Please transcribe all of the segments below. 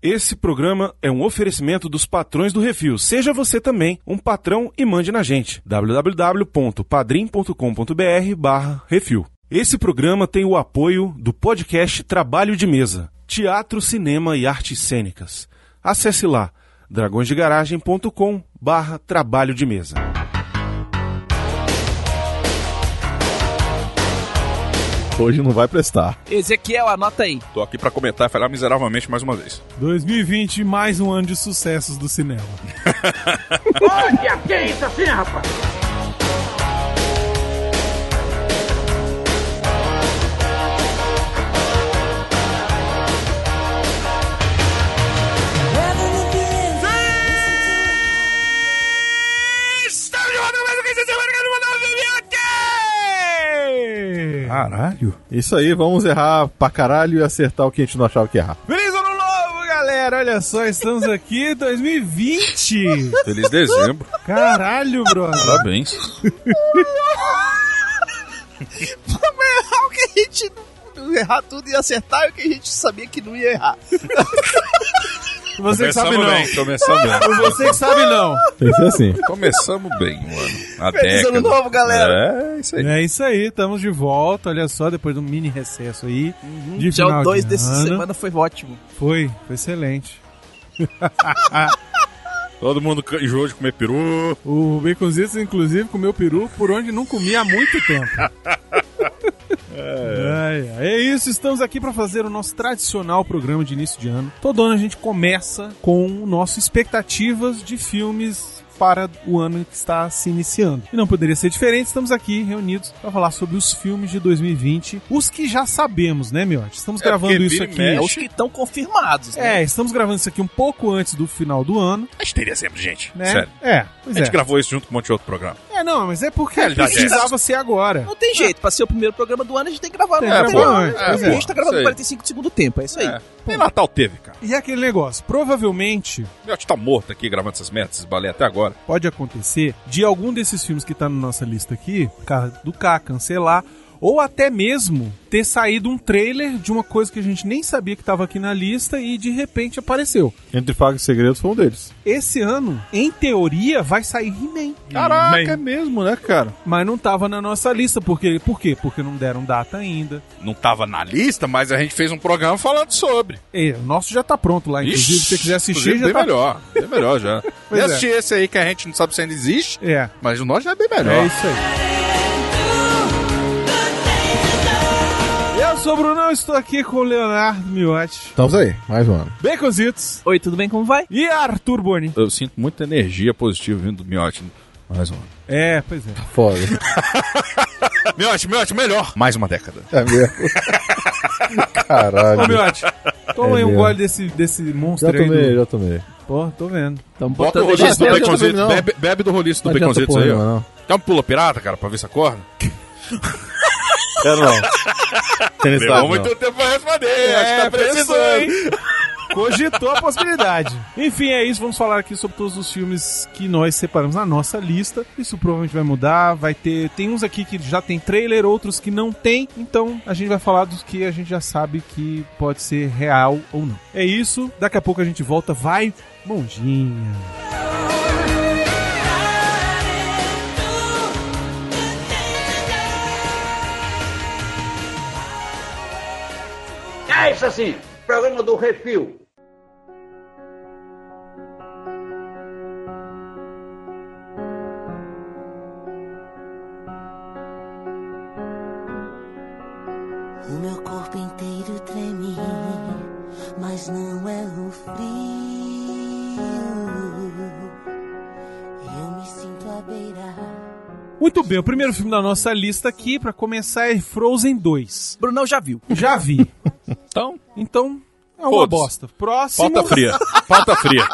Esse programa é um oferecimento dos patrões do Refil. Seja você também um patrão e mande na gente. www.padrim.com.br barra Refil. Esse programa tem o apoio do podcast Trabalho de Mesa, Teatro, Cinema e Artes Cênicas. Acesse lá dragõesdegaragem.com barra Trabalho de Mesa. Hoje não vai prestar. Ezequiel, anota aí. Tô aqui pra comentar e falhar miseravelmente mais uma vez. 2020, mais um ano de sucessos do cinema. Olha, que é isso assim, rapaz? Estamos de volta mais um que você marca Caralho. Isso aí, vamos errar pra caralho e acertar o que a gente não achava que ia errar. Feliz ano novo, galera! Olha só, estamos aqui 2020! Feliz dezembro. Caralho, brother! Parabéns. Vamos errar o que a gente. Errar tudo e acertar é o que a gente sabia que não ia errar. Você que sabe Começamos não! bem, começamos bem. Você que sabe não! Tem que ser assim. Começamos bem, mano. A Feliz ano década. novo, galera. É, isso aí. É isso aí, estamos de volta, olha só, depois de um mini recesso aí. De Já final o 2 de dessa ano. semana foi ótimo. Foi, foi excelente. Todo mundo ca- enjoou de comer peru. O Baconzitos, inclusive, comeu peru por onde não comia há muito tempo. Ai, ai. É isso, estamos aqui para fazer o nosso tradicional programa de início de ano. Todo ano a gente começa com o nosso expectativas de filmes para o ano que está se iniciando. E não poderia ser diferente, estamos aqui reunidos para falar sobre os filmes de 2020, os que já sabemos, né, Miotti? Estamos É, gravando porque isso vira e aqui. mexe. É os que estão confirmados. né? É, estamos gravando isso aqui um pouco antes do final do ano, A gente teria sempre, gente. né? Sério. É, pois A gente é. gravou isso junto com um monte de outro programa. É, não, mas é porque Realidade precisava ser agora. Não tem jeito, pra ser o primeiro programa do ano a gente tem que gravar Tem no que anterior, gravar né? antes, pois A gente é. tá gravando Isso aí. 45 segundo tempo, é isso aí. É. Nem Natal teve, cara. E é aquele negócio, provavelmente O Miotti tá morto aqui gravando essas merdas, esses balé até agora. pode acontecer de algum desses filmes que tá na nossa lista aqui, ca- do K, cancelar, ou até mesmo ter saído um trailer de uma coisa que a gente nem sabia que tava aqui na lista e de repente apareceu. Entre Facos e Segredos foi um deles. Esse ano, em teoria, vai sair He-Man. Caraca, é mesmo, né, cara? Mas não tava na nossa lista, porque, por quê? Porque não deram data ainda. Não tava na lista, mas a gente fez um programa falando sobre. E, o nosso já tá pronto lá, inclusive, se você quiser assistir, inclusive, já bem tá... melhor. Bem melhor já. Pois Eu é. assisti esse aí que a gente não sabe se ainda existe, É, mas o nosso já é bem melhor. é isso aí. Eu sou o Brunão, estou aqui com o Leonardo Miotti, Estamos aí, mais um ano. Baconzitos Oi, tudo bem? Como vai? e Arthur Boni. Eu sinto muita energia positiva vindo do Miotti. Mais uma. É, pois é. Foda. Miotti, Miotti, melhor. Mais uma década. É mesmo. Caralho. Ô, Miotti, É toma aí um mesmo. gole desse, desse monstro já aí. tomei, Do... já tomei. Pô, tô vendo. Estamos Bota o deixa roliço do eu ver, eu Baconzitos. também não. Bebe, bebe do roliço do Não adianta Baconzitos porra aí, nenhuma, ó. não. Dá um pula pirata, cara, pra ver se acorda. Quero não. Tem necessidade, não. tempo pra responder. É, tá hein? Cogitou a possibilidade. Enfim, é isso. Vamos falar aqui sobre todos os filmes que nós separamos na nossa lista. Isso provavelmente vai mudar. Vai ter. Tem uns aqui que já tem trailer, outros que não tem. Então a gente vai falar dos que a gente já sabe que pode ser real ou não. É isso. Daqui a pouco a gente volta. Vai, mãozinha. É isso assim, programa do Refil. O meu corpo inteiro treme, mas não é o frio. Eu me sinto à beira. Muito bem, o primeiro filme da nossa lista aqui, pra começar, é Frozen 2. Brunão já viu. Já vi. Então, Então, é uma Foda-se. bosta. Próximo. pauta fria. Pauta fria.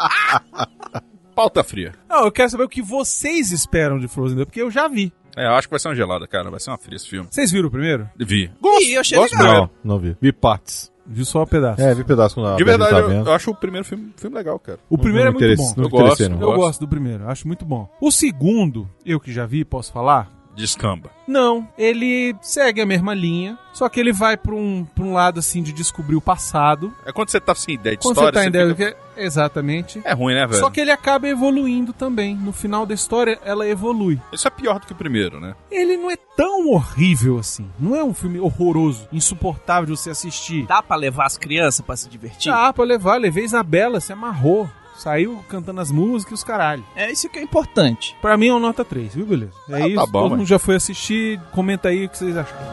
Pauta fria. Não, eu quero saber o que vocês esperam de Frozen 2, porque eu já vi. É, eu acho que vai ser uma gelada, cara. Vai ser uma fria esse filme. Vocês viram o primeiro? Vi. Ih, eu achei legal. Não, não vi. Vi partes. Vi só um pedaço. É, vi pedaço quando a De Bela verdade, tá eu, vendo. eu acho o primeiro filme, filme legal, cara. O primeiro é me muito interessa- bom. Não Eu me interessei, gosto. não. Eu gosto do primeiro, acho muito bom. O segundo, eu que já vi, posso falar? descamba. Não, ele segue a mesma linha, só que ele vai pra um, pra um lado assim de descobrir o passado. É quando você tá sem ideia de Quando história. você tá em fica- ideia do que é- Exatamente. É ruim, né, velho? Só que ele acaba evoluindo também. No final da história, ela evolui. Isso é pior do que o primeiro, né? Ele não é tão horrível assim. Não é um filme horroroso, insuportável de você assistir. Dá pra levar as crianças pra se divertir? Dá pra levar, ah, levei Isabela, se amarrou. Saiu cantando as músicas e os caralho. É isso que é importante. Pra mim é uma nota 3, viu, beleza? É Ah, tá isso, bom, todo mas- mundo já foi assistir, comenta aí o que vocês acharam.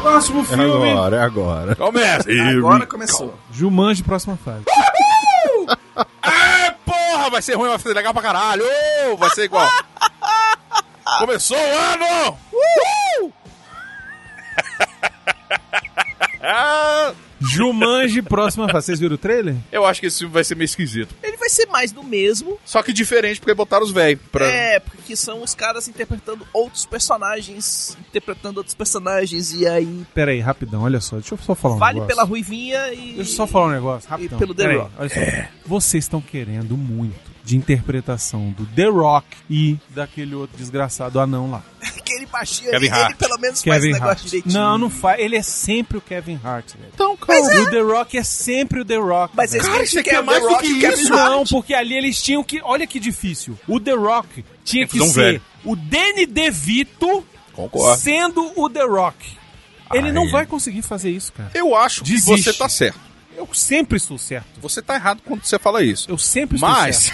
Próximo É filme, agora, é agora. Começa! Agora começou. Jumanji, próxima fase. É, porra! Vai ser ruim, vai ser legal pra caralho! Ô, Vai ser igual! Começou o ano! Ah, Jumanji, próxima fase. Vocês viram o trailer? Eu acho que esse filme vai ser meio esquisito. Ele vai ser mais do mesmo. Só que diferente, porque botaram os velhos. Pra... É, porque são os caras interpretando outros personagens, interpretando outros personagens, e aí Pera aí, rapidão, olha só. Deixa eu só falar um vale negócio. pela ruivinha e... Deixa eu só falar um negócio, rapidão. E pelo The Pera aí, Rock. olha só. Vocês estão querendo muito de interpretação do The Rock e daquele outro desgraçado anão lá. Aquele baixinho ali, Kevin ele Hart. pelo menos faz Kevin o negócio Hart. direitinho. Não, não faz. Ele é sempre o Kevin Hart, velho. Então, E o The Rock é sempre o The Rock. Mas velho. eles Cara, cara, isso aqui que é é mais mais do Rock, que que isso, Kevin Hart. Não, porque ali eles tinham que. Olha que difícil. O The Rock tinha que fazer um ser velho. o Danny DeVito Concordo. sendo o The Rock. Ele Ai. não vai conseguir fazer isso, cara. Eu acho Desiste. que você tá certo. Eu sempre estou certo. Você tá errado quando você fala isso. Eu sempre estou certo. Mas.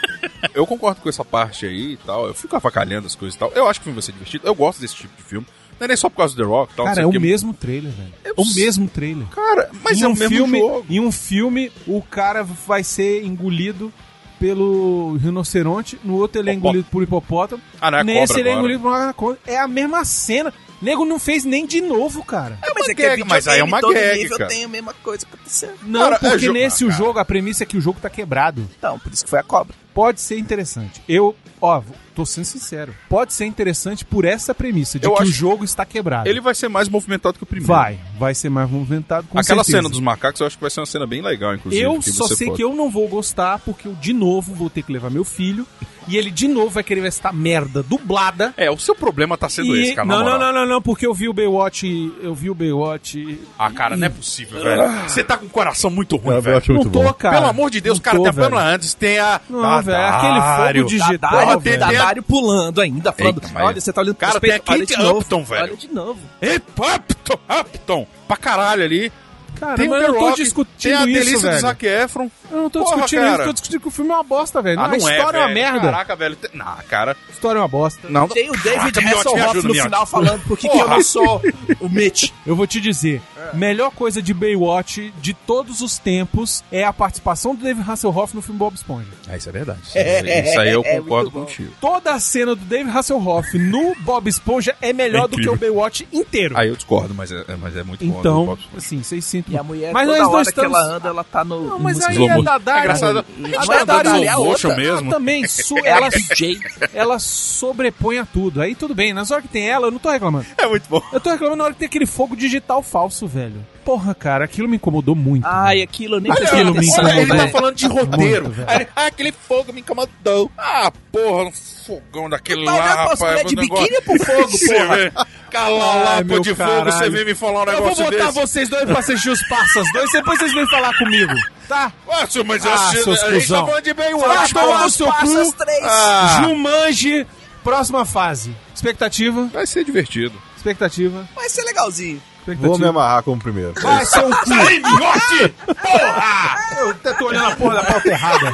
eu concordo com essa parte aí e tal. Eu fico avacalhando as coisas e tal. Eu acho que o filme vai ser divertido. Eu gosto desse tipo de filme. Não é nem só por causa do The Rock e tal. não Cara, sei é o quê. mesmo trailer, velho. É o sei. mesmo trailer. Cara, mas em é um o mesmo filme, jogo. Em um filme, o cara vai ser engolido pelo rinoceronte, no outro ele é Hipopó- engolido por hipopótamo. Ah, não é Nesse cobra ele é agora. engolido por uma anaconda. É a mesma cena. Nego não fez nem de novo, cara. É, mas uma é que é gag, mas aí videogame, é uma todo gag, nível cara. tem a mesma coisa acontecendo. Não, Cara, é porque jo- nesse Ah, o cara. jogo, a premissa é que o jogo tá quebrado. Então, por isso que foi a cobra. Pode ser interessante. Eu, ó, tô sendo sincero. Pode ser interessante por essa premissa de Eu que o acho- jogo está quebrado. Ele vai ser mais movimentado que o primeiro. vai, vai ser mais movimentado com Aquela certeza. cena dos macacos eu acho que vai ser uma cena bem legal, inclusive. Eu só sei que eu não vou gostar, porque eu de novo vou ter que levar meu filho. E ele de novo vai querer ver essa merda dublada. É, o seu problema tá sendo E- esse, cara. na não, não, moral. não, não, não, porque eu vi o Baywatch. Eu vi o Baywatch. Ah, cara, não é possível, velho. Você tá com um coração muito ruim, Eu velho. acho É muito Ah. não tô, bom. cara. Pelo amor de Deus, Não cara, tô, tem a Pamela velho. Anderson, tem a. Não, velho, aquele Dadário. fogo digital. Porra, Dadário, velho. tem- Dadário pulando ainda, falando, Eita, mas- olha, você tá olhando Cara, pros tem peitos, a olha Kate de novo, Upton, velho. Olha de novo. Ei, Upton, Upton! Pra caralho ali. Cara, Tem o mas The eu não tô Rock, tem a discutindo delícia isso, do velho. Zac Efron. Eu não tô Porra, discutindo cara. isso, eu tô discutindo que o filme é uma bosta, velho. Ah, a não é, história é, uma velho. merda. Caraca, velho. tem- Ah, cara. A história é uma bosta. Não, Tem o David Caraca, Miotti, me Hasselhoff ajuda, no Miotti. final falando por que que eu Porra. não sou o Mitch. Eu vou te dizer, É. melhor coisa de Baywatch de todos os tempos é a participação do David Hasselhoff no filme Bob Esponja. Ah, isso é verdade. Isso aí eu É, é muito concordo bom. contigo. Toda a cena do David Hasselhoff no Bob Esponja é melhor É do que o Baywatch inteiro. Aí eu discordo, mas é, é- mas é muito bom. então, né, Bob? assim, vocês sintam. E a mulher, mas toda nós hora dois estamos... que ela anda, ela tá no... Não, mas no- aí Slow é motion. da Dari. É engraçado. A A gente Vai tá andando dar ali no a é slow motion outra. Ela mesmo. também, su- Ela ela, é DJ. ela sobrepõe a tudo. Aí tudo bem, nas horas que tem ela, eu não tô reclamando. É muito bom. Eu tô reclamando na hora que tem aquele fogo digital falso, velho. Porra, cara, aquilo me incomodou muito. Ai, aquilo eu nem Aquilo prestei me atenção, é- incomodou. Olha, ele tá velho. falando de roteiro. Muito, velho. Aí ele, ah, aquele fogo me incomodou. Ah, porra, um fogão daquele Tá lá, olhando pras rapaz. mulheres de um negócio- biquíni pro fogo, Você porra. vê, cala Ai, lá, meu pô de fogo, caralho. você vem me falar um Eu vou negócio botar desse. vocês dois pra assistir os passas dois, depois vocês vêm falar comigo, tá? Ah, senhor, mas eu Ah, assisti- seus a gente tá cuzão. falando de Vai Baywatch. tomar porra. no seu Passas cu. três. Ah, Jumanji, próxima fase. Expectativa, vai ser divertido. expectativa, Vai ser é legalzinho. Vou me expectativa. amarrar como primeiro. Vai ser um cu. Sai, miote! Porra! Eu até tô olhando a porra da pauta errada.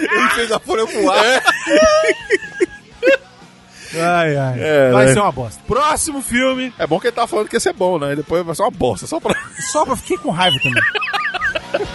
Ele fez a folha voar. É. Ai, ai. Vai ser uma bosta. Próximo filme. É bom que ele tava falando que ia ser bom, né? E depois vai ser uma bosta, só pra... Só pra fiquei com raiva também. Dance.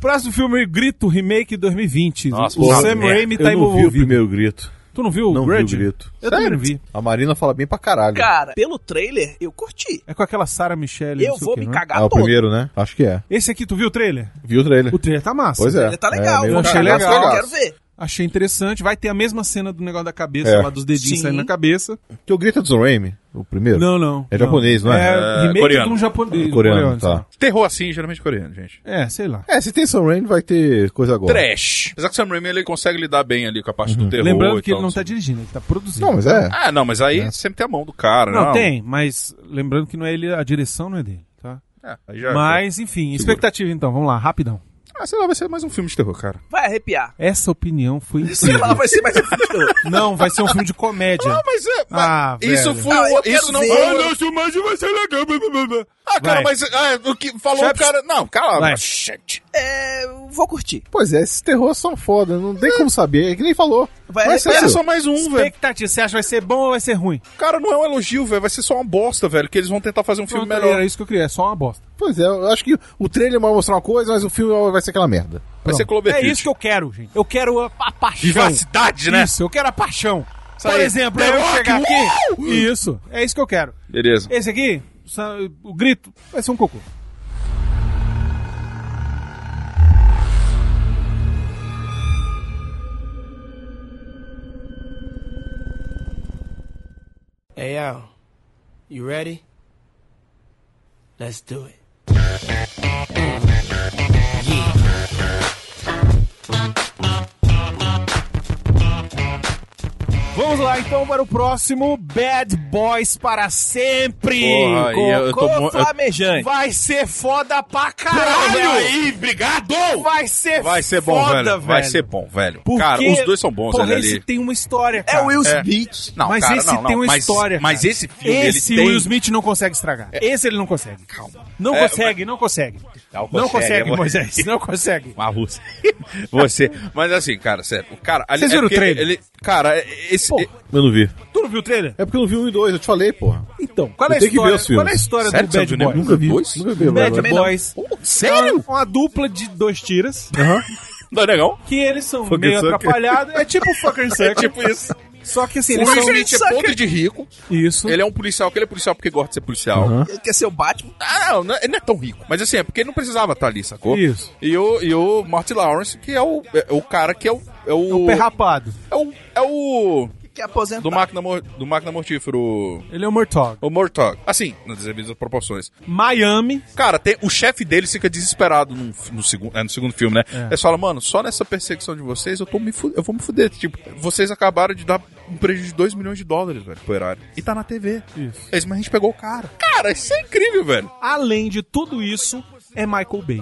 Próximo filme, Grito, remake 2020. Nossa, o porra, Sam merda. Raimi Eu tá não vi o envolvido. primeiro grito. Tu não viu Não o vi o Grudge? grito. Eu também não vi. A Marina fala bem pra caralho. Cara, pelo trailer, eu curti. É com aquela Sarah Michelle. não Eu sei vou o quê, me né? Ah, cagar o todo. primeiro, né? Acho que é. Esse aqui, tu viu o trailer? Viu o trailer? O trailer tá massa. Pois é. Ele tá legal, É, meio vou achei achei legal. legal. Quero ver. Achei interessante. Vai ter a mesma cena do negócio da cabeça, É. lá dos dedinhos Sim. saindo na cabeça. Que o grito é do Sam Raimi, o primeiro? Não, não. É não. japonês, não é? É, remake coreano. de um japonês. Coreano, sei tá. lá. Terror assim, geralmente coreano, gente. É, sei lá. É, se tem Sam Raimi vai ter coisa agora. Trash. Apesar que o Sam Raimi ele consegue lidar bem ali com a parte do terror. Lembrando e que ele tal, não tá assim. dirigindo, ele tá produzindo. Não, mas é. Ah, não, mas aí sempre tem a mão do cara, Não, não tem, mas lembrando que não é ele, a direção não é dele, tá? É, aí já- Mas, enfim, expectativa então, vamos lá, rapidão. Ah, sei lá, vai ser mais um filme de terror, cara. Vai arrepiar. Essa opinião foi Sei incrível. lá, vai ser mais um filme de terror. Não, vai ser um filme de comédia. mas é. Ah, isso velho. foi. Ah, eu isso quero não. ver. isso mais vai ser legal. blá, blá, blá, blá. Ah, cara, Vai. mas. ah, o que falou Chaps. o cara. Não, cala. Vai. Shit. É, eu vou curtir. Pois é, esses terror são foda, não tem como saber, é que nem falou. Vai- é, Mas vai- Vai sério, ser só mais um, velho. Expectativa, você acha que vai ser bom ou vai ser ruim? Cara, não é um elogio, velho. Vai ser só uma bosta, velho. Que eles vão tentar fazer um filme Pronto, melhor. Era isso que eu queria, é só uma bosta. Pois é, eu acho que o trailer vai mostrar uma coisa, mas o filme vai ser aquela merda. Vai ser É Cloverfield. isso que eu quero, gente. Eu quero a, a paixão. Vivacidade, né? Isso, eu quero a paixão. Por aí. exemplo, é The eu Rock, chegar aqui. Uh! Isso, é isso que eu quero. Beleza. Esse aqui, sa- o grito, vai ser um cocô. Hey, Al, you ready? Let's do it. Vamos lá então para o próximo Bad Boys para sempre. Porra, e eu- eu tô Cocô mo- eu- flamejante. Vai ser foda pra caralho. aí, obrigado! Vai ser Vai ser bom, foda, velho. Vai ser bom, velho. Porque- Cara, os dois são bons, porra, velho. esse Ali. tem uma história, É cara. o Will É. Smith. Não, Mas cara, esse não, não. tem uma mas, história. Mas cara. esse filme, Esse ele tem... Will Smith não consegue estragar. Esse ele não consegue. Calma. Não É, consegue, não consegue. Não Não consegue, amor. Moisés. Não consegue. Ah, você. você. Mas assim, cara, sério. o Cara, ali, é Vocês viram o porque trailer? Ele, cara, é, esse. Pô. Eu não vi. Tu não viu o trailer? É porque eu não vi um e dois, eu te falei, porra. Então, qual é a Eu tenho que história? ver os filmes. Qual é a história Sério né? que do Bad você não Boys? viu Nunca vi. Dois? Nunca vi. Bad agora. Boys. sério? É Uma dupla de dois tiras. Não, é negão? Que eles são Fucking meio sucker. atrapalhados. É tipo Fucker É Sucker. tipo isso. Só que assim, O eles Will são... tipo Smith é podre de rico. Isso. Ele é um policial, aquele é policial porque gosta de ser policial. Ele quer ser o Batman. Ah, não, não é- ele não é tão rico. Mas assim, é porque ele não precisava estar ali, sacou? Isso. E o, e o Marty Lawrence, que é o, é o cara que é o. É o. pé rapado. É o. É o Quer aposentar. do, máquina, Mor- do máquina mortífero. o- Ele é o Murtaugh. O Mortog. Assim, nas devidas proporções. Miami. Cara, tem, o chefe dele fica desesperado no, no, segundo, é, no segundo filme, né? Eles falam, mano, só nessa perseguição de vocês eu, tô me fu- eu vou me fuder. Tipo, vocês acabaram de dar um prejuízo de 2 milhões de dólares, velho, pro erário. E tá na TV. Isso. Eles, mas a gente pegou o cara. Cara, isso é incrível, velho. Além de tudo isso, é Michael Bay.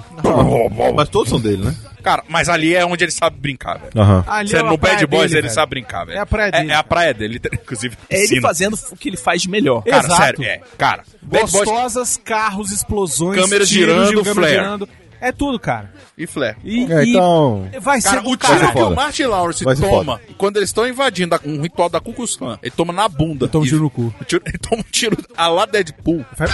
Mas todos são dele, né? Cara, mas ali é onde ele sabe brincar, velho. Aham. Ali Sério, é no a praia Bad Boys dele, ele velho. sabe brincar, velho. É a praia dele, É, a praia dele, inclusive. É ele piscina. fazendo o que ele faz de melhor. Cara, Exato. sério, é. Cara, Bad Boys Gostosas, carros, explosões, Câmeras tiros de girando, câmera flare. É tudo, cara. e Flair. E, É, e então- vai ser um Cara, do o caralho. tiro que o foda. Martin Lawrence Vai ser toma foda. quando eles estão invadindo a- um ritual da Ku Klux Klan, ele toma na bunda. toma um E- tiro no cu. o tiro- ele toma um tiro a lá Deadpool. Vai-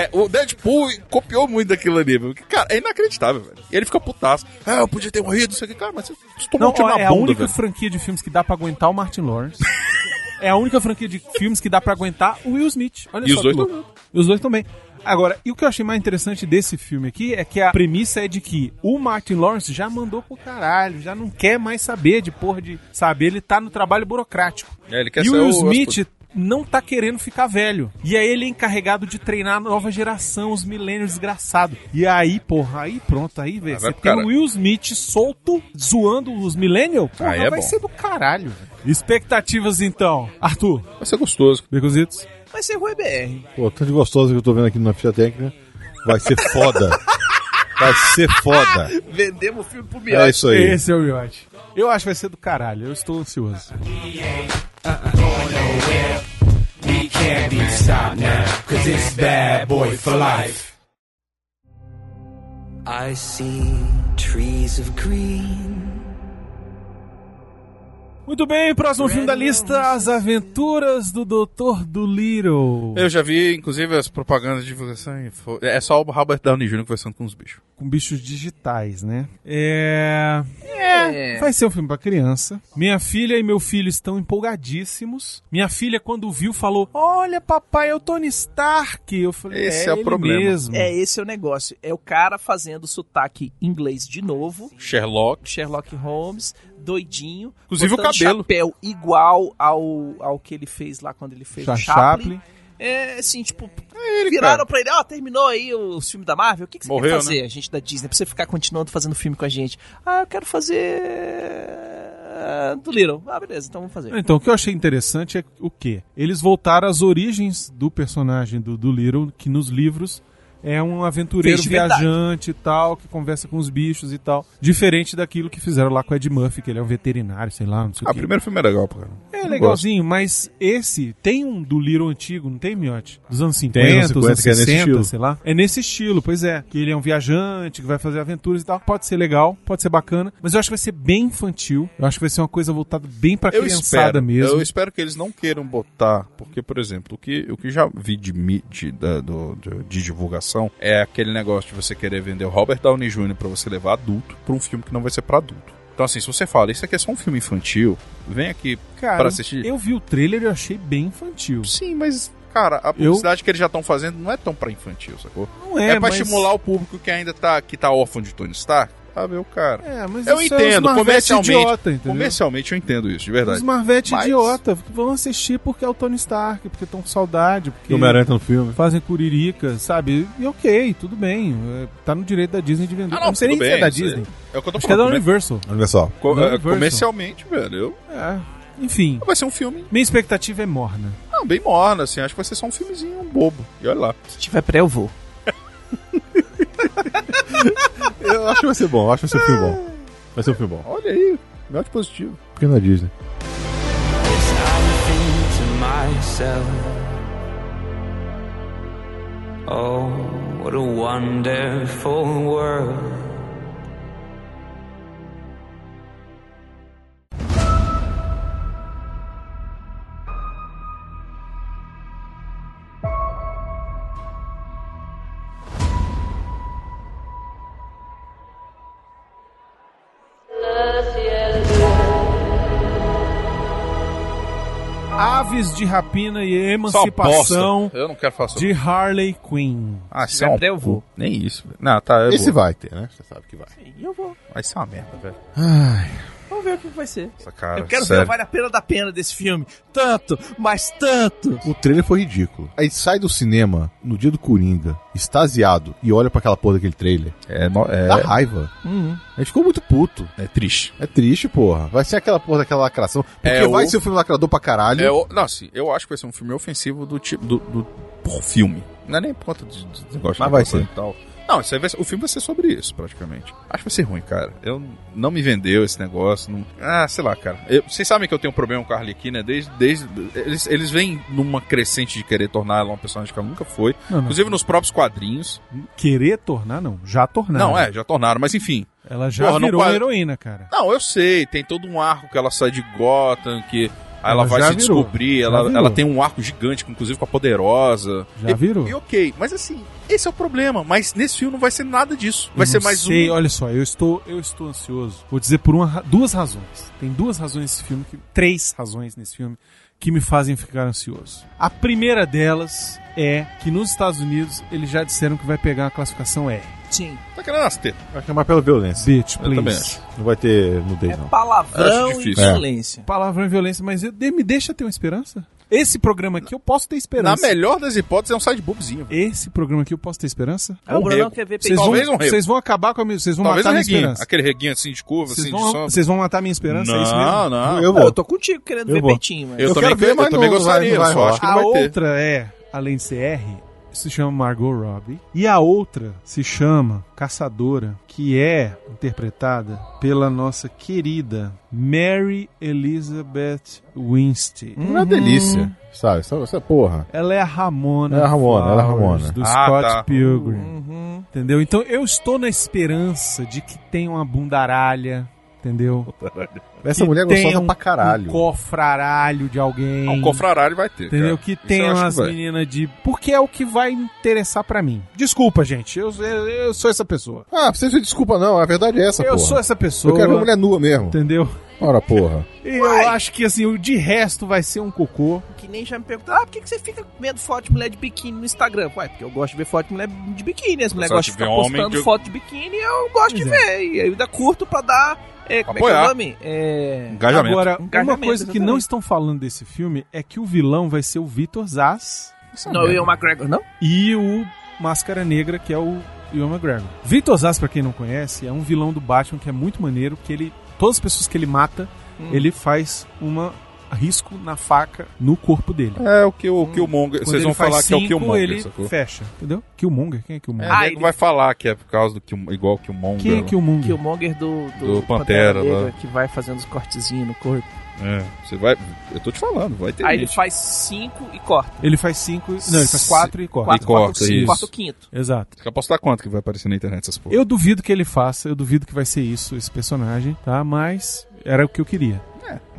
É, o Deadpool copiou muito daquilo ali. velho. Porque, Cara, é inacreditável, velho. E ele fica putaço. Ah, eu podia ter morrido, isso aqui. Cara, mas você você tomou Não, um tiro ó, na é a bunda, única velho. franquia de filmes que dá pra aguentar o Martin Lawrence. é a única franquia de filmes que dá pra aguentar o Will Smith. Olha E só os que dois louco. E os dois também. Agora, e o que eu achei mais interessante desse filme aqui é que a premissa é de que o Martin Lawrence já mandou pro caralho, já não quer mais saber de porra de saber, ele tá no trabalho burocrático. É, ele quer e ser o Will o- Smith não tá querendo ficar velho. E aí ele é encarregado de treinar a nova geração, os milênios desgraçados. E aí, porra, aí pronto, aí, velho. Ah, vai Você pro tem o caralho. Will Smith solto, zoando os millennials? Porra, Aí é vai bom. ser do caralho. Expectativas, então. Arthur, Vai ser gostoso. Beconzitos. Vai ser Rui BR. Pô, tanto de gostoso que eu tô vendo aqui na ficha técnica. Vai ser foda. Vai ser foda. Vendemos o filme pro Bianchi. É isso aí. Esse é o Miote. Eu acho que vai ser do caralho, eu estou ansioso. We can't be stopped now, cause it's bad boy for life. I see trees of green, Muito bem, próximo filme da lista: As Aventuras do Dr. Dolittle. Eu já vi, inclusive, as propagandas de divulgação. e fo- É só o Robert Downey Jr. conversando com os bichos. Com bichos digitais, né? É. É. Vai ser um filme pra criança. Minha filha e meu filho estão empolgadíssimos. Minha filha, quando viu, falou: Olha, papai, é o Tony Stark. Eu falei: Esse é o ele problema." Mesmo. É, esse é o negócio. É o cara fazendo sotaque inglês de novo. Sherlock. Sherlock Holmes, doidinho. Inclusive o botando cabelo. chapéu igual ao, ao que ele fez lá quando ele fez o Charles Chaplin. Chaplin. É, assim, tipo, viraram pra ele, ó, terminou aí o filme da Marvel, o que, que você Morreu, quer fazer, a gente da Disney, pra você ficar continuando fazendo filme com a gente? Ah, eu quero fazer... ah, Do Little. Ah, beleza, então vamos fazer. Então, o que eu achei interessante é o quê? Eles voltaram às origens do personagem do, do Little, que nos livros é um aventureiro Fez de verdade. viajante e tal, que conversa com os bichos e tal. Diferente daquilo que fizeram lá com o Ed Murphy, que ele é um veterinário, sei lá, não sei Ah, o o quê. primeiro filme é legal, pô, cara. É legalzinho, mas esse tem um do Little antigo, não tem, Miotti? Dos anos 50, Tem, anos dos anos 50, que é nesse 60, estilo. sei lá. É nesse estilo, pois é. Que ele é um viajante, que vai fazer aventuras e tal. Pode ser legal, pode ser bacana, mas eu acho que vai ser bem infantil. Eu acho que vai ser uma coisa voltada bem pra Eu criançada espero, mesmo. eu espero que eles não queiram botar, porque, por exemplo, o que o que já vi de, mi- de, da- do- de, de divulgação é aquele negócio de você querer vender o Robert Downey Jr. pra você levar adulto pra um filme que não vai ser pra adulto. Então, assim, se você fala, isso aqui é só um filme infantil, vem aqui Cara, pra assistir. eu vi o trailer e eu achei bem infantil. Sim, mas, cara, a publicidade que eles já estão fazendo não é tão pra infantil, sacou? Não É, é, pra mas- estimular o público que ainda tá, que tá órfão de Tony Stark a ver o Ah, cara. É, mas Eu isso é uns entendo, Marvete comercialmente- Idiota, entendeu? Comercialmente eu entendo isso, de Os verdade. Marvete Mas- idiota vão assistir porque é o Tony Stark, porque estão com saudade, porque Homem-Aranha tá no filme. fazem curirica, sabe? E ok, tudo bem. é, Tá no direito da Disney de vender. Ah, não, sei nem tudo se é bem, da isso aí. Disney. É o que eu tô Acho que é da falando. Universal. Olha só. Co- Da é, Universal. comercialmente, velho, eu- É. Enfim, vai ser um filme minha expectativa é morna. não, bem morno, assim. Acho que vai ser só um filmezinho bobo. E olha lá. Se tiver pré, eu vou. Eu acho que vai ser bom, eu acho que vai ser um filme bom. Vai ser um filme bom. Olha aí, melhor positivo. Porque não é Disney. to myself. Oh, what a wonderful world. Aves de rapina e Só bosta. emancipação Eu não quero falar sobre de Harley Quinn. Ah, isso tiver é um pré, eu vou. cu. Nem isso, velho. Não, tá, eu Esse vou. vai ter, né? Você sabe que vai. Eu vou. Vai ser uma merda, velho. Vamos ver o que vai ser. Essa cara, eu quero sério. ver o vale a pena da pena desse filme. Tanto, mas tanto. O trailer foi ridículo. Aí sai do cinema, no dia do Coringa, extasiado, e olha pra aquela porra daquele trailer. É, no- é, Dá raiva. A gente ficou muito puto. é triste. É triste, porra. Vai ser aquela porra daquela lacração. Porque É vai o- ser o filme lacrador pra caralho. É, o- não, assim, eu acho que vai ser um filme ofensivo do tipo. Do, do- por filme. Não é nem por conta de, de negócio Mas de vai coisa ser. e tal. Não, isso aí vai ser- o filme vai ser sobre isso, praticamente. Acho que vai ser ruim, cara. Eu não me vendeu esse negócio. não- Ah, sei lá, cara. Eu- vocês sabem que eu tenho um problema com a Harley Quinn, né? Desde, desde, eles, eles vêm numa crescente de querer tornar ela uma personagem que ela nunca foi. Não, não. Inclusive nos próprios quadrinhos. Querer tornar, não. Já tornar. Não, é, já tornaram, mas enfim. Ela já Porra, não virou uma pode- heroína, cara. Não, eu sei, tem todo um arco que ela sai de Gotham, que aí ela, Ela vai já se virou, descobrir, já ela, virou. ela tem um arco gigante, inclusive com a Poderosa. Já E- virou. E ok, mas assim, esse é o problema, mas nesse filme não vai ser nada disso. Vai Eu ser não mais sei, um... olha só, eu estou, eu estou ansioso. Vou dizer por uma, ra- duas razões. Tem duas razões nesse filme, que, três razões nesse filme que me fazem ficar ansioso. A primeira delas é que nos Estados Unidos eles já disseram que vai pegar a classificação R. Sim, Tá querendo as tetas. Vai chamar pela violência. Bitch, Eu também please. acho. Não vai ter nudez, é não. Acho palavrão e difícil. violência. Palavrão e violência, mas eu, de- me deixa ter uma esperança? Esse programa aqui eu posso ter Na esperança. melhor das hipóteses, é um side boobzinho. velho. Esse programa aqui eu posso ter esperança? Ah, o Ou Brunão rego. quer ver Vocês vão, peitão. Talvez um rego. vocês vão acabar com a minha, vocês vão Talvez um matar a minha reguinho. esperança. Aquele reguinho assim de curva, Vocês assim vão, de sombra. vocês vão matar a minha esperança, é isso mesmo? Não, não. Eu Eu vou. tô contigo querendo Eu ver vou. peitinho, mas... Eu, Eu também, quero ver, eu mas também não vai- gostaria, não vai só acho que A não vai ter. outra é, além de ser R, se chama Margot Robbie. E a outra se chama Caçadora, que é interpretada pela nossa querida Mary Elizabeth Winstead. Hum? Não é uma delícia. Sabe? Essa, essa porra. Ela é a Ramona. Ela é a Ramona, ela é a Flowers, Ramona. Do Ah, Scott tá. Pilgrim. Entendeu? Então eu estou na esperança de que tenha uma bundaralha. entendeu? Essa Que mulher é gostosa tenha um- pra caralho. Um cofraralho de alguém. Um cofrarário vai ter. cara. Entendeu? Que Isso tem eu acho umas que vai. meninas de. Porque é o que vai interessar pra mim. Desculpa, gente. Eu, eu, eu sou essa pessoa. Ah, precisa de desculpa não, a verdade é essa, eu porra. sou essa pessoa. Eu quero um ver mulher nua mesmo. Entendeu? Ora, porra. E eu acho que assim, o de resto vai ser um cocô. Que nem já me perguntaram, ah, por que, que você fica vendo foto de mulher de biquíni no Instagram? Ué, porque eu gosto de ver foto de mulher de biquíni. As mulheres Só gostam de de ver ficar homem postando que eu- foto de biquíni e eu gosto de Pois é. ver. E eu ainda curto pra dar. É, como é que é o Apoiar. nome? É. Engajamento. Agora, uma Engajamento, coisa que não exatamente. estão falando desse filme é que o vilão vai ser o Vitor Zaz é Não, eu McGregor, não? e o Máscara Negra, que é o Ian McGregor. Vitor Zaz, pra quem não conhece, é um vilão do Batman que é muito maneiro, que ele. Todas as pessoas que ele mata, Hum. ele faz uma risco na faca no corpo dele. É o que o Killmonger. Quando Vocês ele vão faz falar que é o cinco, Killmonger, ele sacou? fecha, entendeu? Killmonger? Quem é É, Killmonger? nego Ah, ele- vai falar que é por causa do Kill, igual que o Mongo. Quem é Killmonger? Que o Monger do, Do Pantera, né? Negra, lá. que vai fazendo os cortezinhos no corpo. É. você vai. Eu tô te falando, vai ter. Aí ele gente. faz cinco e corta. Ele faz cinco. Não, ele faz quatro e corta. Quatro, corta, corta, o cinco, isso. corta o quinto. Exato. Quer apostar quanto que vai aparecer na internet essas porra? Eu duvido que ele faça, eu duvido que vai ser isso, esse personagem, tá? Mas era o que eu queria.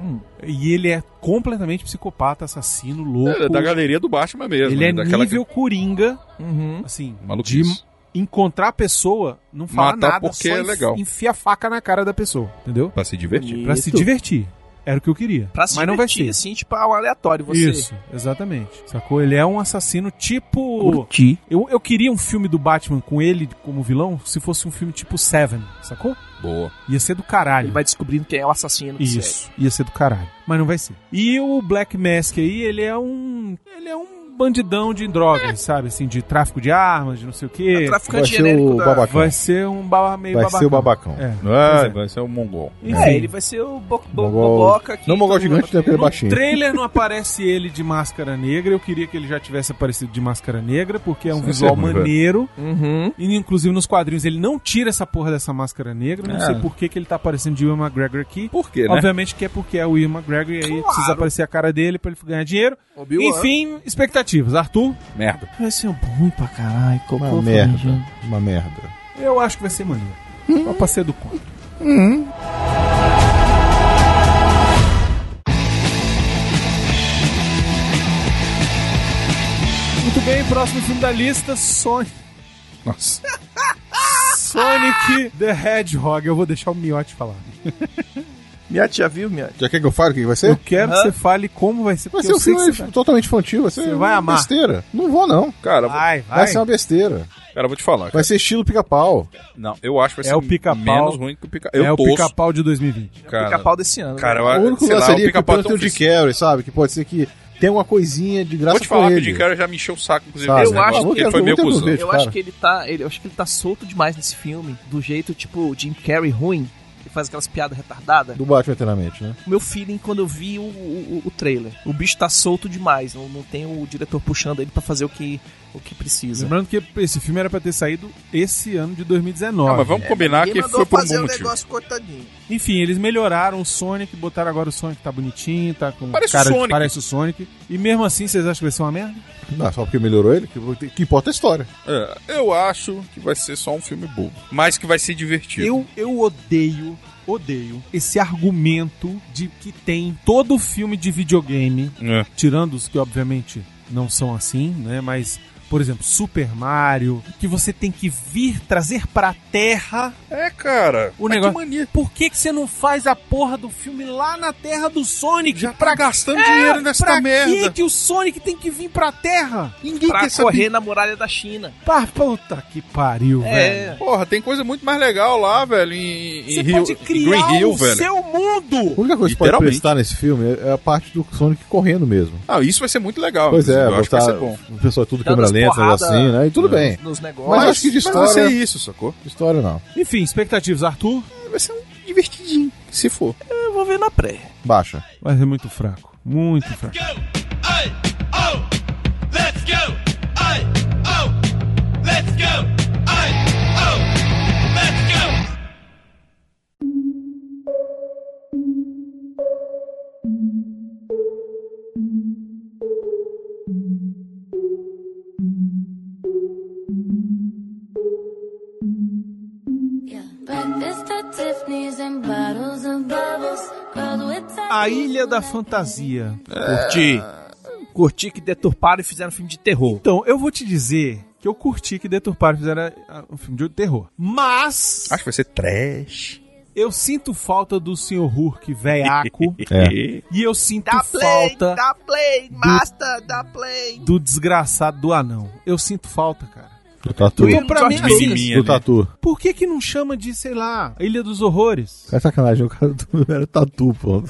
Hum. E ele é completamente psicopata, assassino, louco. É, da galeria do Batman mesmo. ele né? é Daquela nível Coringa, Uhum. assim, de Maluquice. encontrar a pessoa, não falar Matar nada, porque só é enf- legal. enfia a faca na cara da pessoa, entendeu? Pra se divertir. Pra se Isso. divertir. Era o que eu queria. Pra se mas não vai divertir, ser. assim, tipo, ah, um aleatório. Você. Isso, exatamente. Sacou? Ele é um assassino tipo. Eu, eu queria um filme do Batman com ele como vilão se fosse um filme tipo Seven, sacou? Boa. Ia ser do caralho. Ele vai descobrindo quem é o assassino. que segue. Isso, ia ser do caralho. Mas não vai ser. E o Black Mask aí, ele é um. Ele é um bandidão de drogas, sabe? Assim, de tráfico de armas, de não sei o quê. É traficante Vai ser genérico o da- babacão. Vai ser um ba meio Vai babacão. ser o babacão. É. Vai, vai ser o Mongol. É, ele vai ser o bo bo Mongol- boboca aqui. Não mongol gigante, né? Porque ele é Não, No baixinho. trailer não aparece ele de máscara negra. Eu queria que ele já tivesse aparecido de máscara negra, porque é um Isso vai ser visual ruim, velho. maneiro. Uhum. E, inclusive nos quadrinhos ele não tira essa porra dessa máscara negra. Não É. sei por que, que ele tá aparecendo de Will McGregor aqui. Por quê, né? Obviamente que é porque é o Will McGregor e aí Claro. precisa aparecer a cara dele pra ele ganhar dinheiro. Obi-Wan. Enfim, expectativas. Arthur? Merda. Vai ser um ruim pra caralho. Cocô, Uma merda. Uma merda. Eu acho que vai ser maneiro. Só pra ser do conto. Muito bem, próximo filme da lista, Sonic. Nossa. Ah! Sonic the Hedgehog. Eu vou deixar o Miotti falar. Miotti, já viu, Miotti? Já quer que eu fale o que vai Eu ser? quero que Hã? você fale como vai ser. Vai porque ser eu um sei filme que você totalmente infantil, vai ser Você vai uma amar. besteira. Não vou, não. Cara, eu Vai, Vai vai. ser é uma besteira. vou- cara, eu vou te falar. Vai cara. ser estilo pica-pau. Não, eu acho que vai É ser o pica-pau. menos ruim que o pica Eu é o torço, pica-pau de 2020. cara. Pica-pau desse ano. Cara, né? eu, O único sei lance lá, o seria que o pica-pau plano é tem o tão Jim difícil. Carrey, sabe? Que pode ser que tem uma coisinha de graça Vou te falar com que o é ele. Jim Carrey já me encheu o saco, inclusive. Sabe? nesse né? Eu acho negócio, porque que é ele foi eu meio quero muito cuzão. ver. eu cara. acho que ele tá. Ele, eu acho que ele tá solto demais nesse filme. Do jeito, tipo, o Jim Carrey ruim. Que faz aquelas piadas retardadas. Do Batman eternamente, né? O meu feeling quando eu vi o, o, o trailer. O bicho tá solto demais. Não, não tem o diretor puxando ele pra fazer o que, o que precisa. Lembrando que esse filme era pra ter saído esse ano de 2019. Não, Ah, mas vamos combinar que foi por um bom motivo. cortadinho. Enfim, eles melhoraram o Sonic, botaram agora o Sonic tá bonitinho, tá com Parece cara o de- Sonic. parece o Sonic. E mesmo assim, vocês acham que vai ser uma merda? Não, só porque melhorou ele, que, que importa é a história. É, eu acho que vai ser só um filme bobo, mas que vai ser divertido. Eu, eu odeio, odeio esse argumento de que tem em todo filme de videogame, É. tirando os que obviamente não são assim, né? Mas, por exemplo, Super Mario, que você tem que vir trazer pra terra É, cara. o negócio. Por que, que você não faz a porra do filme lá na terra do Sonic? Já tá gastando dinheiro nessa É, pra que, merda. que o Sonic tem que vir pra terra? Ninguém pra quer saber. correr na muralha da China. Pá, puta que pariu, velho. É. Porra, tem coisa muito mais legal lá, velho, em, em Você Rio, pode em criar um Green Hill, o velho. seu A mundo. única coisa que pode Literalmente. prestar nesse filme é a parte do Sonic correndo mesmo. Ah, isso vai ser muito legal. pois é, inclusive, eu acho que vai botar ser bom. É. o pessoal tudo Dando câmera as lenta, porradas assim, né? E tudo bem. Mas Nos negócios. acho que de história- Mas vai ser isso, sacou? História não. Enfim, expectativas, Arthur. Vai ser um divertidinho, se for. Eu vou ver na pré. Baixa. Vai ser é muito fraco. Muito fraco. Yeah. Breakfast at Tiffany's and bottles of bubbles. Girl with A Ilha da Fantasia. Curti. Curti que deturparam e fizeram filme de terror. Então, eu vou te dizer que eu curti que deturparam e fizeram ah, um filme de terror. Mas Acho que vai ser trash. eu sinto falta do Sr. Hulk velhaco. É. e eu sinto Tá falta dá play, master, dá play. do desgraçado do anão. Eu sinto falta, cara. Do tatu. Então, pra mim, assim, Menininha, Do né? tatu. por que que não chama de, sei lá, Ilha dos Horrores? Cara, é sacanagem, o cara do... era tatu, pô.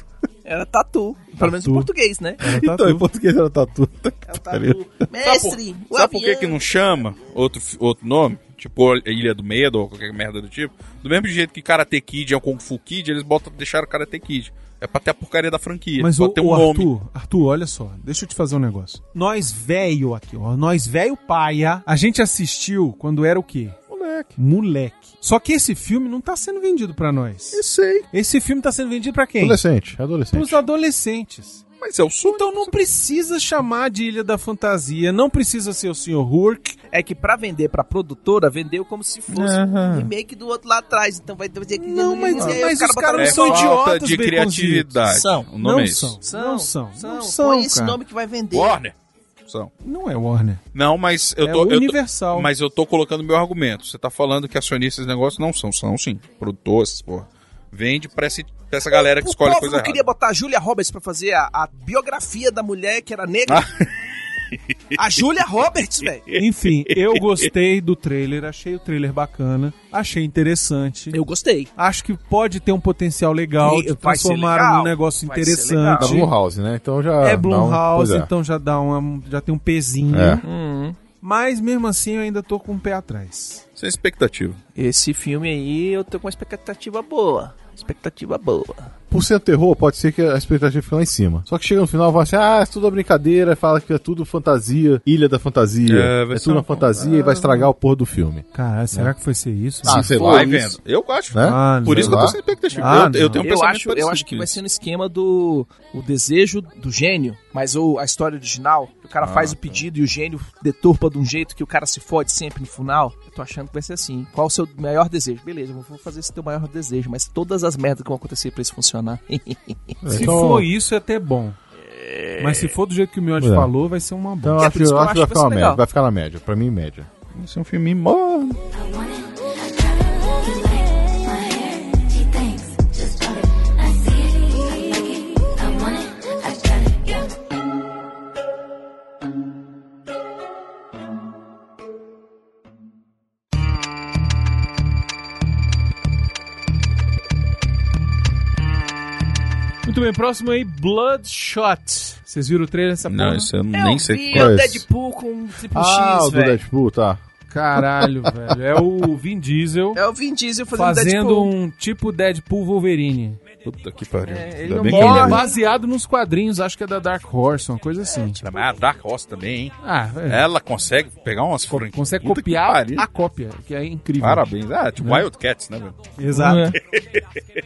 Era tatu. Pelo menos em português, né? É, Então, em português era tatu. Era Pariu. É tatu. Mestre, É, o Sabe por que, avião. que não chama outro, fi- outro nome? Tipo a Ilha do Medo ou qualquer merda do tipo. Do mesmo jeito que Karate Kid é o Kung Fu Kid, eles botam, deixaram Karate Kid. É pra ter a porcaria da franquia. Mas pra o, ter um o nome. Arthur, Arthur, olha só, deixa eu te fazer um negócio. Nós velho aqui, ó, nós velho paia, a gente assistiu quando era o quê? Moleque. Moleque. Só que esse filme não tá sendo vendido pra nós. Eu sei. Esse filme tá sendo vendido pra quem? Adolescente, adolescente. Pros adolescentes. Mas é o Sonic. Então não precisa chamar de Ilha da Fantasia, não precisa ser o Sr. Hulk. É que pra vender pra produtora, vendeu como se fosse Aham. um remake do outro lá atrás. Então vai dizer que. Não, mas, E aí mas os caras um não É são falta idiotas, de Baconzitos. criatividade. São. O nome Não, é esse. são, São, não são, não são, Põe esse cara. nome que vai vender. Warner. São. Não é Warner, Não, mas eu é tô. eu tô Universal. mas eu tô colocando meu argumento. Você tá falando que acionistas de negócio não são, são sim. Produtores, porra. Vende pra, esse- pra essa galera que o escolhe povo coisa não queria errada. botar a Julia Roberts pra fazer a, a biografia da mulher que era negra. a Julia Roberts, velho. Enfim, eu gostei do trailer, achei o trailer bacana, achei interessante. Eu gostei. Acho que pode ter um potencial legal Sim, de vai ser transformar legal, num negócio vai ser legal. Da Tá interessante. Blumhouse, né? Então já. Ah, um- É Blumhouse, Blumhouse, então já dá uma, já tem um pezinho. É. Mas mesmo assim eu ainda tô com o pé atrás. Sem é expectativa. Esse filme aí eu tô com uma expectativa boa. Expectativa boa. Por ser terror, pode ser que a expectativa fique lá em cima. Só que chega no final e fala assim: ah, é tudo uma brincadeira, fala que é tudo fantasia, ilha da fantasia. É, É, vai ser tudo uma- uma fantasia e vai estragar o porra do filme. Caralho, É. será que foi ser isso? Ah, sei lá. Vai isso. vendo. Eu acho. Né? Ah, Por não. isso que eu tô lá. sem expectativa. Ah, eu, eu não. tenho um eu pensamento acho, Então, eu parecido acho que com vai isso. ser no esquema do o desejo do gênio, mas o, a história original, que o cara faz o pedido e o gênio deturpa de um jeito que o cara se fode sempre no final. Eu tô achando que vai ser assim. Qual o seu maior desejo? Beleza, eu vou fazer esse teu maior desejo, mas todas as merdas que vão acontecer pra isso funcionar. Se Então- for isso, é até bom. Mas se for do jeito que o Miotti É. falou, vai ser uma boa. Então eu É, acho, por isso eu que eu acho que acho vai que ficar vai uma ser média. legal. Vai ficar na média. Pra mim, média. Esse é um filme morno. Muito bem, próximo aí, Bloodshot. Vocês viram o trailer dessa Não, porra? isso eu nem sei. vi qual é o esse. Deadpool com um triplo Ah, X, o do velho. Deadpool, tá. Caralho, velho. É o Vin Diesel É o Vin Diesel fazendo, Tá fazendo Deadpool. um tipo Deadpool Wolverine. Puta que pariu. É, ele Ainda não bem que eu morre. não vi. Baseado nos quadrinhos, acho que é da Dark Horse, uma coisa assim. Mas a é Dark Horse também, hein? Ah, é. Ela consegue pegar umas franquias. Consegue Puta que copiar pariu. a cópia, que é incrível. Parabéns. Ah, tipo Wildcats, né, velho? é? Exato.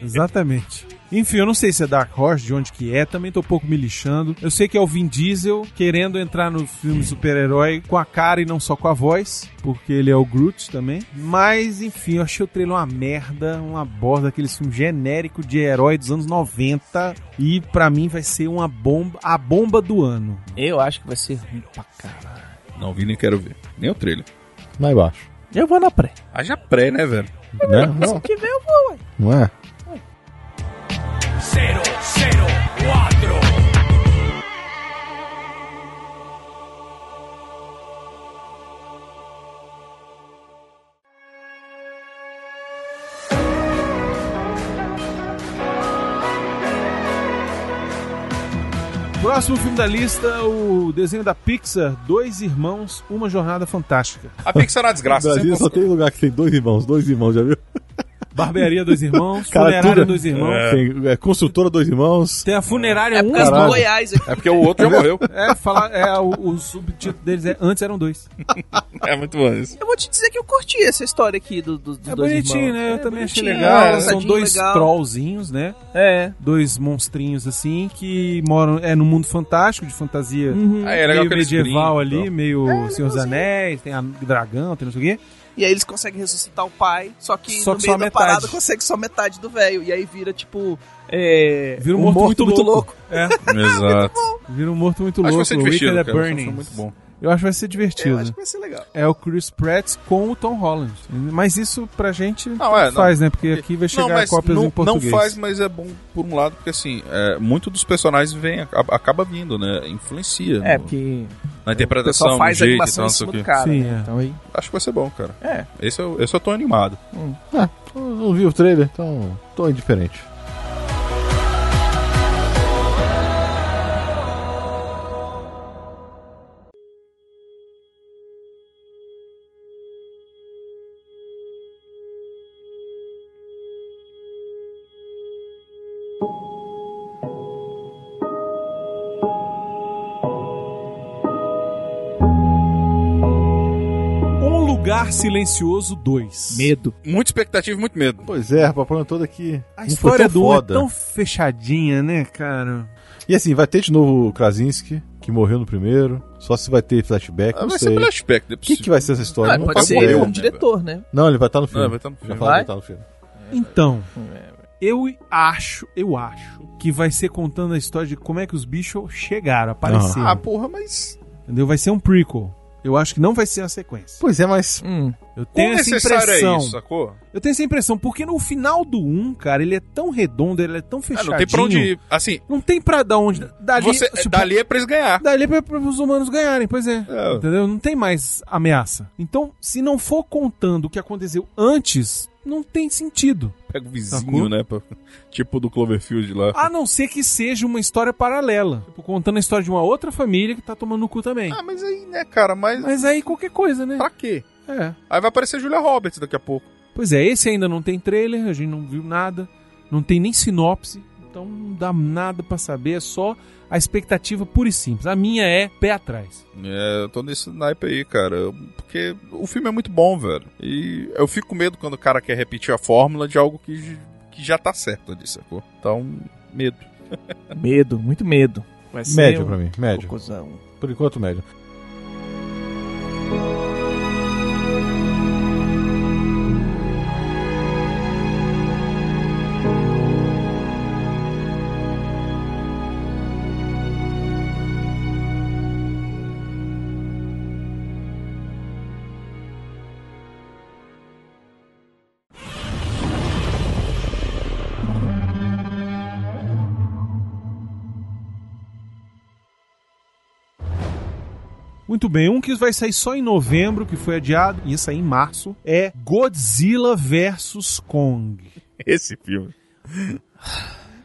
Exatamente. Enfim, eu não sei se é Dark Horse, de onde que é, também tô um pouco me lixando. Eu sei que é o Vin Diesel querendo entrar no filme super-herói com a cara e não só com a voz, porque ele é o Groot também. Mas, enfim, eu achei o trailer uma merda, uma borda, aquele filme genérico de herói dos anos 90. E pra mim vai ser uma bomba, a bomba do ano. Eu acho que vai ser ruim pra caralho. Não vi nem quero ver. Nem o trailer. Lá embaixo. Eu vou na pré. Haja pré, né, velho? Né? Não, Que vem eu vou, ué. não é? Cero, cero, cuatro. Próximo filme da lista, o desenho da Pixar, Dois Irmãos, Uma Jornada Fantástica. A Pixar é uma desgraça. No Brasil sempre só tem lugar que tem dois irmãos, dois irmãos, já viu? Barbearia Dois Irmãos, Cara, Funerária tudo- Dois Irmãos. É. Tem, é, construtora, dois irmãos. Tem a funerária É por causa Caralho. do Goiás aqui. É porque o outro já morreu. É, fala, é o, o subtítulo deles é Antes eram dois. É muito bom isso. Eu vou te dizer que eu curti essa história aqui do, do, dos É dois bonitinho, irmãos. né? Eu também achei bonitinho, legal. é São engraçadinho, dois legal. trollzinhos, né? É. Dois monstrinhos assim que moram é no mundo fantástico de fantasia. Uhum. Ah, é legal meio que eles medieval brincam, É, ali, meio Senhor dos Anéis, tem a dragão, tem não sei o quê. E aí eles conseguem ressuscitar o pai, só que Só no que meio só a da metade. parada consegue só metade do velho. E aí vira tipo. É, Vira um morto muito louco. É. Exato. Vira um morto muito Acho que louco. vai ser o divertido, Wicked é cara. Acho que Burning. foi muito bom. Eu acho que vai ser Eu divertido. acho que vai ser legal. É o Chris Pratt com o Tom Holland. Mas isso pra gente Não, é, não. faz, né? Porque aqui vai chegar cópias não, em português. Não faz, mas é bom por um lado, porque assim, é, muito dos personagens vem, acaba, acaba vindo, né? Influencia É, no- porque o na interpretação, pessoal faz no a jeito e animação em tal, não sei o cima do quê. cara. Sim, né? é. Então aí. Acho que vai ser bom, cara. É. Esse eu, esse eu tô animado. Eu não vi o trailer, então tô indiferente. Um Lugar Silencioso 2. Medo. Muita expectativa e muito medo. Pois é, rapaz, o problema todo aqui. A história do um é foda. tão fechadinha, né, cara? E assim, vai ter de novo o Krasinski, que morreu no primeiro. Só se vai ter flashback, Ah, não vai sei. ser flashback, não é O que, que possível. vai ser essa história? Ah, Não pode pode faço ser morrer, ele ideia. como né, diretor, né? Não, ele vai estar no filme. Não, vai estar no Já filme. falaram Vai? que tá no filme. Então, eu acho, eu acho que vai ser contando a história de como é que os bichos chegaram, apareceram. Ah, porra, mas. Entendeu? Vai ser um prequel. Eu acho que não vai ser a sequência. Pois é, mas. Hum. Eu Quão tenho essa necessário impressão. é isso, sacou? Eu tenho essa impressão, porque no final do 1, cara, ele é tão redondo, ele é tão Ah, fechadinho. não tem pra onde ir. Assim, Não tem pra dar onde. Dali, você, se- dali é pra eles ganhar. dali é pra, pra os humanos ganharem, pois é. É. Entendeu? Não tem mais ameaça. Então, se não for contando o que aconteceu antes, não tem sentido. Pega o vizinho, Sacou? Ah, né? pra- Tipo do Cloverfield lá. A não ser que seja uma história paralela. Tipo, contando a história de uma outra família que tá tomando no cu também. Ah, mas aí, né, cara? Mas. Mas aí qualquer coisa, né? Pra quê? É. Aí vai aparecer Julia Roberts daqui a pouco. Pois é, esse ainda não tem trailer, a gente não viu nada, não tem nem sinopse, então não dá nada pra saber, é só a expectativa pura e simples. A minha é pé atrás. É, eu tô nesse naipe aí, cara. Eu- Porque o filme é muito bom, velho. E eu fico com medo quando o cara quer repetir a fórmula de algo que, j- que já tá certo ali, sacou? Então, medo. Medo, muito medo. Vai ser Médio um pra mim, médio. cocôzão. Por enquanto, médio. Muito bem, um que vai sair só em novembro, que foi adiado, e ia sair em março, é Godzilla vs Kong. Esse filme.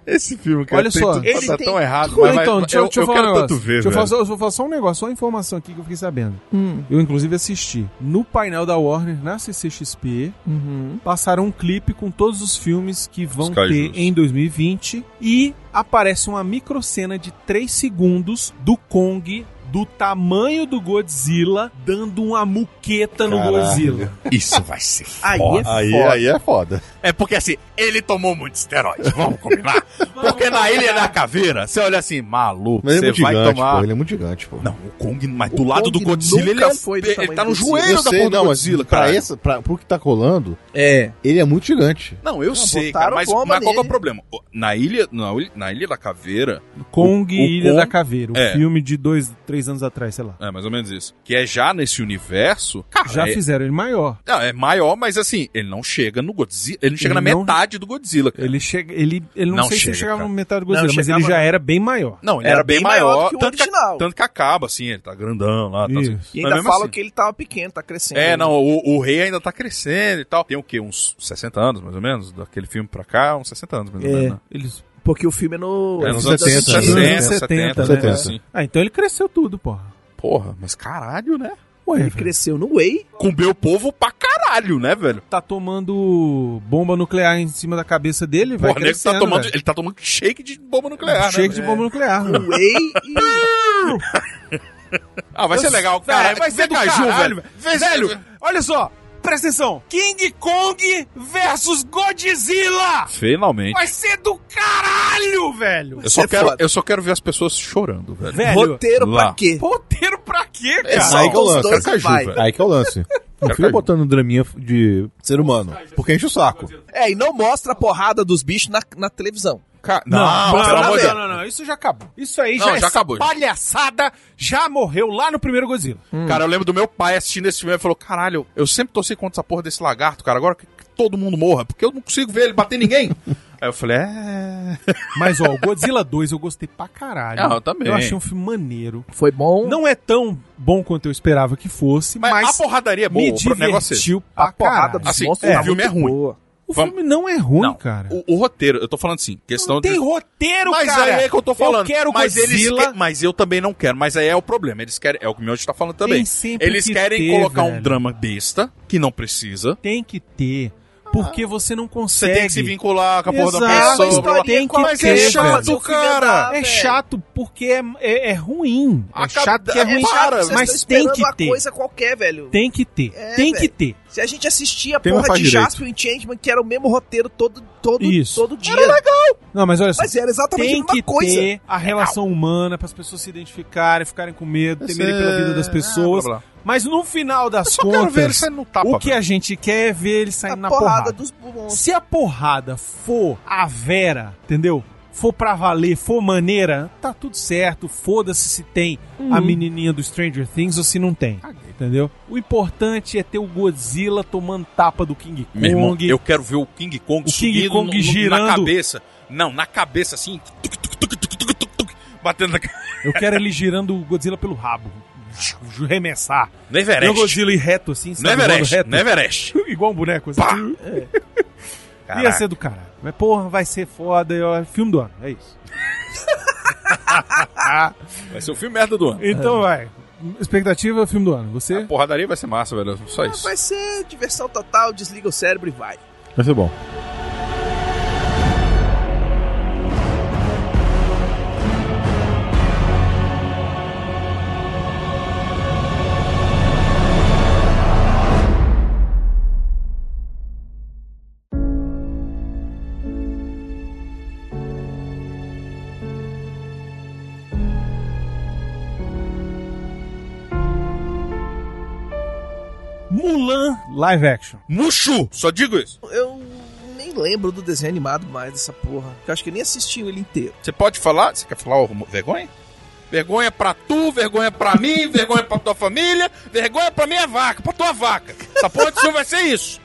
Esse filme, cara, Olha tem só, tudo pra ele dar tem- É, tá tão errado, mas, então, mas deixa, eu, deixa eu falar quero um negócio. tanto ver, deixa eu falar, velho. só, eu vou falar só um negócio, só uma informação aqui que eu fiquei sabendo. Hum. Eu, inclusive, assisti. No painel da Warner, na CCXP, Uhum. passaram um clipe com todos os filmes que vão Os ter kaijus. em 2020 e aparece uma microcena de 3 segundos do Kong do tamanho do Godzilla dando uma muqueta no Caralho. Godzilla. Isso vai ser Aí é foda. Aí, aí é foda. É porque assim, ele tomou muito esteroide, vamos combinar? Porque na Ilha da Caveira, você olha assim, maluco, Mas ele é muito você vai gigante, tomar. pô. Ele é muito gigante, pô. Não, o Kong, mas do O lado Kong do Godzilla, ele, nunca é, foi do ele tamanho tá no do Godzilla. joelho da porra do não, Godzilla, mas pra cara. essa, pra, pro que tá rolando, É. ele é muito gigante. Não, eu sei, cara, botaram mas, bomba mas qual que é o nele. problema? O- Na Ilha, na, Ilha- na Ilha da Caveira, Kong O- o Ilha Kong- da Caveira, o é. filme de dois, três anos atrás, sei lá. é mais ou menos isso, que é já nesse universo, cara, Já é, fizeram ele maior. não, é maior, mas assim, ele não chega no Godzilla, ele não chega Ele na não- metade do Godzilla, cara. Ele chega, ele, ele não, Não sei se chega, ele chegava cara. no metade do Godzilla, Não, mas ele chegava- já era bem maior. Não, ele Era era, bem bem maior maior, que o tanto, original. que, tanto que acaba, assim, ele tá grandão lá, tá, Isso. assim. E Mas ainda mesmo falam assim- que ele tava pequeno, tá crescendo. É, não, o, o rei ainda tá crescendo e tal. Tem o quê? Uns 60 anos, mais ou menos? Daquele filme pra cá, uns 60 anos, mais ou É. menos. né? Eles... Porque o filme é no. É, é nos nos anos 70, 60. né? 70, 70, 70, né? assim. Ah, então ele cresceu tudo, porra. Porra, mas caralho, né? Ué, Ele cresceu no Way. Combeu o povo pra caralho, né, velho? tá tomando bomba nuclear em cima da cabeça dele, vai Porra, nego tá crescendo, tomando, velho. ele tá tomando shake de bomba nuclear, Cheio né? de bomba nuclear. né? No Way e. Ah, vai ser legal, cara. Cara, vai ser do caju, caralho, é velho. Velho, olha só, presta atenção. King Kong versus Godzilla. Finalmente. Vai ser do caralho, velho. Eu só, ser quero, foda. eu só quero ver as pessoas chorando, velho. Velho, Roteiro lá. pra quê? roteiro pra quê, É cara? só aí que eu os lanço, Eu dois quero e caju, vai. velho. Aí que é o lance. Não fica botando draminha de ser humano. Porque enche o saco. É, e não mostra a porrada dos bichos na, na televisão. Ca- Não, não, Ah, pelo não, amor de não, Deus. não, não, isso já acabou. Isso aí Não, já, já é acabou, já. palhaçada, já morreu lá no primeiro Godzilla. Cara, eu lembro do meu pai assistindo esse filme e falou: caralho, eu sempre torci contra essa porra desse lagarto, cara. Agora que que todo mundo morra, porque eu não consigo ver ele bater ninguém. Aí eu falei: é. Mas ó, o Godzilla 2 eu gostei pra caralho. Ah, eu também. Eu achei um filme maneiro. Foi bom. Não é tão bom quanto eu esperava que fosse, Mas, mas, a porradaria é boa, me o pro- negócio é esse. divertiu pra a porrada caralho. dos Assim, monstros o tá filme muito é ruim. boa. O Vamos- filme não é ruim, cara. O, o roteiro, eu tô falando assim, questão Não tem de. roteiro, Mas cara. aí é que eu tô falando. Eu quero mas Godzilla. Eles que- Mas eu também não quero. Mas aí é o problema. Eles querem. É o que o Miotti tá falando também. Tem sempre Eles que querem ter, colocar um velho. drama besta, que não precisa. Tem que ter, porque você não Ah. Você consegue. tem que se vincular com a porra da Exato. pessoa. blá, blá, blá. tem que mas ter, é velho. chato, cara. É chato porque é, é, é ruim. É Acaba- chato que é é ruim. chato, cara, vocês mas estão tem tá esperando que uma ter. coisa qualquer, velho. Tem que ter. É, tem que velho. ter. Se a gente assistia a Tem uma porra faz de direito. Jasper e Changeman, que era o mesmo roteiro todo, todo, Isso. todo dia. Era legal. Não, mas olha só. Mas era exatamente Tem a mesma que coisa. ter a relação humana para as pessoas se identificarem, ficarem com medo, Essa temerem pela é- vida das pessoas. blá, blá. Mas no final das Só contas, quero ver ele saindo no tapa. o que a gente quer é ver ele A saindo na porrada, porrada. dos monstros. Se a porrada for a Vera, entendeu? For pra valer, for maneira, tá tudo certo. Foda-se se tem a menininha do Stranger Things ou se não tem. Entendeu? O importante é ter o Godzilla tomando tapa do King é Kong. Meu irmão, eu quero ver o King Kong O subindo King Kong no- no- girando. na cabeça. Não, na cabeça assim. tuc, tuc, tuc, tuc, tuc, tuc, tuc, batendo na cabeça. Eu quero ele girando o Godzilla pelo rabo. Remessar. No Não o Everest. Godzilla ir reto assim, No sabe? voando é Everest. reto. No Everest. Igual um boneco assim. Pá! Ia Caraca. ser do caralho. Mas porra, vai ser foda. É filme do ano, é isso. Vai ser o filme merda do ano. Então vai. Expectativa é filme do ano. Você? A porradaria vai ser massa, velho. Só isso. Vai ser diversão total, desliga o cérebro e vai. Vai ser bom. Mulan live action. Muxu! Só digo isso. Eu nem lembro do desenho animado mais dessa porra. Eu acho que eu nem assisti ele inteiro. Você pode falar? Você quer falar o vergonha? Vergonha pra tu, vergonha pra mim, vergonha pra tua família, vergonha pra minha vaca, pra tua vaca. Essa porra de filme vai ser isso.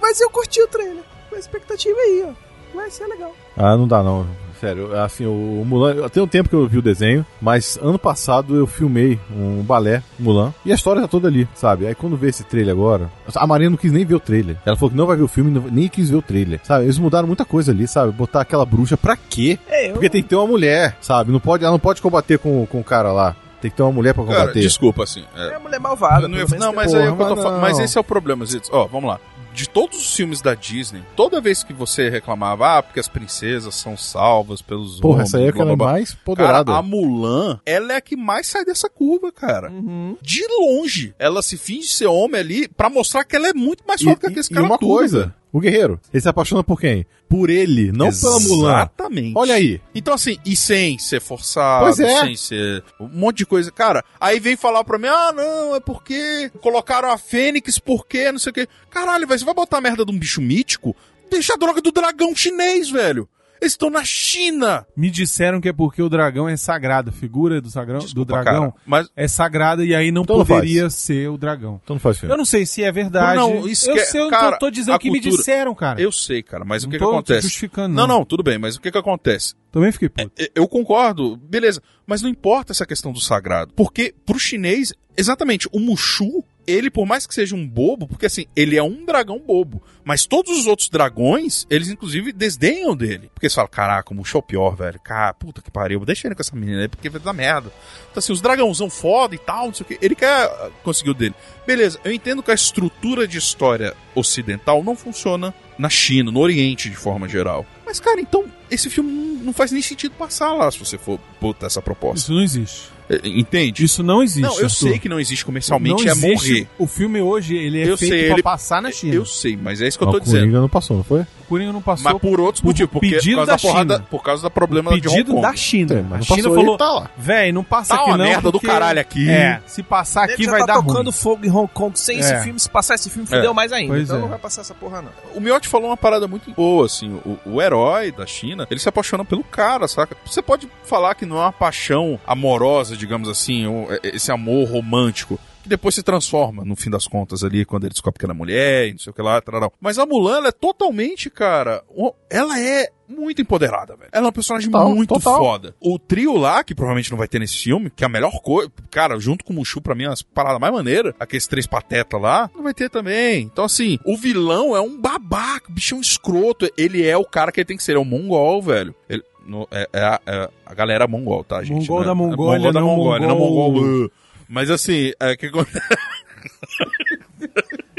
Mas eu curti o trailer. A expectativa é aí, ó. Vai ser legal. Ah, não dá não. Sério, assim, o Mulan. Tem um tempo que eu vi o desenho, mas ano passado eu filmei um balé Mulan e a história tá toda ali, sabe? Aí quando vê esse trailer agora, a Maria não quis nem ver o trailer. Ela falou que não vai ver o filme, não- nem quis ver o trailer, sabe? Eles mudaram muita coisa ali, sabe? Botar aquela bruxa pra quê? É, eu... Porque tem que ter uma mulher, sabe? Não pode, ela não pode combater com, com o cara lá. Tem que ter uma mulher pra Cara, combater. desculpa, assim. é, É a mulher malvada. Eu não, ia- pelo menos não, tem- mas Porra, aí é o que eu tô mas falando. não. Mas esse é o problema, Zito. Ó, vamos lá. De todos os filmes da Disney, toda vez que você reclamava, ah, porque as princesas são salvas pelos Porra, homens, essa aí é blá, aquela blá, blá. mais Cara, poderada. a Mulan, ela é a que mais sai dessa curva, cara. Uhum. De longe, ela se finge ser homem ali pra mostrar que ela é muito mais forte que e, e, aqueles e caras uma tudo, velho. coisa, o guerreiro, ele se apaixona por quem? Por ele, não pela Mulan. Exatamente. Olha aí. Então, assim, e sem ser forçado, Pois é. sem ser um monte de coisa. Cara, aí vem falar pra mim, ah, não, é porque colocaram a Fênix, porque não sei o quê. Caralho, velho, você vai botar a merda de um bicho mítico? Deixa a droga do dragão chinês, velho. Eles estão na China. Me disseram que é porque o dragão é sagrado. A figura do, sagrão, Desculpa, do dragão cara, mas... é sagrada e aí não Então não poderia ser o dragão. Então não faz filme. Eu não sei se é verdade. Não, isso eu que é- sei o que cara, eu tô dizendo a que me cultura- disseram, cara. Eu sei, cara, mas Não o que, que tô te acontece? justificando, não, É, não. não, tudo bem, mas o que, que acontece? Também fiquei puto. Eu- Eu concordo, beleza. Mas não importa essa questão do sagrado. Porque pro chinês, exatamente, o Mushu, ele, por mais que seja um bobo, porque assim, ele é um dragão bobo. Mas todos os outros dragões, eles inclusive desdenham dele. Porque eles falam, caraca, o Mushu é o pior, velho. Cara, puta que pariu, deixa ele com essa menina aí, porque vai dar merda. Então assim, os dragãozão foda e tal, não sei o que. Ele quer ah, conseguir o dele. Beleza, eu entendo que a estrutura de história ocidental não funciona na China, no Oriente de forma geral. Mas, cara, então, esse filme não- não faz nem sentido passar lá se você for botar essa proposta. Isso não existe. É, Entende? Isso não existe. Não, eu Arthur. sei que não existe comercialmente, Não é existe. morrer. O filme hoje, ele é Eu feito sei, pra ele- passar na China. Eu sei, mas é isso que eu Mas tô o dizendo. Coringa não passou, não foi? O Coringa não passou. Mas por outros Por motivos, porque por pedido causa da, da porrada, China. por causa da problema de Hong pedido Kong. da China. É, mas a não China passou, falou, ele tá lá. véi, não passa Tá aqui uma não. merda do porque- caralho aqui. É, se passar Aqui aqui já vai vai tá dar tocando ruim. fogo em Hong Kong sem É. esse filme. Se passar esse filme, fudeu mais ainda. Pois então é. não vai passar essa porra, não. O Miotti falou uma parada muito boa, assim. O, o herói da China, ele se apaixona pelo cara, saca? Você pode falar que não é uma paixão amorosa, digamos assim, ou é- esse amor romântico. Que depois se transforma, no fim das contas, ali, quando ele descobre que ela é mulher e não sei o que lá, tararau. Mas a Mulan, ela é totalmente, cara. o- Ela é muito empoderada, velho. Ela é uma personagem Total, muito total. foda. O trio lá, que provavelmente não vai ter nesse filme, que é a melhor coisa. Cara, junto com o Mushu, pra mim, é as paradas mais maneiras. Aqueles três patetas lá, não vai ter também. Então, assim, o vilão é um babaca, o bicho é um escroto. Ele é o cara que ele tem que ser, ele é um mongol, velho. Ele. no- é, é a, é a galera mongol, tá, gente? Mongol Não é- da é Mongólia, mongol da não Mongólia, não mongol- mongol. uh. Mas assim, é que acontece.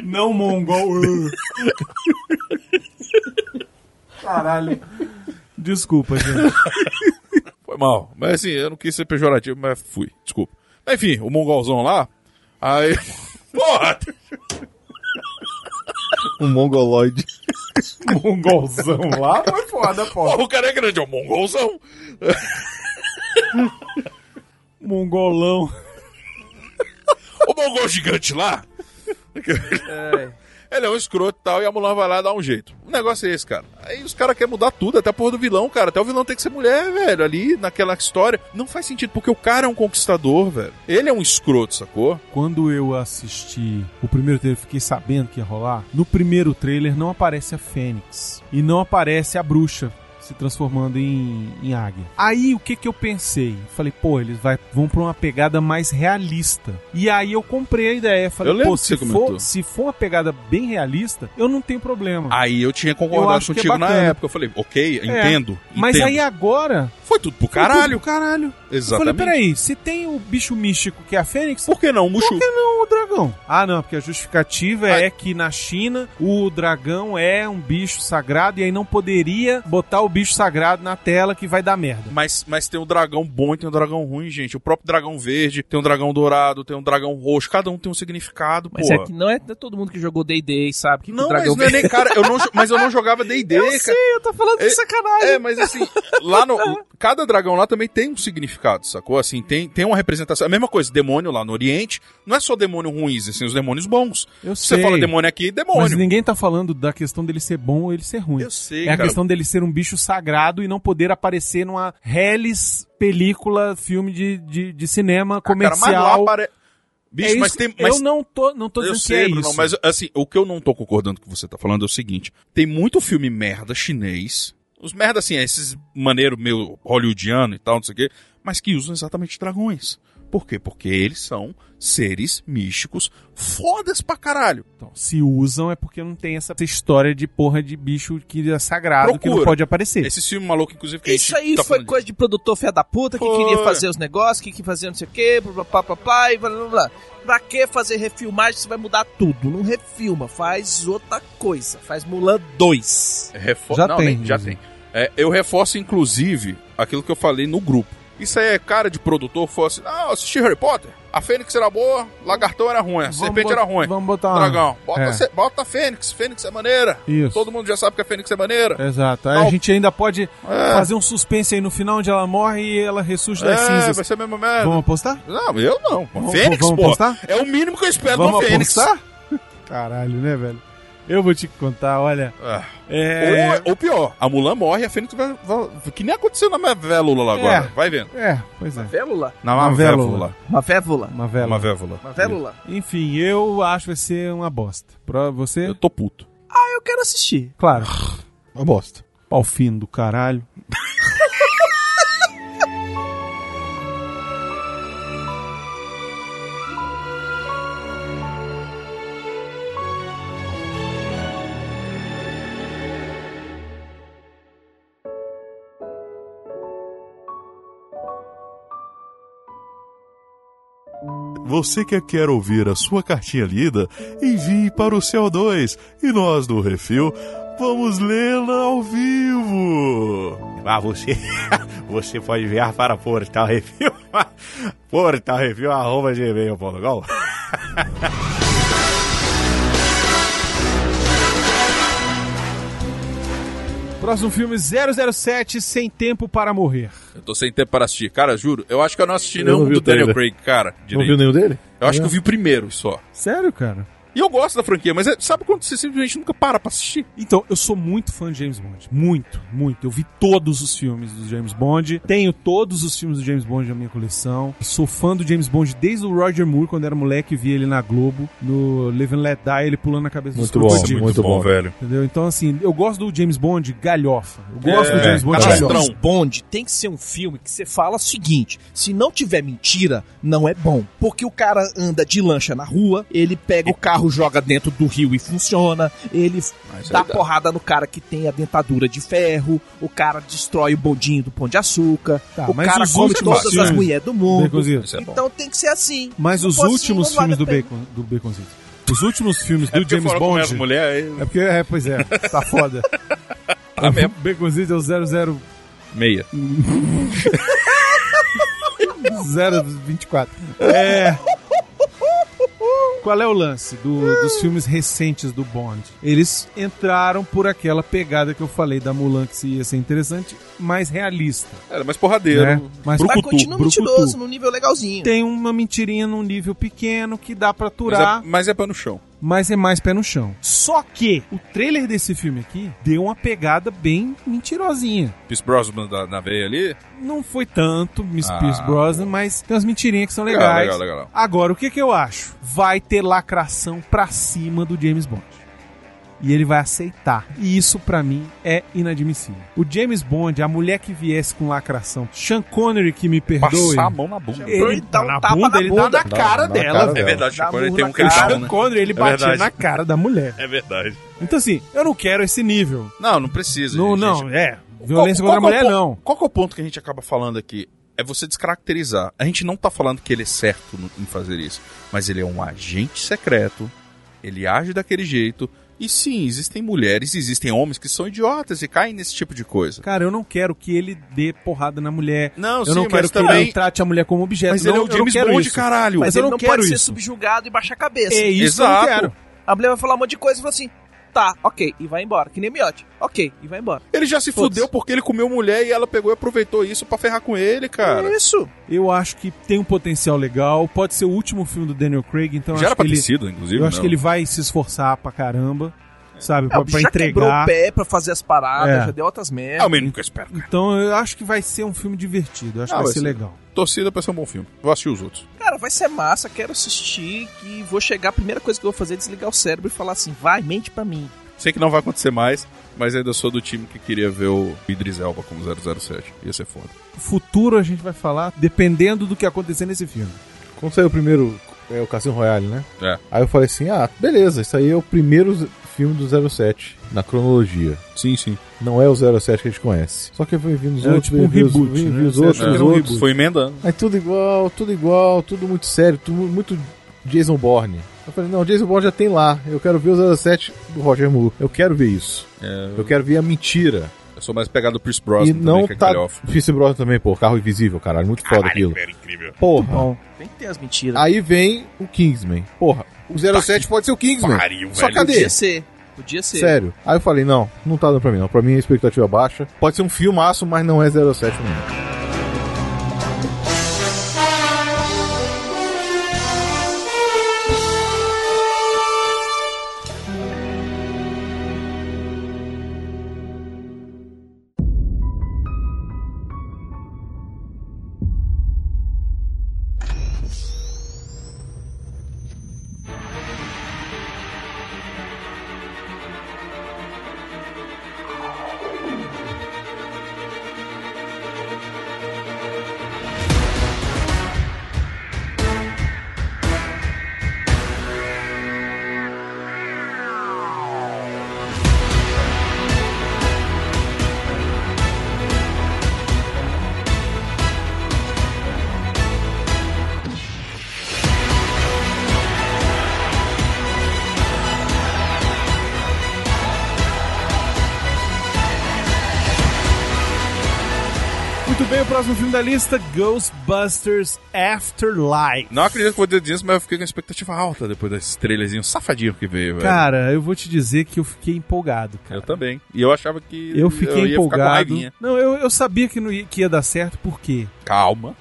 Não mongol. Caralho. Desculpa, gente. Foi mal. Mas assim, eu não quis ser pejorativo, mas fui. Desculpa. Enfim, o mongolzão lá. Aí. Porra! Um mongoloide. Mongolzão lá foi foda, pô. Porra, o cara é grande, é um mongolzão. Um Mongolão. O mongol gigante lá. Ele é um escroto e tal, e a Mulan vai lá dar um jeito. O negócio é esse, cara. Aí os caras querem mudar tudo, até a porra do vilão, cara. Até o vilão tem que ser mulher, velho, ali naquela história. Não faz sentido, porque o cara é um conquistador, velho. Ele é um escroto, sacou? Quando eu assisti o primeiro trailer, eu fiquei sabendo que ia rolar. No primeiro trailer não aparece a Fênix. E não aparece a bruxa se transformando em, em águia. Aí o que que eu pensei? Falei, pô, eles vai, vão pra uma pegada mais realista. E aí eu comprei a ideia. Falei, Eu lembro pô, que se você comentou. Ah, for, se for uma pegada bem realista, eu não tenho problema. Aí eu tinha Eu concordado acho que é contigo na bacana. É, época. Eu falei, ok, entendo. Mas entendo. aí agora. Foi tudo pro foi tudo caralho. pro Caralho. Eu Exatamente. falei, peraí, se tem o bicho místico que é a Fênix, Por que não, o Mushu? Por que não o dragão? Ah, não, porque a justificativa Ah. é que na China o dragão é um bicho sagrado e aí não poderia botar o bicho sagrado na tela que vai dar merda. Mas, mas tem um dragão bom e tem um dragão ruim, gente. O próprio dragão verde, tem um dragão dourado, tem um dragão roxo. Cada um tem um significado, Mas porra. é que não é todo mundo que jogou D&D e sabe que, que Não, o dragão mas não é nem, cara, eu não, jo- mas eu não jogava D&D, cara. eu tô falando É- de sacanagem. É, mas assim, lá no. Cada dragão lá também tem um significado, sacou? Assim, tem, tem uma representação. A mesma coisa, demônio lá no Oriente, não é só demônio ruins, assim, os demônios bons. Eu Você sei. fala demônio aqui, Mas demônio. ninguém tá falando da questão dele ser bom ou ele ser ruim. Eu sei, é a cara. questão dele ser um bicho sagrado e não poder aparecer numa reles película, filme de, de, de cinema Cara, comercial. mas lá apare- Bicho, É mas isso- tem. Mas Eu não tô, não tô eu dizendo sei, que é Bruno, isso. mas assim, o que eu não tô concordando com o que você tá falando é o seguinte: tem muito filme merda chinês. Os merda, assim, é esses maneiro meio hollywoodiano e tal, não sei o quê, mas que usam exatamente dragões. Por quê? Porque eles são seres místicos fodas pra caralho. Então, se usam é porque não tem essa história de porra de bicho que é sagrado, que não Procura. pode aparecer. Esse filme maluco, inclusive, que a Isso gente aí tá foi falando coisa de produtor fé da puta que Foi. queria fazer os negócios, que queria fazer não sei o quê, blá, blá, blá, blá, blá, e blá, blá, blá. Pra que fazer refilmagem se vai mudar tudo? Não refilma, faz outra coisa. Faz Mulan 2. de- Refor... Já Não, tem, né? Já inclusive. tem. É, eu reforço, inclusive, aquilo que eu falei no grupo. Isso aí é cara de produtor, fosse. Ah, eu assisti Harry Potter. A Fênix era boa, Lagartão era ruim, a Vamos Serpente bot- era ruim. Vamos botar uma... Dragão, bota, é. a Ce- bota a Fênix, Fênix é maneira. Isso. Todo mundo já sabe que a Fênix é maneira. Exato. Aí a Não. gente ainda pode É. fazer um suspense aí no final onde ela morre e ela ressurge das É, vai cinzas. ser a mesma merda. Vamos apostar? Não, eu não. Vamos- Fênix, vamos pô. apostar? É o mínimo que eu espero de uma Vamos Fênix. apostar? Caralho, né, velho? Eu vou te contar, olha. Ah. É. Ou, ou pior, a Mulan morre e a Fênix vai, vai- Que nem aconteceu na Mavélula lá agora. É. Vai vendo. É, pois é. Vélula? Na Mavélula. Mavélula. Uma vévula. Uma vela. Mavélula. Uma vévula. Enfim, eu acho que vai ser uma bosta. Pra você? Eu tô puto. Ah, eu quero assistir. Claro. Uma bosta. Pau fino do caralho. Você que quer ouvir a sua cartinha lida, envie para o Céu 2 e nós do Refil vamos lê-la ao vivo. novo! Ah, você, você pode enviar para Portal Review. Portal Review, arroba gmail.com. Próximo filme 007 Sem Tempo para Morrer. Eu tô sem tempo para assistir. Cara, juro, eu acho que eu não assisti Eu nenhum não vi do o Daniel trailer. Craig, cara. direito. viu nenhum dele? Eu acho que eu É. Não. vi o primeiro só. Sério, cara? E eu gosto da franquia, mas é- sabe quando você simplesmente nunca para pra assistir? Então, eu sou muito fã de James Bond. Muito, muito. Eu vi todos os filmes do James Bond. Tenho todos os filmes do James Bond na minha coleção. Sou fã do James Bond desde o Roger Moore, quando era moleque, vi ele na Globo, no Live and Let Die, ele pulando a cabeça Muito dos bom, crocodilos. muito bom, velho. Entendeu? Então, assim, eu gosto do James Bond galhofa. Eu gosto do James Bond James galhofa. Bond tem que ser um filme que você fala o seguinte: se não tiver mentira, não é bom. Porque o cara anda de lancha na rua, ele pega o carro, joga dentro do rio e funciona, ele dá porrada no cara que tem a dentadura de ferro, o cara destrói o bondinho do Pão de Açúcar, Tá, o mas cara os come últimos todas as filmes- mulheres do mundo. Baconzinho. Isso é bom. então tem que ser assim. Mas Se os for assim, últimos não vale filmes do, a pena. Bacon, do Baconzinho. Os últimos filmes do porque James foram com Bond. as mulheres, aí- né? É porque, é, pois é, tá foda. Tá mesmo. O Baconzinho é o 00. Meia. 024. É. Qual é o lance do- dos filmes recentes do Bond? Eles entraram por aquela pegada que eu falei da Mulan, que ia ser interessante, mais realista. Era um mais porradeiro. Né? Mas- Mas Brucutu, continua brucutu. mentiroso, num nível legalzinho. Tem uma mentirinha num nível pequeno que dá pra Mas aturar. é, mas é pé no chão. mas é mais pé no chão. Só que o trailer desse filme aqui deu uma pegada bem mentirosinha. Pierce Brosnan na, na veia ali. Não foi tanto Miss Ah, Pierce Brosnan, mas tem umas mentirinhas que são Legal, legais. legal, legal. Agora, o que, que eu acho? Vai ter lacração pra cima do James Bond. E ele vai aceitar. E isso, pra mim, é inadmissível. O James Bond, a mulher que viesse com lacração, Sean Connery, que me perdoe. Passar a mão então, na bunda. Ele dá na bunda, ele dá na cara dela, É velho. verdade, Dá Chico, ele murro tem na um que ele cara. dá um, Sean né? Connery, ele É batia verdade. na cara da mulher. É verdade. Então, assim, eu não quero esse nível. Não, não precisa. Não, gente. não, é. Violência contra a que é o mulher, pon- não. Qual que é o ponto que a gente acaba falando aqui? É você descaracterizar. A gente não tá falando que ele é certo no- em fazer isso, mas ele é um agente secreto, ele age daquele jeito. E sim, existem mulheres, existem homens que são idiotas e caem nesse tipo de coisa. Cara, eu não quero que ele dê porrada na mulher. Não, eu sim, não mas quero que também- ele trate a mulher como objeto. Mas não, ele é o eu não James quero Bond, isso. caralho. Mas Mas eu ele não, não quero pode ser isso. subjugado e baixar a cabeça. É isso Exato. que eu não quero. A mulher vai falar um monte de coisa e fala assim: tá, ok, e vai embora. Que nem miote. Ok, e vai embora. Ele já se Foda-se. fudeu porque ele comeu mulher e ela pegou e aproveitou isso pra ferrar com ele, cara. É isso. Eu acho que tem um potencial legal. Pode ser o último filme do Daniel Craig, então eu já acho era que ele, parecido, inclusive. né? eu acho não. que ele vai se esforçar pra caramba, sabe, Ah, pra, o pra bicho já quebrou o entregar. pé pra fazer as paradas, É. já deu altas É o merdas. mínimo que eu espero. cara. Então eu acho que vai ser um filme divertido. Eu acho Ah, que vai vai ser ser. legal. Torcida pra ser um bom filme. Vou assistir os outros. Cara, vai ser massa, quero assistir. Que vou chegar, a primeira coisa que eu vou fazer é desligar o cérebro e falar assim: vai, mente pra mim. Sei que não vai acontecer mais, mas ainda sou do time que queria ver o Idris Elba como 007. Ia ser foda. O futuro a gente vai falar, dependendo do que acontecer nesse filme. Quando saiu o primeiro, é o Cassino Royale, né? É. Aí eu falei assim, ah, beleza, isso aí é o primeiro z- filme do 07, na cronologia. Sim, sim. Não é o 07 que a gente conhece. Só que eu fui vindo os É, outros, tipo veio um vi os- reboot, vi- né? vi os Você outros, é. vi acha que os era um outros. Foi É, emendando. Aí tudo igual, tudo igual, tudo muito sério, tudo muito Jason Bourne. Eu falei, não, Jason Bourne já tem lá. Eu quero ver o 07 do Roger Moore. Eu quero ver isso. Eu quero ver a mentira. Eu sou mais pegado do Pierce Brosnan e não também, que é tá. galhofa. Pierce Brosnan também, pô. Carro invisível, caralho. Muito foda aquilo. incrível. Porra. Bom, Tem que ter as Ah, mentiras. Aí vem o Kingsman. Porra, o 07 pode ser o Kingsman. é. Pariu, Só velho. cadê? Podia ser. Podia ser. Sério. Aí eu falei, não, não tá dando pra mim, não. Pra mim a expectativa é baixa. Pode ser um filmaço, mas não é 07 mesmo. Muito bem, o próximo filme da lista, Ghostbusters Afterlife. Não acredito que vou dizer disso, mas eu fiquei com a expectativa alta depois desse trailerzinho safadinho que veio, velho. Cara, eu vou te dizer que eu fiquei empolgado, Eu cara. também. E eu achava que. Eu fiquei ia ficar com empolgado. raivinha. não, eu, eu sabia que, não ia, que ia dar certo, por quê? Calma.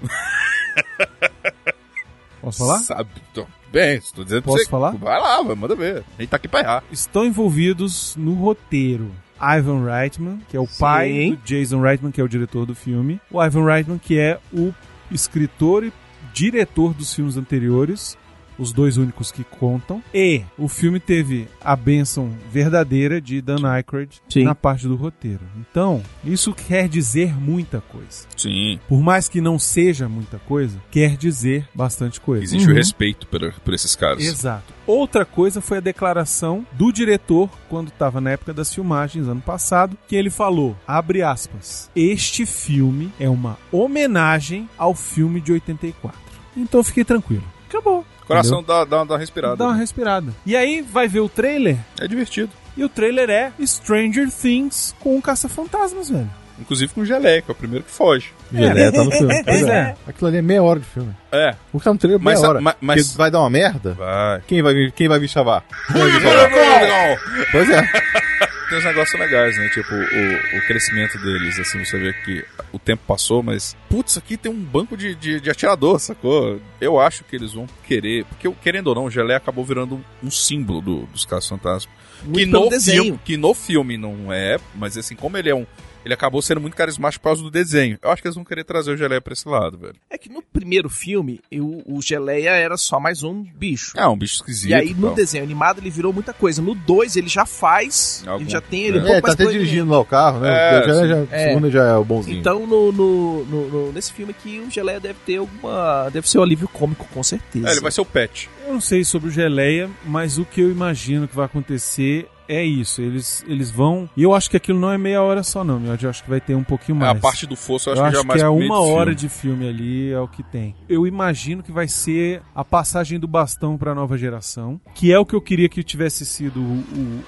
Posso falar? Sabe, tô bem, estou dizendo pra Posso você. falar? Vai lá, vai, manda ver. A gente tá aqui pra errar. Estão envolvidos no roteiro. Ivan Reitman, que é o pai do Jason Reitman, que é o diretor do filme. O Ivan Reitman, que é o escritor e diretor dos filmes anteriores. Os dois únicos que contam. E o filme teve a bênção verdadeira de Dan Aykroyd Sim. na parte do roteiro. Então, isso quer dizer muita coisa. Sim. Por mais que não seja muita coisa, quer dizer bastante coisa. Existe o Uhum. respeito por, por esses caras. Exato. Outra coisa foi a declaração do diretor quando estava na época das filmagens ano passado, que ele falou, abre aspas, este filme é uma homenagem ao filme de 84. Então eu fiquei tranquilo. Acabou. Coração dá, dá, dá uma respirada. Dá uma respirada. E aí vai ver o trailer É divertido. e o trailer é Stranger Things com o caça-fantasmas, velho. Inclusive com o Geleco, é o primeiro que foge. Geleia tá no filme. Pois Pois é. é. Aquilo ali é meia hora de filme. É. O que tá no trailer é meia Mas a- hora. ma- mas- Porque vai dar uma merda? Vai. Quem vai, quem vai me chavar? Pois é. Tem uns negócios legais, né? Tipo, o, o crescimento deles, assim, você vê que o tempo passou, mas. Putz, aqui tem um banco de, de, de atirador, sacou? Eu acho que eles vão querer. Porque, querendo ou não, o Gelé acabou virando um- um símbolo do- dos caras fantasmas. Muito Que pelo no, desenho. filme, que no filme não é, mas assim, como ele é um. Ele acabou sendo muito carismático por causa do desenho. Eu acho que eles vão querer trazer o Gelé pra esse lado, velho. É que no primeiro filme, eu- o Geleia era só mais um bicho. É um bicho esquisito. E aí, no tal. desenho animado, ele virou muita coisa. No 2, ele já faz. Algum- Ele já tem ele É. um pouco É, tá mais até proeminente. dirigindo lá o carro, né? É, já, sim. já, É. Segundo já é o bonzinho. Então, no, no- no- no- nesse filme aqui, o Geleia deve ter alguma. Deve ser um alívio cômico, com certeza. É, ele vai ser o pet. Eu não sei sobre o Geleia, mas o que eu imagino que vai acontecer é isso. Eles, eles vão. E eu acho que aquilo não é meia hora só, não, meu. Eu acho que vai ter um pouquinho mais. É, A parte do fosso eu eu acho que já é mais é pro meio uma do filme. hora de filme ali, é o que tem. Eu imagino que vai ser a passagem do bastão pra nova geração, que é o que eu queria que tivesse sido o, o-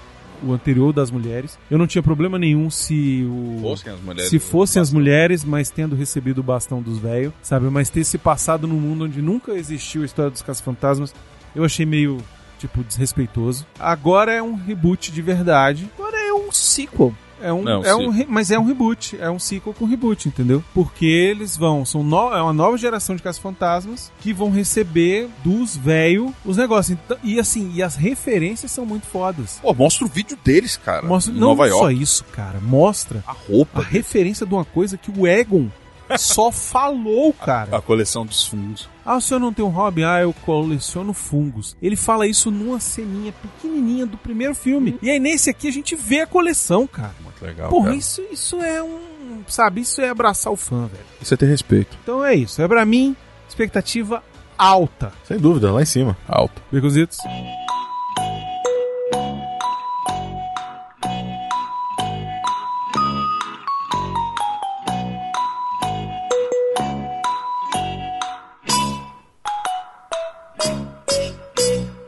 o anterior das mulheres. Eu não tinha problema nenhum se o. Fossem as mulheres. Se fossem as mulheres, mas tendo recebido o bastão dos velhos, sabe? Mas ter se passado num mundo onde nunca existiu a história dos caça-fantasmas, eu achei meio, tipo, desrespeitoso. Agora é um reboot de verdade. Agora é um sequel. É um, Não, é sequel. um re- mas é um reboot, é um sequel com reboot, entendeu? Porque eles vão, são no- é uma nova geração de caça-fantasmas que vão receber dos velhos os negócios. Então- e assim, e as referências são muito fodas. Pô, mostra o vídeo deles, cara. Mostra, em não Nova só York. isso, cara, mostra A roupa. a referência de uma coisa que o Egon só falou, cara. A coleção dos fundos. Ah, o senhor não tem um hobby? Ah, eu coleciono fungos. Ele fala isso numa ceninha pequenininha do primeiro filme. E aí nesse aqui a gente vê a coleção, cara. Muito legal. Porra, cara. isso, isso é um. Sabe, isso é abraçar o fã, velho. Isso é ter respeito. Então é isso. É pra mim, expectativa alta. Sem dúvida, lá em cima. Alto. Bicuzitos.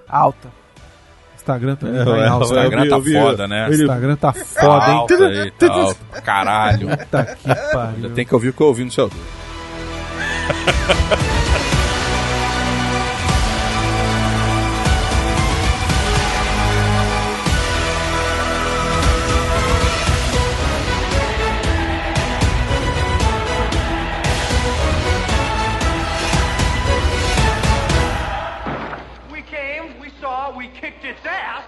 Alta. Instagram também tá em alta. Instagram eu vi- tá eu vi- foda, né? ele- Instagram tá foda, hein? Alto aí, tá alto. pra Caralho. Puta que pariu. Ainda tem que ouvir o que eu ouvi no seu ouvido. We came, we saw, we kicked its ass.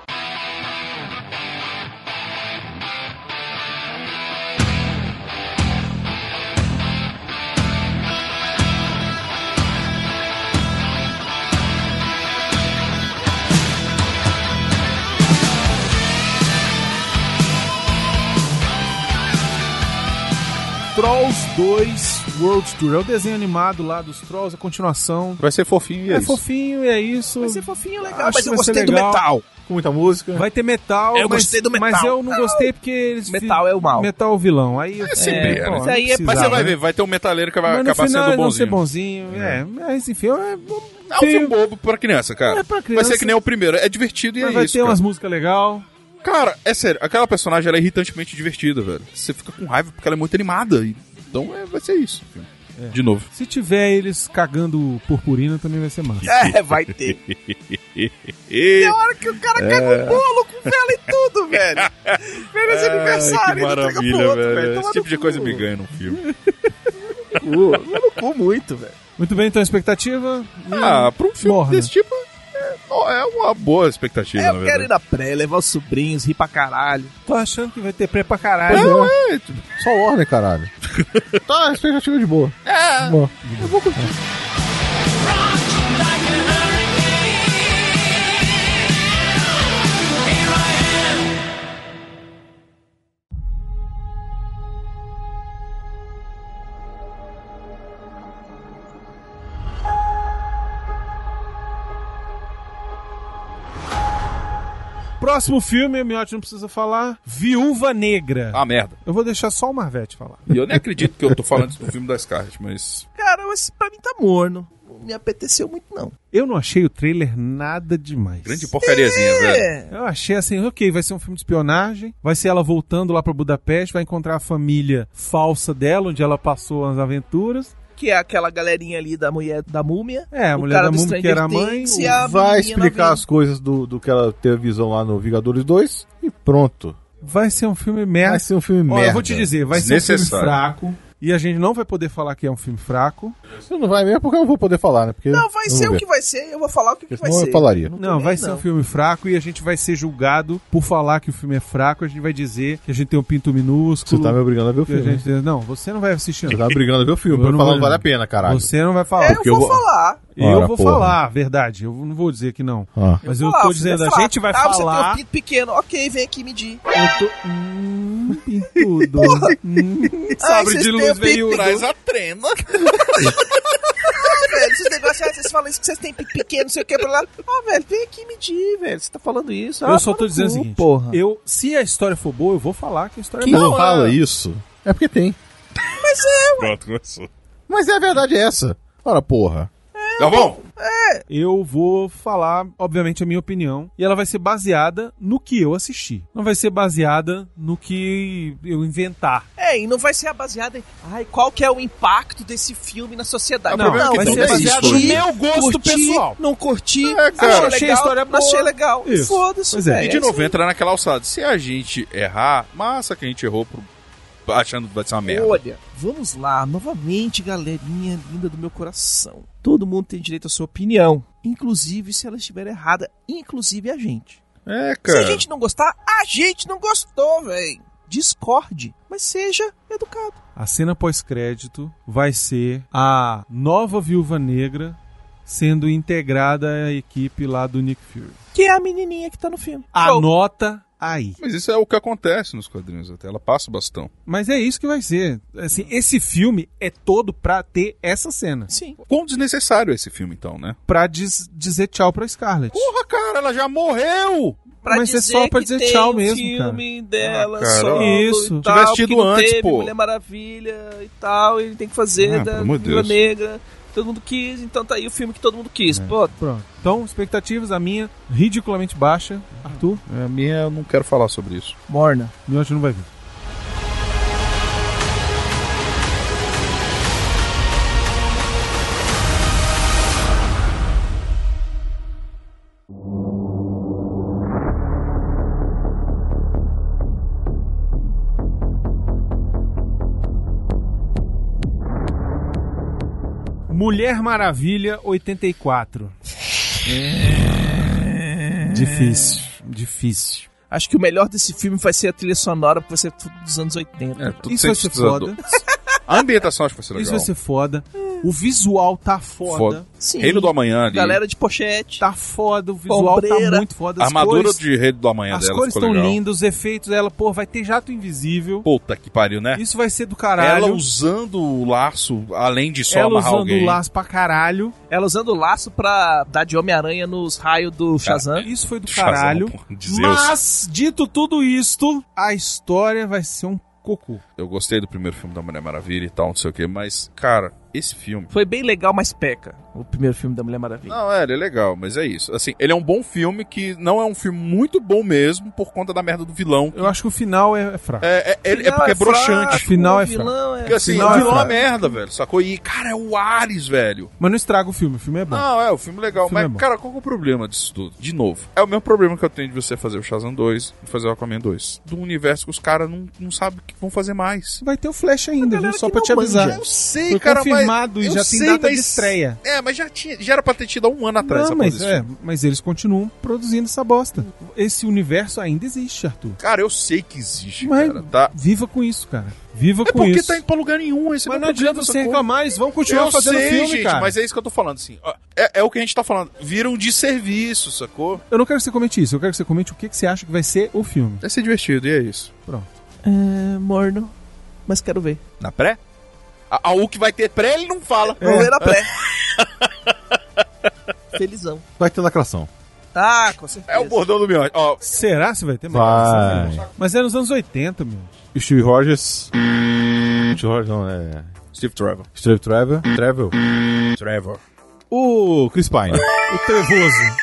Trolls 2 World Tour. É o desenho animado lá dos Trolls, a continuação. Vai ser fofinho e é, É isso. fofinho, é isso. Vai ser fofinho, legal, Acho Ah, mas que eu vai ser gostei do legal. metal. Com muita música. Vai ter metal. Eu mas, gostei do metal. Mas eu não gostei porque eles. Metal é o mal. Metal é o vilão. Aí eu sempre é, né? não Isso aí é- Mas você precisava, vai né? ver, vai ter um metaleiro que vai Mas no acabar final sendo eles vão ser bonzinho. bonzinho. É. mas enfim, é bom. É um filme bobo pra criança, cara. É pra Vai criança. ser que nem o primeiro. É divertido e Mas é vai isso. ter cara. umas músicas legais. Cara, é sério, aquela personagem ela é irritantemente divertida, velho. Você fica com raiva porque ela é muito animada. E Então é, vai ser isso. De novo. Se tiver eles cagando purpurina, também vai ser massa. É, vai ter. Tem É hora que o cara caga um bolo com vela e tudo, velho. Feliz Ai, aniversário, é, que ele entrega pro maravilha, outro, velho. É, velho. Esse Toma tipo no de coisa cu. me ganha num Hum. filme. Cu, Uh, toma no cu muito, velho. Muito bem, então a expectativa. Ah, pra um filme Morna. desse tipo, é, é uma boa expectativa, É, na eu verdade. quero ir na praia, levar os sobrinhos, rir pra caralho. Tô achando que vai ter pré pra caralho. Não, Só ordem, caralho. tá, expectativa de boa. É. Boa. Eu vou curtir. Próximo filme, o Miotti não precisa falar. Viúva Negra. Ah, merda. Eu vou deixar só o Marvete falar. E eu nem acredito que eu tô falando isso do filme da Scarlett, mas. Cara, mas pra mim tá morno. Não me apeteceu muito, não. Eu não achei o trailer nada demais. Grande porcariazinha, velho. É, Eu achei assim, ok, vai ser um filme de espionagem, vai ser ela voltando lá pra Budapeste, vai encontrar a família falsa dela, onde ela passou as aventuras. Que é aquela galerinha ali da mulher da múmia. É, a o mulher cara da do Múmia que era a Stranger mãe, Things e É a Vai menina explicar vem. as coisas do, do que ela teve visão lá no Vingadores 2 e pronto. Vai ser um filme merda. Vai ser um filme Ó, merda. eu vou te dizer, vai ser um filme Desnecessário. fraco. E a gente não vai poder falar que é um filme fraco. Você não vai mesmo porque eu não vou poder falar, né? Porque Não, vai eu ser vou o ver. que vai ser, eu vou falar o que, que vai Senão eu ser. falaria. tô Não, nem vai aí, ser não. um filme fraco e a gente vai ser julgado por falar que o filme é fraco. A gente vai dizer que a gente tem um pinto minúsculo. Você tá me obrigando a ver o que a filme. né? gente- Não, você não vai assistir. Você não. tá me obrigando a ver o filme. Eu Pra eu não falar vou- não vale a pena, caralho. Você não vai É, falar. eu porque vou, eu vou- falar. Eu Ora, vou porra. falar, verdade. Eu não vou dizer que não. Ah. Mas eu Falar, tô você dizendo, a falar. gente vai ah, você tem falar. um pinto pequeno. Ok, vem aqui medir. Eu tô. Hum, pintudo. Hum. Ai, vocês têm um pinto pequeno. a trema. Ah, velho, esses negócios, ah, vocês falam isso que vocês têm pinto pequeno, não sei o que, blá, blá. Ah, velho, vem aqui medir, velho. Você tá falando isso. Eu Ah, só toma tô no dizendo o cu, seguinte: Porra. eu, se a história for boa, eu vou falar que a história Quem é boa. não fala isso é porque tem. Pronto, começou. Mas é a verdade é essa. Ora, porra. Galvão! Eu vou falar, obviamente, a minha opinião. E ela vai ser baseada no que eu assisti. Não vai ser baseada no que eu inventar. É, e não vai ser baseada em. Ai, qual que é o impacto desse filme na sociedade? É, o problema é que vai não ser tem baseado isso, no né? meu gosto Curti, pessoal. Não curti, É, cara. achei Achei a legal, história não achei boa. legal. Isso. Foda-se, Pois é. velho. E de novo entra naquela alçada. Se a gente errar, massa que a gente errou pro- achando que vai ser uma merda. Olha, vamos lá, novamente, galerinha linda do meu coração. Todo mundo tem direito à sua opinião, inclusive se ela estiver errada, inclusive a gente. É, Se a gente não gostar, a gente não gostou, velho. Discorde, mas seja educado. A cena pós-crédito vai ser a nova viúva negra sendo integrada à equipe lá do Nick Fury. Que é a menininha que tá no filme. Pronto. Anota aí. Mas isso é o que acontece nos quadrinhos até. Ela passa o bastão. Mas é isso que vai ser. Assim, esse filme é todo pra ter essa cena. Sim. Quão desnecessário é esse filme, então, né? Pra diz- dizer tchau pra Scarlett. Porra, cara, ela já morreu! Pra Mas é só pra que dizer tem tchau um mesmo, filme dela Ah, cara, solo isso. e tal, Tivesse tido que não antes, teve pô. Mulher Maravilha e tal, ele tem que fazer Ah, pelo da amor de Viúva Deus. É. Negra. Todo mundo quis, então tá aí o filme que todo mundo quis. Pô, Pronto. Então, expectativas, a minha, ridiculamente baixa. Arthur, É, A minha, eu não quero falar sobre isso. morna. eu acho que não vai vir. Mulher Maravilha 84. É. Difícil, difícil. Acho que o melhor desse filme vai ser a trilha sonora, porque vai ser tudo dos anos 80. É, tudo Isso vai ser sintetizador. foda. A ambientação acho que vai ser legal. Isso vai ser foda. O visual tá foda. Foda. Sim. Reino do Amanhã ali. Galera de pochete. Tá foda, o visual tá Ombreira. muito foda. a As armadura cores, de Reino do Amanhã as dela cores ficou estão legal. lindas, os efeitos dela, pô, vai ter jato invisível. Puta que pariu, né? Isso vai ser do Ela caralho. usando o laço, além de só Ela amarrar usando alguém. o laço pra caralho. Ela usando o laço pra dar de Homem-Aranha nos raios do Shazam. é. Isso foi do Shazam, caralho. porra, de Zeus. Mas, dito tudo isto, a história vai ser um cocô. Eu gostei do primeiro filme da Mulher Maravilha e tal, não sei o que, mas, cara, esse filme. Foi bem legal, mas peca. O primeiro filme da Mulher Maravilha. Não, é, ele é legal, mas é isso. Assim, ele é um bom filme que não é um filme muito bom mesmo por conta da merda do vilão. Eu acho que o final é, é fraco. É, é, ele- é Final porque é é fraco, broxante. o final é vilão fraco. Porque assim, Final o é vilão é, fraco. merda, velho. Sacou? E, cara, é o Ares, velho. Mas não estraga o filme, o filme é bom. Não, é, o filme é legal. O filme mas, é bom. cara, qual que é o problema disso tudo? De novo, é o mesmo problema que eu tenho de você fazer o Shazam 2 e fazer o Aquaman 2. Do universo que os caras não, não sabem o que vão fazer mais. Vai ter o Flash ainda, viu? Só pra te manja. avisar. Eu sei, Foi cara, confirmado mas... e eu já tem sei, data de mas- estreia. É, mas já, tinha, já era pra ter tido há um ano atrás essa Não, porra mas, desse é, filme. mas eles continuam produzindo essa bosta. Esse universo ainda existe, Arthur. Cara, eu sei que existe, Mas cara, tá? viva com isso, cara. Viva É com porque isso. tá indo pra lugar nenhum. Esse Mas é o não adianta problema dessa você porra. reclamar, eles vão continuar eu fazendo sei, filme, gente, cara. mas é isso que eu tô falando, assim. ó, É, é o que a gente tá falando. Viram de serviço, sacou? Eu não quero que você comente isso, eu quero que você comente o que, que você acha que vai ser o filme. É ser divertido, e é isso. Pronto. É, morno. Mas quero ver. Na pré? A, a U que vai ter pré, ele não fala. Vou É. ver na pré. Felizão. Vai ter lacração. Ah, com certeza. É o bordão do Miote. Ó, Será se vai ter Vai. Mas é nos anos 80, meu. E Steve Rogers. Hum. Steve Rogers, não, é. Steve Trevor. Steve Trevor. Trevor. Trevor. O Chris Pine. O trevoso.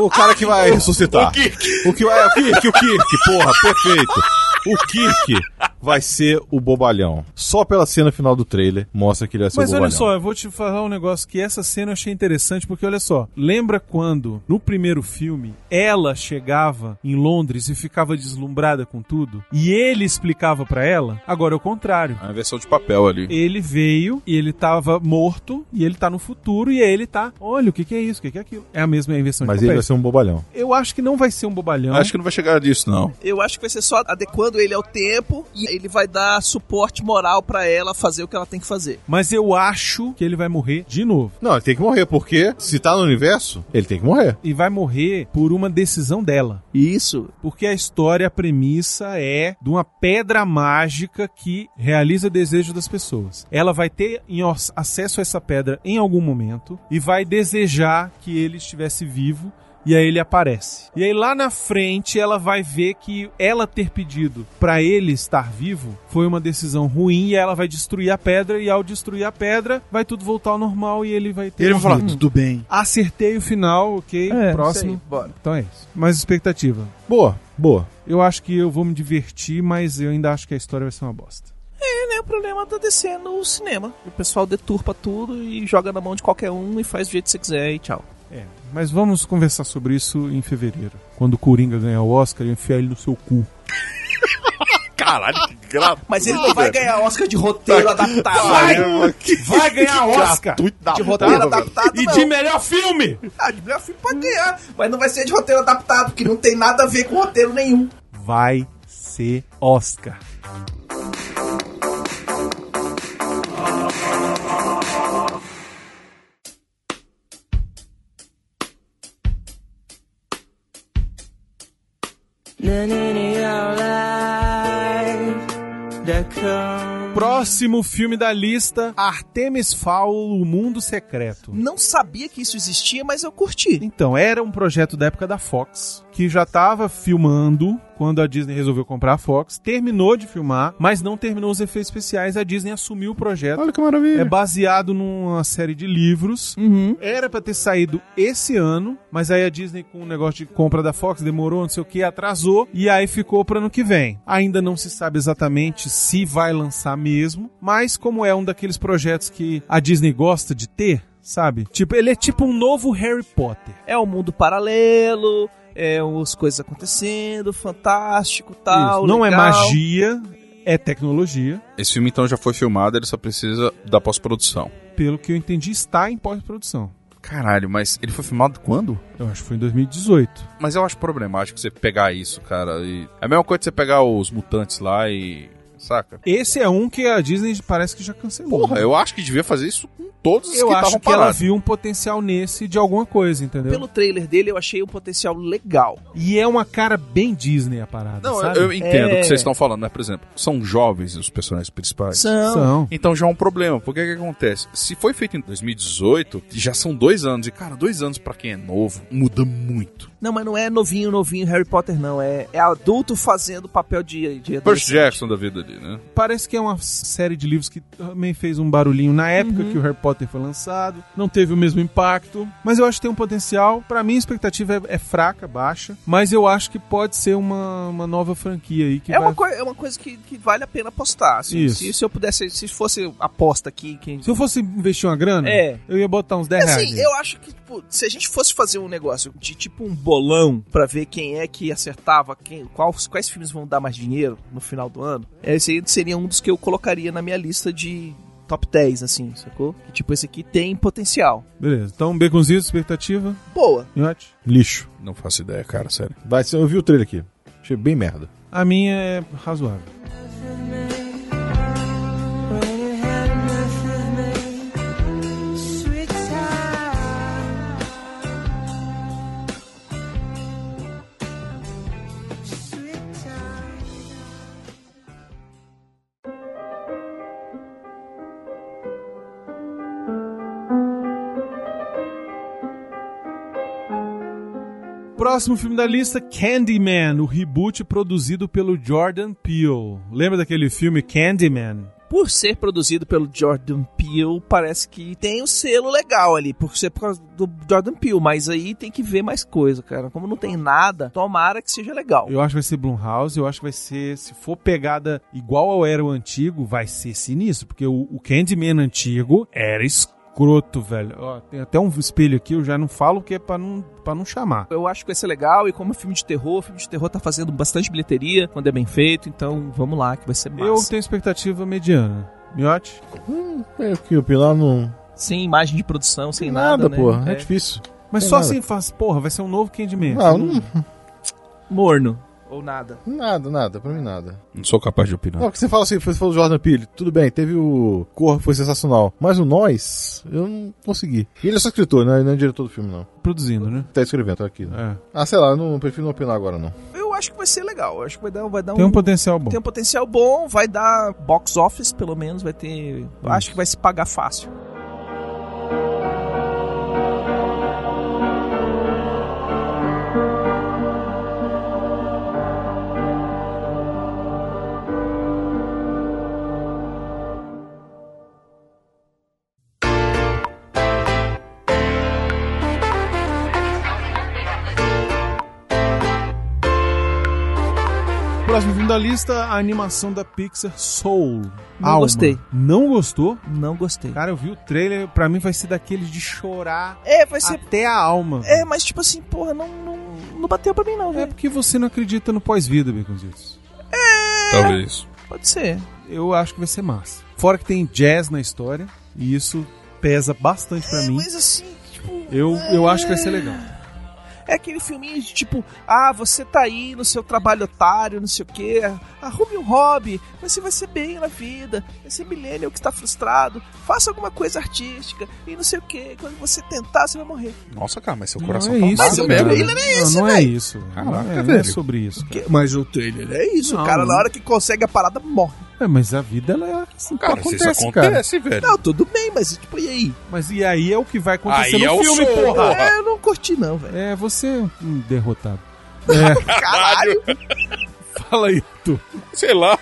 O cara que vai ressuscitar. O Kirk. O que vai. O Kirk, o Kirk, porra, perfeito. O Kirk vai ser o bobalhão. Só pela cena final do trailer mostra que ele vai ser Mas o olha bobalhão. só, eu vou te falar um negócio que essa cena eu achei interessante, porque olha só, lembra quando, no primeiro filme, ela chegava em Londres e ficava deslumbrada com tudo? E ele explicava pra ela? Agora é o contrário. A versão de papel ali. Ele veio e ele tava morto e ele tá no futuro e aí ele tá, olha, o que que é isso, o que que é aquilo? É a mesma inversão Mas de ele vai papéis. ser um bobalhão. Eu acho que não vai ser um bobalhão. Acho que não vai chegar disso, não. Eu acho que vai ser só adequando ele ao tempo e ele vai dar suporte moral pra ela fazer o que ela tem que fazer. Mas eu acho que ele vai morrer de novo. Não, ele tem que morrer, porque se tá no universo, ele tem que morrer. E vai morrer por uma decisão dela. Isso. Porque a história, a premissa é de uma pedra mágica que realiza o desejo das pessoas. Ela vai ter em os- acesso a essa pedra em algum momento e vai desejar que ele estivesse vivo. E aí ele aparece. E aí lá na frente ela vai ver que ela ter pedido pra ele estar vivo foi uma decisão ruim e ela vai destruir a pedra e ao destruir a pedra vai tudo voltar ao normal e ele vai ter Uhum. morrido. bem. Acertei o final, ok? É, Próximo. É, isso aí, bora. Então é isso. Mais expectativa. Boa, boa. Eu acho que eu vou me divertir, mas eu ainda acho que a história vai ser uma bosta. É, né? O problema tá descendo o cinema. O pessoal deturpa tudo e joga na mão de qualquer um e faz do jeito que você quiser e tchau. É. Mas vamos conversar sobre isso em fevereiro. Quando o Coringa ganhar o Oscar, eu enfiar ele no seu cu. Caralho, que grave. Mas ele não vai ganhar Oscar de roteiro adaptado. Vai ganhar Oscar! de roteiro adaptado, E não. de melhor filme! Ah, de melhor filme pode ganhar, mas não vai ser de roteiro adaptado, que não tem nada a ver com roteiro nenhum. Vai ser Oscar. Próximo filme da lista: Artemis Fowl, O Mundo Secreto. Não sabia que isso existia, mas eu curti. Então, era um projeto da época da Fox, que já tava filmando quando a Disney resolveu comprar a Fox. Terminou de filmar, mas não terminou os efeitos especiais. A Disney assumiu o projeto. Olha que maravilha. É baseado numa série de livros. Era pra ter saído esse ano, mas aí a Disney com o negócio de compra da Fox demorou, não sei o que, atrasou e aí ficou para ano que vem. Ainda não se sabe exatamente se vai lançar mesmo, mas como é um daqueles projetos que a Disney gosta de ter, sabe? Tipo, ele é tipo um novo Harry Potter. É um mundo paralelo, é as coisas acontecendo, fantástico, tal. Isso. Não é Tá, legal. magia, é tecnologia. Esse filme, então, já foi filmado, ele só precisa da pós-produção. Pelo que eu entendi, está em pós-produção. Caralho, mas ele foi filmado quando? Eu acho que foi em 2018. Mas eu acho problemático você pegar isso, cara. E... É a mesma coisa que você pegar os mutantes lá e. Saca? Esse é um que a Disney parece que já cancelou. Porra, né? eu acho que devia fazer isso com todos os Eu que acho estavam que ela parados. viu um potencial nesse de alguma coisa, entendeu? Pelo trailer dele, eu achei um potencial legal. E é uma cara bem Disney a parada, Não, eu- sabe? eu entendo o É. que vocês estão falando, né? Por exemplo, são jovens os personagens principais. São. São. Então já é um problema. Porque que que acontece? Se foi feito em 2018, já são dois anos. E, cara, dois anos pra quem é novo, muda muito. Não, mas não é novinho, novinho Harry Potter, não. É, é adulto fazendo papel de, de Percy adolescente. Jackson da vida ali, né? Parece que é uma série de livros que também fez um barulhinho na época Uhum. que o Harry Potter foi lançado, não teve o mesmo impacto, mas eu acho que tem um potencial. Pra mim, a expectativa é, é fraca, baixa, mas eu acho que pode ser uma, uma nova franquia aí que É vai... uma, coi- é uma coisa que, que vale a pena apostar. assim. Isso. se, se eu pudesse, se fosse aposta aqui, quem. Se eu fosse investir uma grana, É. eu ia botar uns 10 reais. Assim, nele. eu acho que, tipo, se a gente fosse fazer um negócio de tipo um bolão pra ver quem é que acertava, quem, qual- quais filmes vão dar mais dinheiro no final do ano, esse aí seria um dos que eu colocaria na minha lista de top 10, assim, sacou? Que, tipo, esse aqui tem potencial. Beleza, então baconzinho, expectativa, Boa. Nhote. Lixo. Não faço ideia, cara, sério. Vai ser, eu vi o trailer aqui. Achei bem merda. A minha é razoável. Sweet time. Próximo filme da lista, Candyman, o reboot produzido pelo Jordan Peele. Lembra daquele filme Candyman? Por ser produzido pelo Jordan Peele, parece que tem um selo legal ali, por ser por causa do Jordan Peele, mas aí tem que ver mais coisa, cara. Como não tem nada, tomara que seja legal. Eu acho que vai ser Blumhouse, eu acho que vai ser, se for pegada igual ao era o antigo, vai ser sinistro, porque o, o Candyman antigo era escroto, velho. Ó, tem até um espelho aqui, eu já não falo que é pra não, pra não chamar. Eu acho que vai ser legal e como é filme de terror, filme de terror tá fazendo bastante bilheteria quando é bem feito, então vamos lá que vai ser Eu massa. tenho expectativa mediana. Miote? É o que o Pilar não. Sem imagem de produção, sem nada, Nada, né? porra. É, É. difícil. Mas Tem só nada. assim faz, porra, vai ser um novo Candyman. Não, Você não- Morno. Ou nada. nada, nada. Pra mim, nada. Não sou capaz de opinar. Não, porque você fala assim, você falou do Jordan Peele, tudo bem, teve o Corra, foi sensacional. Mas o Nós, eu não consegui. E ele é só escritor, né? Ele não é diretor do filme, não. Produzindo, né? Tá escrevendo, tá aqui. né? É. Ah, sei lá, eu não prefiro não opinar agora, não. Eu acho que vai ser legal. Eu acho que vai dar, vai dar Tem um potencial bom. Tem um potencial bom, vai dar box office, pelo menos, vai ter. eu Acho que vai se pagar fácil. Próximo filme da lista, a animação da Pixar Soul. Não gostei. Não gostou? Não gostei. Cara, eu vi o trailer, pra mim vai ser daqueles de chorar É, vai ser. até a alma. É, mas tipo assim, porra, não, não, não bateu pra mim, não, É velho. porque você não acredita no pós-vida, Baconzitos. É. Talvez. É. Pode ser. Eu acho que vai ser massa. Fora que tem jazz na história, e isso pesa bastante pra É, mim. Mas assim, tipo. Eu, eu acho que vai ser legal. É aquele filminho de tipo, ah, você tá aí no seu trabalho otário, não sei o quê, arrume um hobby, você vai ser bem na vida, esse millennial que está frustrado, faça alguma coisa artística e não sei o quê, quando você tentar, você vai morrer. Nossa, cara, mas seu Não coração é tá isso, amado o cara. mesmo. trailer é esse, Não, não é velho. isso. velho. Caraca, não, é, não é velho. sobre isso. cara. Mas o trailer é isso, Não, cara, não. na hora que consegue a parada, morre. É, mas a vida ela é assim. Cara, se isso Acontece, cara. acontece, velho. Não, tudo bem, mas tipo, e aí? Mas e aí é o que vai acontecer Aí no é o filme, show, porra. porra. É, eu não curti não, velho. É, você é um derrotado. Caralho, Fala aí, tu. Sei lá.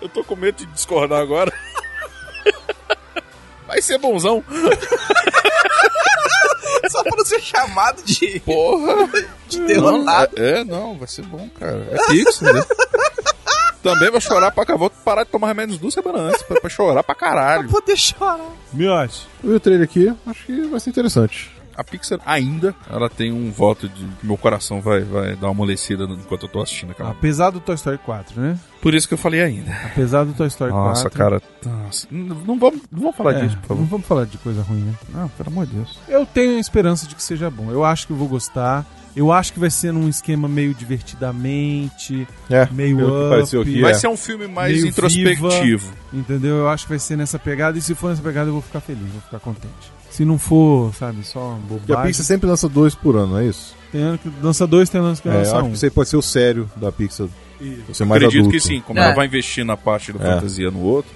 Eu tô com medo de discordar agora. Vai ser bonzão. só pra não ser chamado de, Porra. de derrotado. é, é, não, vai ser bom, cara. É fixo, né? Também vou chorar pra cá. Vou parar de tomar remédios duas semanas antes pra, pra chorar pra caralho. Poder chorar. Miote. Eu vi o trailer aqui, acho que vai ser interessante. A Pixar ainda, ela tem um voto de que meu coração vai, vai dar uma amolecida enquanto eu tô assistindo aquela. Apesar do Toy Story 4, né? Por isso que eu falei ainda. Apesar do Toy Story Nossa, 4. cara, Nossa, não não vamos, não vamos falar É, disso, por favor. Não vamos falar de coisa ruim, né? Não, pelo amor de Deus. Eu tenho a esperança de que seja bom. Eu acho que eu vou gostar. Eu acho que vai ser num esquema meio divertidamente, É, meio pelo que up, pareceu aqui, Vai é. ser um filme mais meio introspectivo. viva, entendeu? Eu acho que vai ser nessa pegada e se for nessa pegada eu vou ficar feliz, vou ficar contente. Se não for, sabe, só Porque a bobagem. Pixar sempre lança dois por ano, não é isso? Tem ano que dança dois, tem ano que É, eu dança acho um. que você pode ser o sério da Pixar. Você é mais Acredito adulto. que sim, como É. ela vai investir na parte da É. fantasia no outro.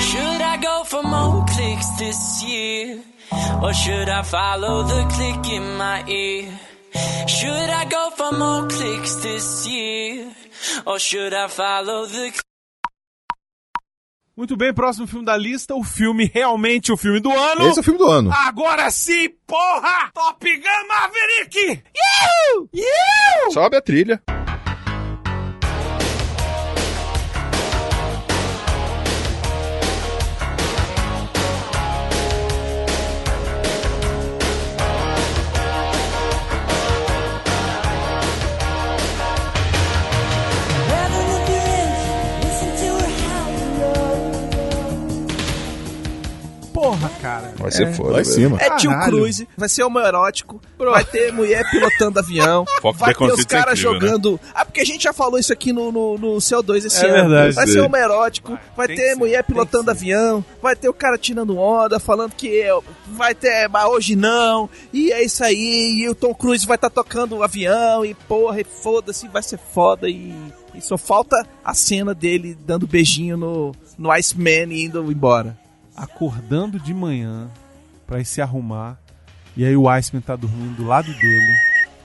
Should I go for more clicks this year? Or should I follow the click in my ear? Should I go for more clicks this year? Or should I follow the Muito bem, próximo filme da lista, o filme realmente o filme do ano. Esse é o filme do ano. Agora sim, porra! Top Gun Maverick! Iu! Iu! Sobe a trilha. Porra, cara. Vai ser foda. lá em velho. cima. É tio Caralho. Cruise, vai ser homoerótico, vai ter mulher pilotando avião, Foco vai ter preconceito os é caras né? incrível, jogando. Ah, porque a gente já falou isso aqui no, no, no CO2 esse É ano. verdade, vai sim. ser homoerótico, vai tem ter que mulher pilotando avião, vai ter o cara tirando onda, falando que é, vai ter, mas hoje não, e é isso aí, e o Tom Cruise vai estar tocando o avião, e porra, e foda-se, vai ser foda, e, e só falta a cena dele dando beijinho no, no Iceman e indo embora. Acordando de manhã pra ir se arrumar. E aí o Iceman tá dormindo do lado dele.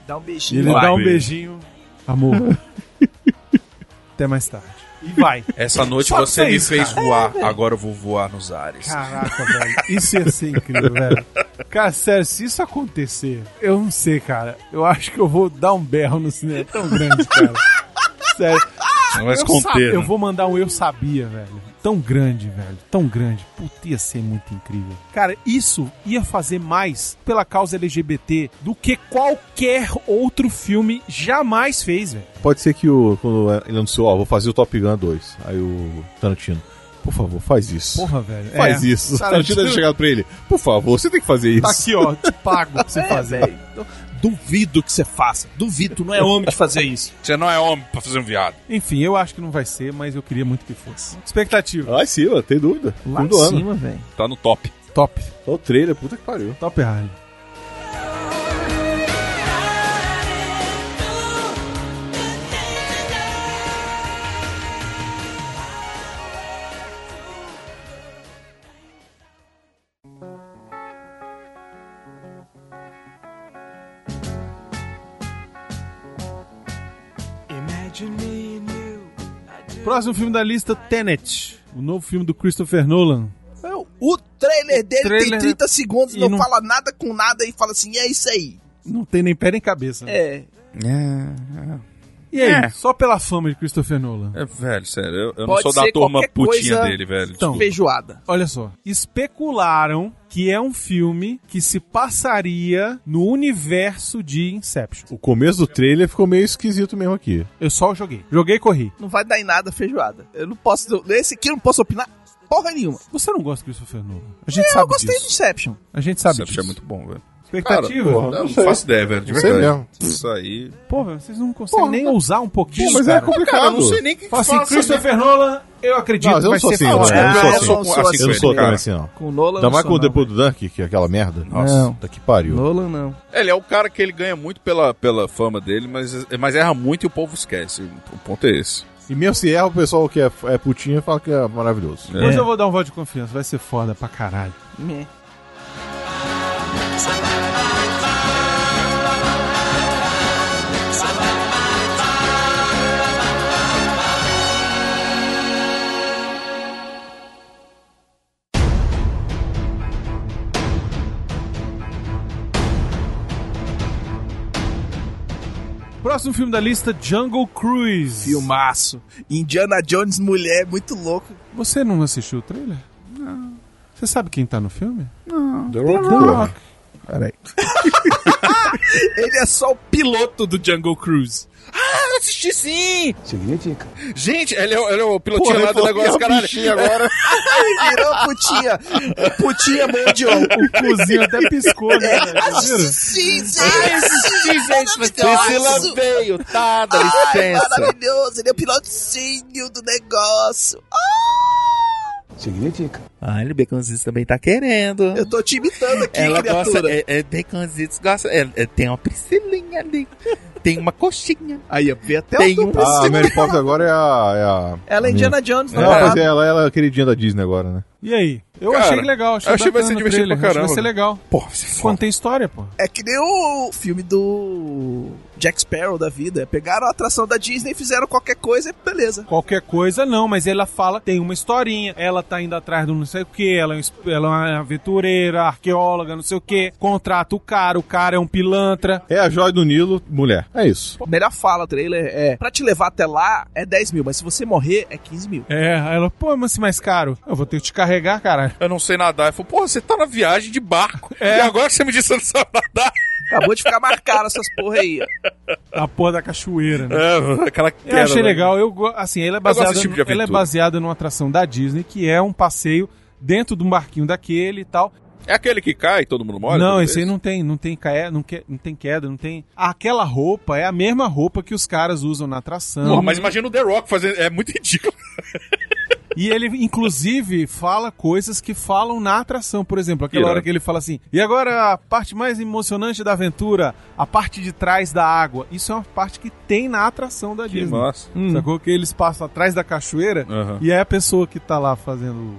Dá um E beijinho. ele Vai. dá um beijinho. Amor. até mais tarde. E vai. Essa noite Só você pra me isso, fez cara. É, voar, agora eu vou voar nos ares. Caraca, velho. Isso ia ser incrível, velho. Cara, sério, se isso acontecer, eu não sei, cara. Eu acho que eu vou dar um berro no cinema. É tão grande, cara. Sério. Não vai se eu, sa- conter. eu né? vou mandar um eu sabia, velho. Tão grande, velho. Tão grande. Puta, ia ser muito incrível. Cara, isso ia fazer mais pela causa LGBT do que qualquer outro filme jamais fez, velho. Pode ser que o, quando ele anunciou, ó, vou fazer o Top Gun 2. Aí o Tarantino, por favor, faz isso. Porra, velho. Faz É. isso. O Tarantino- Tarantino deve chegado pra ele. Por favor, você tem que fazer isso. Tá aqui, ó. Te pago pra você fazer. velho. Então, Duvido que você faça. Duvido, tu não é homem de fazer isso. Você não é homem pra fazer um viado. Enfim, eu acho que não vai ser, mas eu queria muito que fosse. Expectativa. Lá em cima, tem dúvida. Lá Filme em do ano. cima, velho. Tá no top. Top. Só o trailer, puta que pariu. Tá. Top Harley. Imagine me and you. Próximo filme da lista, Tenet. O novo filme do Christopher Nolan. Então, O trailer dele tem trailer- 30 segundos, e não, não- fala nada com nada e fala assim, é isso aí. Não tem nem pé nem cabeça. né? É. E aí, É. só pela fama de Christopher Nolan. É, velho, sério, eu, eu não Pode sou da ser turma qualquer putinha coisa- dele, velho. Então, desculpa. Feijoada. Olha só, especularam que é um filme que se passaria no universo de Inception. O começo do trailer ficou meio esquisito mesmo aqui. Eu só joguei. Joguei e corri. Não vai dar em nada feijoada. Eu não posso. Esse aqui eu não posso opinar porra nenhuma. Você não gosta de Christopher Nolan. A gente Eu sabe gostei disso. de Inception. A gente sabe Inception disso. é muito bom, velho. Expectativa. né? Cara, porra, né? não, faço ideia, velho, de Não sei verdade. mesmo. Isso aí... Pô, velho, vocês não conseguem Porra, nem mas- ousar um pouquinho, Pô, mas é cara. complicado. Cara, eu não sei nem o que que Fala assim, fala Christopher Nolan, eu acredito Não, que eu não vai sou ser assim, um foda. é né? Eu não Ah, sou eu não assim. sou Eu não assim. sou cara. também assim, não. Com o Nolan Ainda não mais sou, com o não. depois do Dunk, que é aquela merda. Não. puta que pariu. Nolan não. Ele é o cara que ele ganha muito pela, pela fama dele, mas, mas erra muito e o povo esquece. O ponto é esse. E mesmo se erra, o pessoal que é, é putinha fala que é maravilhoso. Mas eu vou dar um voto de confiança, vai ser foda pra caralho. Meh. Próximo filme da lista, Jungle Cruise. Filmaço. Indiana Jones, mulher, muito louco. Você não assistiu o trailer? Não. Você sabe quem tá no filme? The Rock, porra. Ele é só o piloto do Jungle Cruise. Ah, assisti sim! Significa. Gente, ele é, o- ele é o pilotinho Porra, lá do ele negócio, falou que é o caralho. bichinho agora. Virou putinha. Putinha mundial. O cozinho até piscou, né? velho? Viram? Sim, gente, mas Priscila veio, tá? Dá licença. Maravilhoso, ele é o pilotinho do negócio. Ah, Significa. Olha, o Baconzitos Ah, também tá querendo. Eu tô te imitando aqui, Ela criatura. gosta, é, é, Baconzitos gosta, é, é, tem uma Priscilinha ali, tem uma coxinha. Aí, até tem um Ah, a Priscilinha. Mary Poppins agora é a. é a- Ela é Indiana Jones, É, não é? pois é, ela, ela é a queridinha da Disney agora, né? E aí? Eu Cara, achei legal, achei, eu achei que vai bacana ser o divertido trailer, pra acho que caramba. Vai ser legal. Pô, Contém história, pô. É que nem o filme do Jack Sparrow da vida. Pegaram a atração da Disney, fizeram qualquer coisa e beleza. Qualquer coisa não, mas ela fala, tem uma historinha, ela tá indo atrás do não sei o que, ela, é um es- ela é uma aventureira, arqueóloga, não sei o que, contrata o cara, o cara é um pilantra. É a joia do Nilo, mulher. É isso. Melhor fala, trailer, é pra te levar até lá é 10 mil, mas se você morrer é 15 mil. É, aí ela, pô, mas se mais caro, eu vou ter que te carregar, caralho. Eu não sei nadar. Eu falei, porra, você tá na viagem de barco. E agora você me disse que não sabe nadar. Acabou de ficar marcado essas porra aí. ó. A porra da cachoeira, né? É, aquela Eu queda, achei né? legal, eu go- assim, ela é gosto baseada, desse tipo de ela é aventura. baseada numa atração da Disney, que é um passeio dentro de um barquinho daquele e tal. É aquele que cai e todo mundo morre? não, Todo esse aí mundo- não tem, não tem, caé, não, que, não tem queda, não tem. Aquela roupa é a mesma roupa que os caras usam na atração. Porra, mas imagina o The Rock fazendo. É muito ridículo. E ele, inclusive, fala coisas que falam na atração. Por exemplo, aquela Irado. hora que ele fala assim: e agora a parte mais emocionante da aventura, a parte de trás da água. Isso é uma parte que tem na atração da Disney. massa. Hum. Sacou que eles passam atrás da cachoeira Uhum. Aham. e aí a pessoa que tá lá fazendo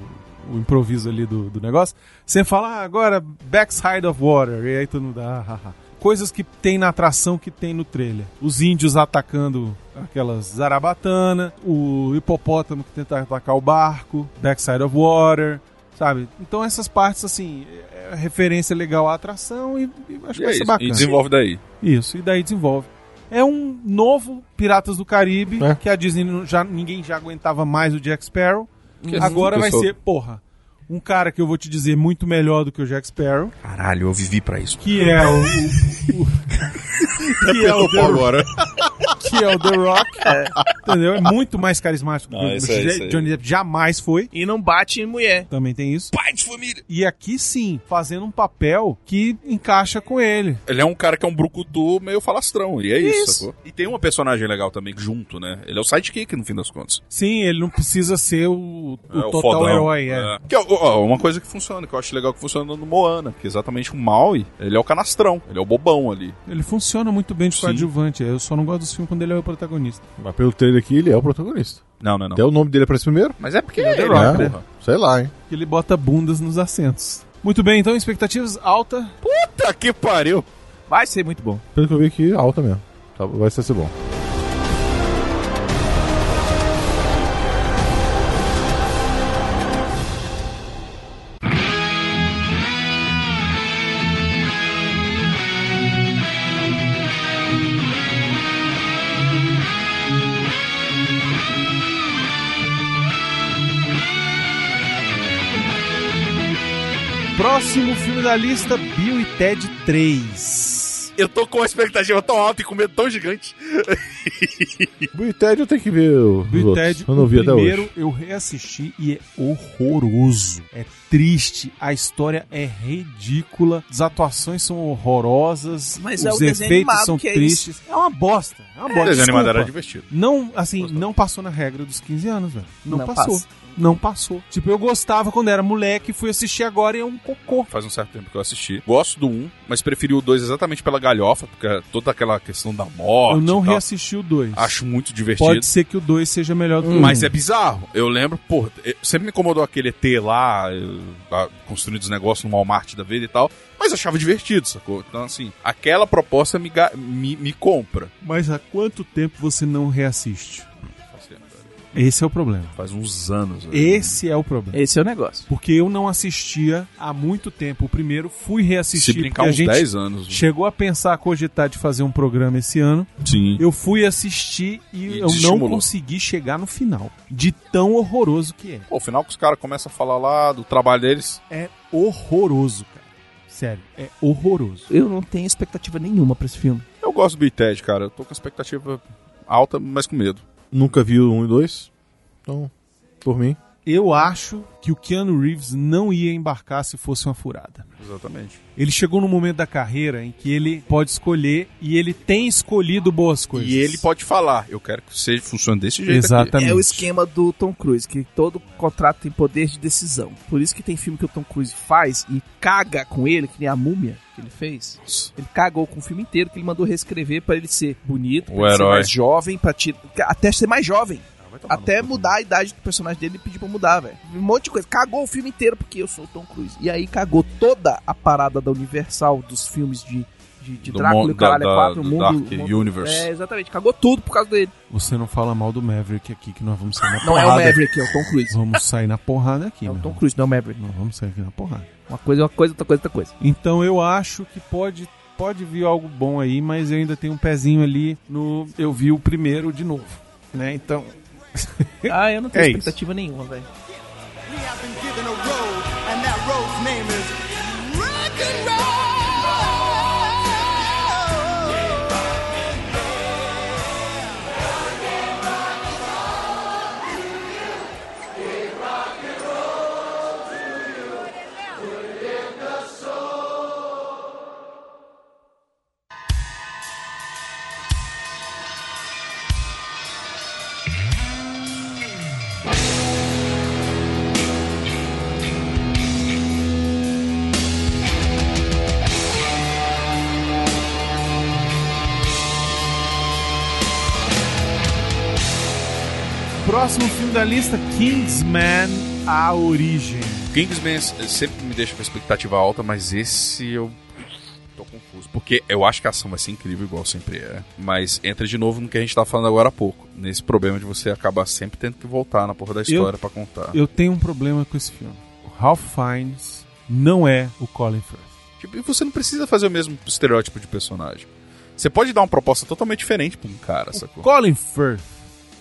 o improviso ali do, do negócio, sempre fala, ah, agora backside of water. E aí todo mundo, ah, ah, ah. Coisas que tem na atração que tem no trailer. Os índios atacando aquelas zarabatana, o hipopótamo que tenta atacar o barco, backside of water, sabe? Então essas partes, assim, é referência legal à atração e, e acho E que vai é ser isso. bacana. E desenvolve daí. Isso, e daí desenvolve. É um novo Piratas do Caribe, que a Disney não- já, ninguém já aguentava mais o Jack Sparrow. Que Agora assunto, vai pessoal. ser, porra, um cara que eu vou te dizer muito melhor do que o Jack Sparrow, Caralho, eu vivi pra isso. que é o... o- o- que, é o The, agora. que é o The Rock, entendeu? É muito mais carismático Não, que o isso aí, isso aí. Johnny Depp jamais foi. E não bate em mulher. Também tem isso. Pai de família. E aqui sim, fazendo um papel que encaixa com ele. Ele é um cara que é um brucutu meio falastrão, e é isso. Isso. sacou? E tem uma personagem legal também junto, né? Ele é o sidekick, no fim das contas. Sim, ele não precisa ser o, o É, o total fodão. herói, é. Que é ó, ó, uma coisa que funciona, que eu acho legal que funciona no Moana, que é exatamente o Maui, ele é o canastrão, ele é o bobão ali. Ele funciona muito bem de coadjuvante. é. Eu só não gosto dos filmes quando ele é o protagonista. Mas pelo trailer aqui, ele é o protagonista. Não, é não, não. Até o nome dele aparece primeiro. Mas é porque Ele é o The Né? Rock, né? Sei lá, hein? Que ele bota bundas nos assentos. Muito bem, então, expectativas alta. Puta que pariu! Vai ser muito bom. Pelo que eu vi aqui, alta mesmo. Tá, vai ser ser bom. Próximo filme da lista, Bill e Ted 3. Eu tô com uma expectativa tão alta e com medo tão gigante. Bill e Ted eu tenho que ver o Bill e Ted, Eu não vi o até primeiro hoje. eu reassisti e é horroroso. É triste, a história é ridícula, as atuações são horrorosas, Mas os é o efeitos desenho animado são que é tristes. isso. É uma bosta. É uma bosta. desenho desculpa. animado era divertido. Não, assim, não passou na regra dos 15 anos, velho. Não, Não passou. passa. Não passou. Tipo, eu gostava quando era moleque, fui assistir agora e é um cocô. Faz um certo tempo que eu assisti. Gosto do 1, mas preferi o 2 exatamente pela galhofa, porque é toda aquela questão da morte. eu não e tal. reassisti o 2. tá? Acho muito divertido. Pode ser que o 2 seja melhor do que o Mas um. é bizarro. Eu lembro, pô, eu- sempre me incomodou aquele ET lá, eu- lá, construindo os negócios no Walmart da vida e tal, mas achava divertido, sacou? Então, assim, aquela proposta me, ga- me, me compra. Mas há quanto tempo você não reassiste? Faz tempo, velho. Esse é o problema. Faz uns anos. velho. Esse é o problema. Esse é o negócio. Porque eu não assistia há muito tempo. O primeiro fui reassistir. Se brincar porque tipo a uns gente 10 anos. Chegou a pensar, a cogitar de fazer um programa esse ano. Sim. Eu fui assistir e, eu não desestimulou. consegui chegar no final. De tão horroroso que é. Pô, o final que os caras começam a falar lá do trabalho deles. É horroroso, cara. Sério, é horroroso. Eu não tenho expectativa nenhuma pra esse filme. Eu gosto do Bill e Ted, cara. Eu tô com expectativa alta, mas com medo. Nunca vi o 1 e 2. Então, por mim. Eu acho que o Keanu Reeves não ia embarcar se fosse uma furada. Exatamente. Ele chegou num momento da carreira em que ele pode escolher e ele tem escolhido boas coisas. E ele pode falar, eu quero que seja funcione desse jeito aqui. É o esquema do Tom Cruise, que todo contrato tem poder de decisão. Por isso que tem filme que o Tom Cruise faz e caga com ele, que nem a múmia que ele fez. Ele cagou com o filme inteiro, que ele mandou reescrever pra ele ser bonito, O pra ele ser herói. mais jovem, pra ti- até ser mais jovem. Ah, tomar no Até mudar a idade do personagem dele e pedir pra mudar, velho. Um monte de coisa. Cagou o filme inteiro porque eu sou o Tom Cruise. E aí cagou toda a parada da Universal, dos filmes de, de, de Do Drácula mon- e o Caralho é da- da- 4, o do mundo, Dark o mundo- Universe. É, exatamente. Cagou tudo por causa dele. Você não fala mal do Maverick aqui, que nós vamos sair na Não é porrada. o Maverick, é o Tom Cruise. Vamos sair na porrada aqui. É o meu Tom irmão. Cruise, não é o Maverick. Nós vamos sair aqui na porrada. Uma coisa é uma coisa, outra coisa é outra coisa. Então eu acho que pode, pode vir algo bom aí, mas eu ainda tenho um pezinho ali no. Eu vi o primeiro de novo, né? Então. ah, eu não tenho É isso. expectativa nenhuma, velho. Given a road, and that road's name is rock and Próximo filme da lista: Kingsman A Origem. Kingsman eh, sempre me deixa com a expectativa alta, mas esse eu tô confuso. Porque eu acho que a ação vai ser incrível, igual sempre é. Mas entra de novo no que a gente tá falando agora há pouco. Nesse problema de você acabar sempre tendo que voltar na porra da história pra contar. Eu tenho um problema com esse filme. O Ralph Fiennes não é o Colin Firth. Tipo, e você não precisa fazer o mesmo estereótipo de personagem. Você pode dar uma proposta totalmente diferente pra um cara, sacou? Colin Firth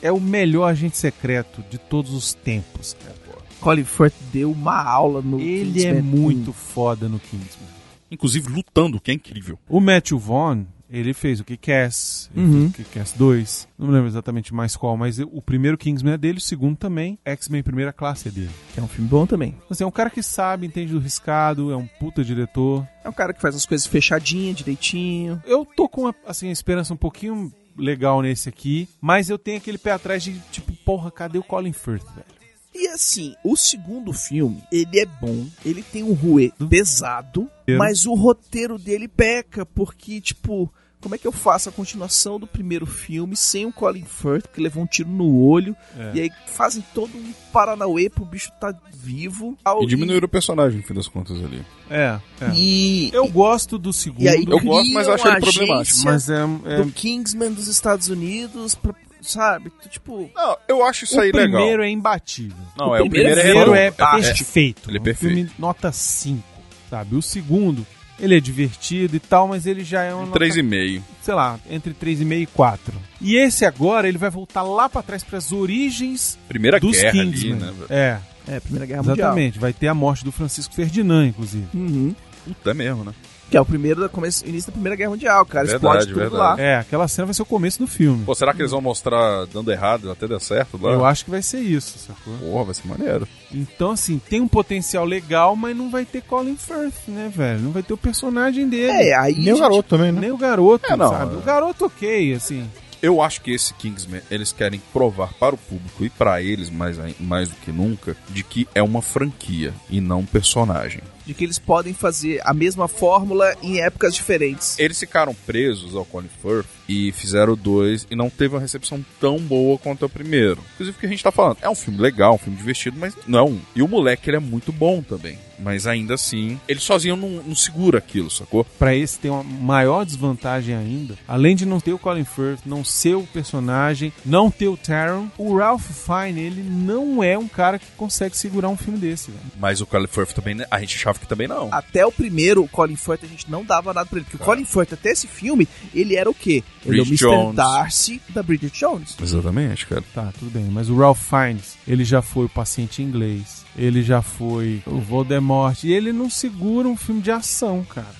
é o melhor agente secreto de todos os tempos, cara. Colin Firth deu uma aula no Ele Kingsman é um. muito foda no Kingsman. Inclusive lutando, o que é incrível. O Matthew Vaughn, ele fez o Kick-Ass, ele Uhum. fez o Kick-Ass 2, não me lembro exatamente mais qual, mas o primeiro Kingsman é dele, o segundo também, X-Men Primeira Classe é dele. Que é um filme bom também. Assim, é um cara que sabe, entende do riscado, é um puta diretor. É um cara que faz as coisas fechadinha, direitinho. Eu tô com uma, assim, a esperança um pouquinho legal nesse aqui, mas eu tenho aquele pé atrás de tipo, porra, cadê o Colin Firth, velho? E assim, o segundo filme, ele é bom, ele tem um ruê pesado, Roteiro. mas o roteiro dele peca, porque, tipo, como é que eu faço a continuação do primeiro filme sem o Colin Firth, que levou um tiro no olho, É. e aí fazem todo um paranauê pro bicho tá vivo. E diminuir o personagem, no fim das contas, ali. É, é. E- eu gosto do segundo. E aí Eu gosto, mas eu acho criam ele a problemático. agência Mas é- é- Do Kingsman dos Estados Unidos, pra- sabe? Tu, Tipo. Não, eu acho isso O aí legal. primeiro é imbatível. Não, é, o primeiro é primeiro é, redondo. É, é. perfeito. Ele é um filme nota 5, sabe? O segundo, ele é divertido e tal, mas ele já é um. Três e meio. Sei lá, entre 3,5 e 4. E esse agora, ele vai voltar lá pra trás, pras origens Primeira dos guerra ali, Kingsman. né, velho? É. É, Primeira Guerra Exatamente. Vai ter a morte do Francisco Ferdinand, inclusive. Uhum. Puta, é mesmo, né? Que é o primeiro da começo, início da Primeira Guerra Mundial, cara. Verdade, Explode tudo verdade. lá. É, aquela cena vai ser o começo do filme. Pô, será que eles vão mostrar dando errado até dar certo lá? Eu acho que vai ser isso, sacou? Porra, vai ser maneiro. Então, assim, tem um potencial legal, mas não vai ter Colin Firth, né, velho? Não vai ter o personagem dele. É, aí, Nem o gente- garoto também, né? Nem o garoto, É, não, sabe? é. O garoto ok, assim. Eu acho que esse Kingsman, eles querem provar para o público e para eles mais, ai- mais do que nunca, de que é uma franquia e não um personagem. De que eles podem fazer a mesma fórmula em épocas diferentes. Eles ficaram presos ao Colin Firth e fizeram dois e não teve uma recepção tão boa quanto o primeiro. Inclusive o que a gente tá falando, é um filme legal, um filme divertido, mas não. E o moleque, ele é muito bom também. Mas ainda assim, ele sozinho não, não segura aquilo, sacou? Pra esse tem uma maior desvantagem ainda. Além de não ter o Colin Firth, não ser o personagem, não ter o Taron, o Ralph Fine, ele não é um cara que consegue segurar um filme desse, velho. Mas o Colin Firth também, né? a gente achava que também não. Até o primeiro, o Colin Firth, a gente não dava nada pra ele. Ah. Porque o Colin Firth, até esse filme, ele era o quê? Ele Bridget é o Mr. Jones. Darcy da Bridget Jones. Exatamente, cara. Tá, tudo bem. Mas o Ralph Fiennes, ele já foi o paciente inglês, ele já foi o Voldemort, e ele não segura um filme de ação, cara.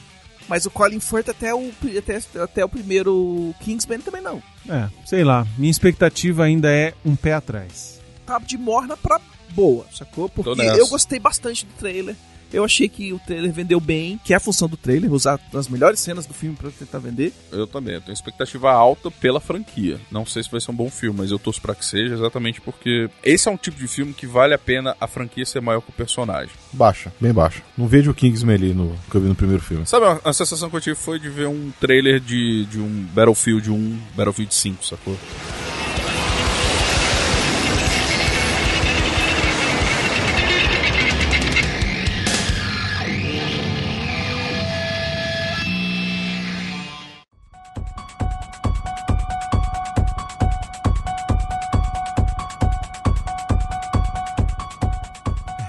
Mas o Colin Firth até o, pri- até, até o primeiro Kingsman também não. É, sei lá. Minha expectativa ainda é um pé atrás. Tava de morna pra boa, sacou? Tô Porque nessa. eu gostei bastante do trailer. Eu achei que o trailer vendeu bem, que é a função do trailer, usar as melhores cenas do filme pra tentar vender. Eu também, eu tenho expectativa alta pela franquia. Não sei se vai ser um bom filme, mas eu torço pra que seja, exatamente porque esse é um tipo de filme que vale a pena a franquia ser maior que o personagem. Baixa, bem baixa. Não vejo o Kingsman ali no, que eu vi no primeiro filme. Sabe, a- a sensação que eu tive foi de ver um trailer de, de um Battlefield 1, Battlefield 5, sacou?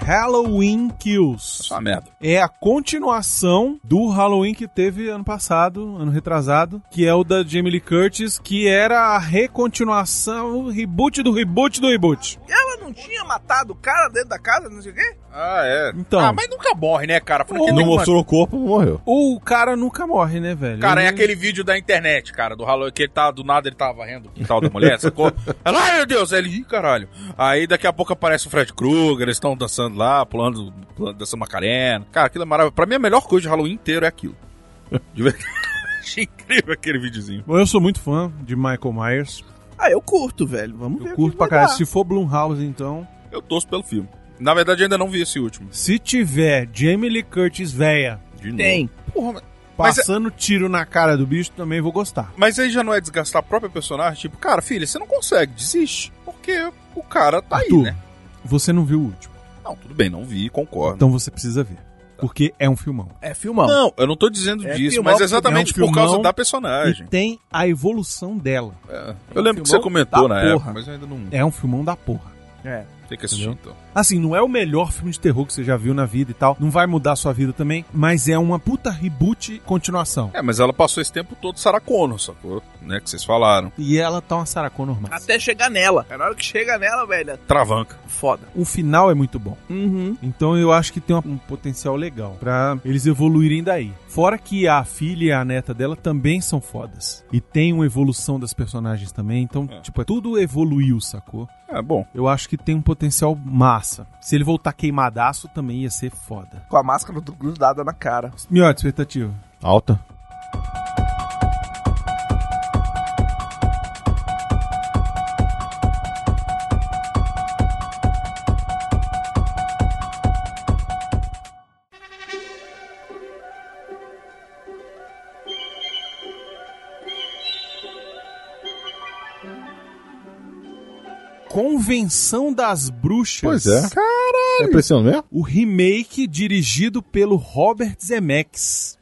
Halloween Kills. Essa merda. É a continuação do Halloween que teve ano passado, ano retrasado, que é o da Jamie Lee Curtis, que era a recontinuação, o reboot do reboot do reboot. Ela não tinha matado o cara dentro da casa, não sei o quê? Ah, é. Então. Ah, mas nunca morre, né, cara? A franquia Não tem uma- mostrou o corpo, não morreu. O cara nunca morre, né, velho? Cara, é Ele- aquele vídeo da internet, cara, do Halloween, que ele tá, do nada ele tá varrendo o quintal da mulher, sacou? Ela, ai meu Deus, Aí ele, ih, caralho. Aí daqui a pouco aparece o Fred Krueger, eles estão dançando lá, pulando, pulando, dançando Macarena. Cara, aquilo é maravilhoso. Pra mim, a melhor coisa de Halloween inteiro é aquilo. De verdade. Achei incrível aquele videozinho. Bom, eu sou muito fã de Michael Myers. Ah, eu curto, velho. Vamos eu curto pra caralho. Se for Blumhouse, então. Eu torço pelo filme. Na verdade, eu ainda não vi esse último. Se tiver Jamie Lee Curtis véia. De Tem. Porra, mas- é- Passando tiro na cara do bicho, também vou gostar. Mas aí já não é desgastar a própria personagem? Tipo, cara, filha, você não consegue, desiste. Porque o cara tá Arthur, aí, né? Você não viu o último. Não, tudo bem, não vi, concordo. Então você precisa ver. Tá. Porque é um filmão. É filmão. Não, eu não tô dizendo É disso, filmão, mas exatamente é um por causa filmão é um da personagem. É. E tem a evolução dela. Eu lembro que você comentou na época, mas eu ainda não. É um filmão da porra. É. Tem que assistir então. Assim, não é o melhor filme de terror que você já viu na vida e tal. Não vai mudar a sua vida também. Mas é uma puta reboot e continuação. É, mas ela passou esse tempo todo saracono, sacou? Né, que vocês falaram. E ela tá uma saracô normal. Até chegar nela. É na hora que chega nela, velho. é Travanca. Foda. O final é muito bom. Uhum. Então eu acho que tem um potencial legal pra eles evoluírem daí. Fora que a filha e a neta dela também são fodas. E tem uma evolução das personagens também. Então, tipo, é tudo evoluiu, sacou? É bom. Eu acho que tem um potencial massa. Se ele voltar queimadaço, também ia ser foda. Com a máscara do- grudada na cara. Melhor expectativa. Alta. Convenção das Bruxas. Pois é. Caralho. É pressão mesmo? O remake dirigido pelo Robert Zemeckis.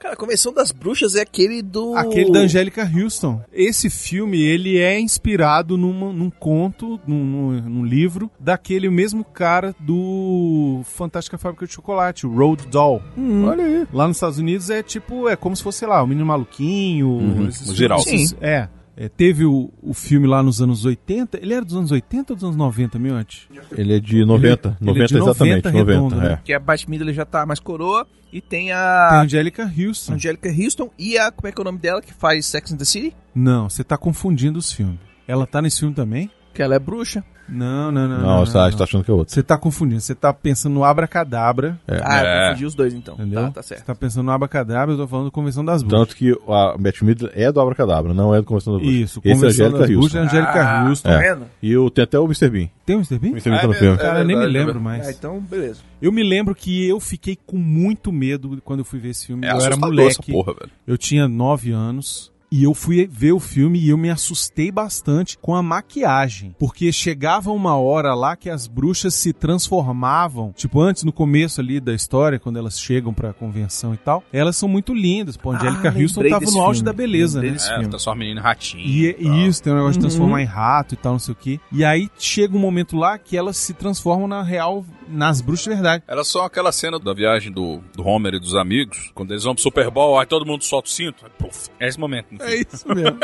Cara, a Convenção das Bruxas é aquele do... Aquele da Angélica Houston. Esse filme, ele é inspirado numa- num conto, num, num- num livro, daquele mesmo cara do Fantástica Fábrica de Chocolate, o Road Doll. Olha aí. Lá nos Estados Unidos é tipo, é como se fosse, sei lá, o Menino Maluquinho. Uhum, esses o geral. filmes. Sim. É. É, teve o, o filme lá nos anos 80. Ele era dos anos 80 ou dos anos 90, Miotti? Ele é de 90. Ele- ele é 90, de 90 exatamente. 90, redondo, né? é. Que a Bat Midler já tá mais coroa. E tem Tem a a... Angélica Houston. Angélica Houston e a... Como é que é o nome dela que faz Sex and the City? Não, você tá confundindo os filmes. Ela tá nesse filme também? Que ela é bruxa. Não, não, não. Não, você tá- você tá achando que é outro. Você tá confundindo. Você tá pensando no Abracadabra. É. Ah, eu É. confundi os dois então. Entendeu? Tá, tá certo. Você tá pensando no Abracadabra, eu tô falando Convenção das Bruxas. Tanto que a Matt Midler é do Abracadabra, não é do Convenção das Bruxas. Isso, Esse é Convenção das Angélica Bruxas Houston. é Angélica Ah, Houston. É. Tá vendo? E o, tem até o Mr. Bean. Tem o Mr. Bean? O Mr. Bean Ah, tá no é filme. Cara, eu nem me né? lembro mais. Ah, então, beleza. Eu me lembro que eu fiquei com muito medo quando eu fui ver esse filme. É eu era assustador moleque. essa porra, velho. Eu tinha 9 anos. E eu fui ver o filme e eu me assustei bastante com a maquiagem. Porque chegava uma hora lá que as bruxas se transformavam. Tipo, antes, no começo ali da história, quando elas chegam pra convenção e tal, elas são muito lindas. Pô, a Angélica Ah, Houston lembrei tava desse no auge filme. da beleza, Lembrei né? desse filme. É, transforma a menina em ratinho. E, e isso, tem um negócio de Uhum. transformar em rato e tal, não sei o quê. E aí chega um momento lá que elas se transformam na real, nas bruxas de verdade. Era só aquela cena da viagem do, do Homer e dos amigos, quando eles vão pro Super Bowl, aí todo mundo solta o cinto. Aí, puf, é esse momento. É isso mesmo.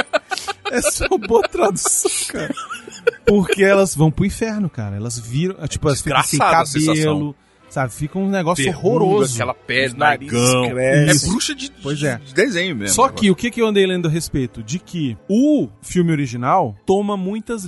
Essa é uma boa tradução, cara. Porque elas vão pro inferno, cara. Elas viram, tipo, elas ficam sem desgraçada a sensação. cabelo, Sabe? Fica um negócio Bermuda, horroroso. Aquela pele, nariz narigão. cresce. É bruxa de, Pois é. de desenho mesmo. Só que o que, que eu andei lendo a respeito? De que o filme original toma muitas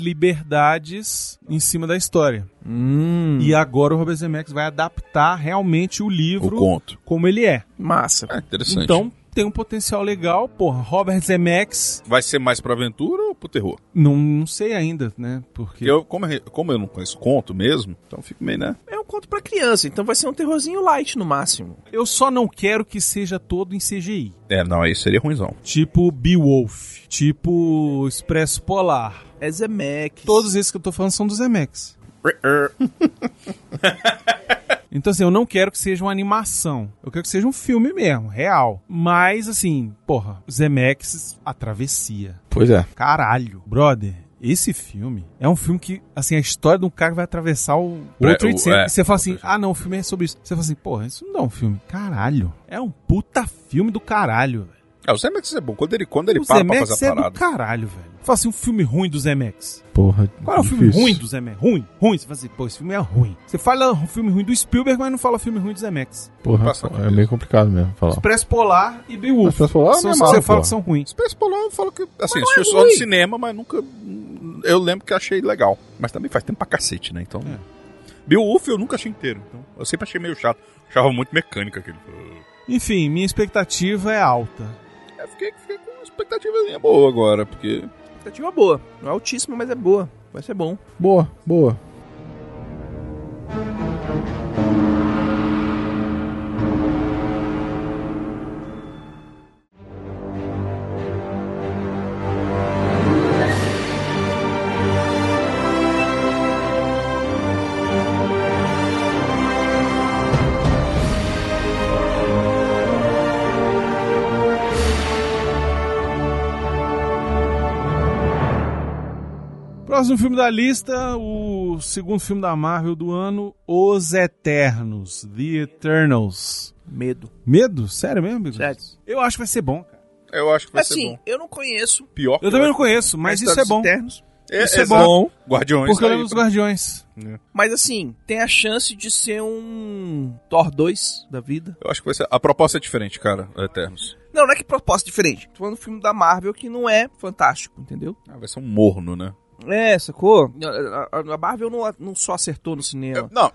liberdades em cima da história. Hum, E agora o Robert Zemeckis vai adaptar realmente o livro O conto. como ele é. Massa. interessante. Então tem um potencial legal, porra. Robert Zemeckis, Vai ser mais pra aventura ou pro terror? não, não sei ainda, né? Porque Eu, como, eu- como eu não conheço conto mesmo, então fico meio, né? É um conto pra criança, então vai ser um terrorzinho light no máximo. eu só não quero que seja todo em CGI. É, não, aí seria ruimzão. Tipo Beowulf, tipo Expresso Polar. É Zemeckis. Todos esses que eu tô falando são do Zemeckis. Então, assim, eu não quero que seja uma animação. Eu quero que seja um filme mesmo, real. Mas, assim, porra, Zemeckis, A Travessia. Pois é. Caralho. Brother, esse filme é um filme que, assim, a história de um cara que vai atravessar o É, outro o- e você- é. e você fala assim, ah, não, o filme é sobre isso. Você fala assim, porra, isso não é um filme. Caralho. É um puta filme do caralho, velho. É, o Zemex é bom. Quando ele, quando ele O para pra Zemeckis fazer a é do parada. caralho, velho. Fala assim, um filme ruim do Zemeckis. Porra. Qual é o filme ruim do Zemeckis? Ruim, ruim. Você fala assim, pô, esse filme é ruim. Você fala um filme ruim do Spielberg, mas não fala filme ruim do Zemeckis. Porra, Passa é meio complicado mesmo falar. Expresso Polar e Beowulf. Expresso Tá. é Polar eu são me os que amarro, você fala porra. que são ruins. Space Polar eu falo que. Assim, não é assisti só no ruim. cinema, mas nunca. Eu lembro que achei legal. Mas também faz tempo pra cacete, né? Então. Beowulf eu nunca achei inteiro. Então, eu sempre achei meio chato. Achava muito mecânico aquele. Enfim, minha expectativa é alta. Eu fiquei, fiquei com uma expectativazinha boa agora, porque. Expectativa boa. Não é altíssima, mas é boa. Vai ser bom. Boa, boa. Próximo filme da lista, o segundo filme da Marvel do ano, Os Eternos, The Eternals. Medo. Medo? Sério mesmo? Bigodes? Sério. Eu acho que vai ser bom, cara. Eu acho que vai ser Assim, bom. eu não conheço. Pior que Eu também não conheço, mas isso é bom. Eternos, É, Isso é exato. bom. Guardiões. Porque eu tá lembro aí dos pra- Guardiões. mas assim, tem a chance de ser um Thor 2 da vida. Eu acho que vai ser. A proposta é diferente, cara. Eternos. Não, não é que proposta diferente. Tô falando do filme da Marvel que não é fantástico, entendeu? Ah, vai ser um morno, né? É, sacou? A, a- a Marvel não, não só acertou no É. cinema. Não,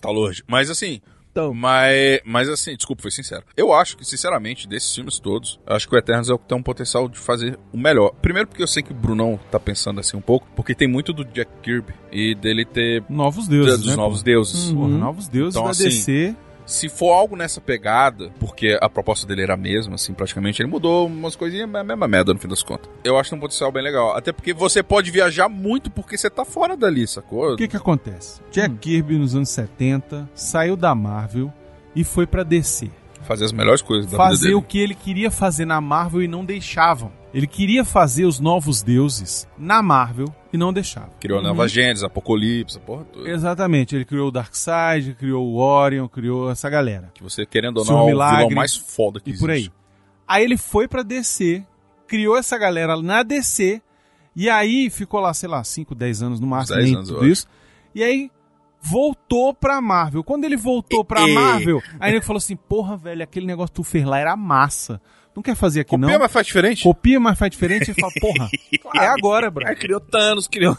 tá longe. Mas assim. Então. Mas, mas assim, desculpa, foi sincero. Eu acho que, sinceramente, desses filmes todos, eu acho que o Eternos é o que tem um potencial de fazer o melhor. Primeiro porque eu sei que o Brunão tá pensando assim um pouco, porque tem muito do Jack Kirby e dele ter Novos deuses. dos né, novos pô? deuses. Porra, Uhum. novos deuses Então, da assim, DC. Se for algo nessa pegada, porque a proposta dele era a mesma, assim, praticamente, ele mudou umas coisinhas, mas é a mesma merda no fim das contas. Eu acho que é um potencial bem legal. Até porque você pode viajar muito porque você tá fora dali, sacou? O que que acontece? Hum. Jack Kirby, nos anos 70, saiu da Marvel e foi pra DC. Fazer as melhores coisas da vida fazer dele. o que ele queria fazer na Marvel e não deixavam. Ele queria fazer os novos deuses na Marvel e não deixavam. Criou a Nova Gênesis, Apocalipse, a porra toda. Exatamente, ele criou o Darkseid, criou o Orion, criou essa galera. Que você, querendo ou Senhor não, é o um Milagre, vilão mais foda que E por aí. existe. Aí ele foi pra DC, criou essa galera na DC, e aí ficou lá, sei lá, 5, 10 anos no máximo, 10 nem anos, eu tudo acho. isso. E aí voltou pra Marvel. Quando ele voltou pra E- e- Marvel, aí ele falou assim: porra, velho, aquele negócio que tu fez lá era massa. Não quer fazer aqui, não? Copia, mas faz diferente? Copia, mas faz diferente e fala, porra, é agora, bro. Aí criou Thanos, criou.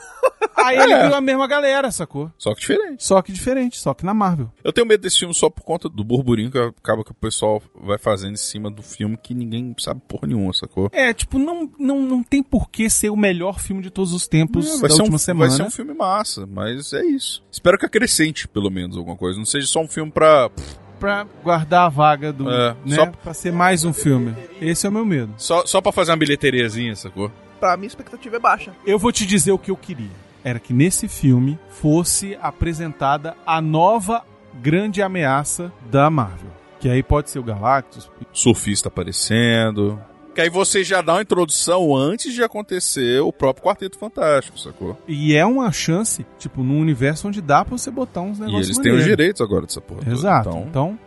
Aí ele É. viu a mesma galera, sacou? Só que diferente. Só que diferente, só que na Marvel. Eu tenho medo desse filme só por conta do burburinho que acaba que o pessoal vai fazendo em cima do filme que ninguém sabe porra nenhuma, sacou? É, tipo, não, não, não tem por que ser o melhor filme de todos os tempos É, da última um, semana. vai ser um filme massa, mas é isso. Espero que acrescente, pelo menos, alguma coisa. Não seja só um filme pra. Pra guardar a vaga do. É, né, só- Pra ser mais um filme. Esse é o meu medo. Só, só pra fazer uma bilheteriazinha, sacou? Pra mim, a expectativa é baixa. Eu vou te dizer o que eu queria. Era que nesse filme fosse apresentada a nova grande ameaça da Marvel. Que aí pode ser o Galactus, Surfista aparecendo. Que aí você já dá uma introdução antes de acontecer o próprio Quarteto Fantástico, sacou? E é uma chance, tipo, num universo onde dá pra você botar uns E negócios. eles têm os maneiros. direitos agora dessa porra. toda. Um Exato. Então... Então,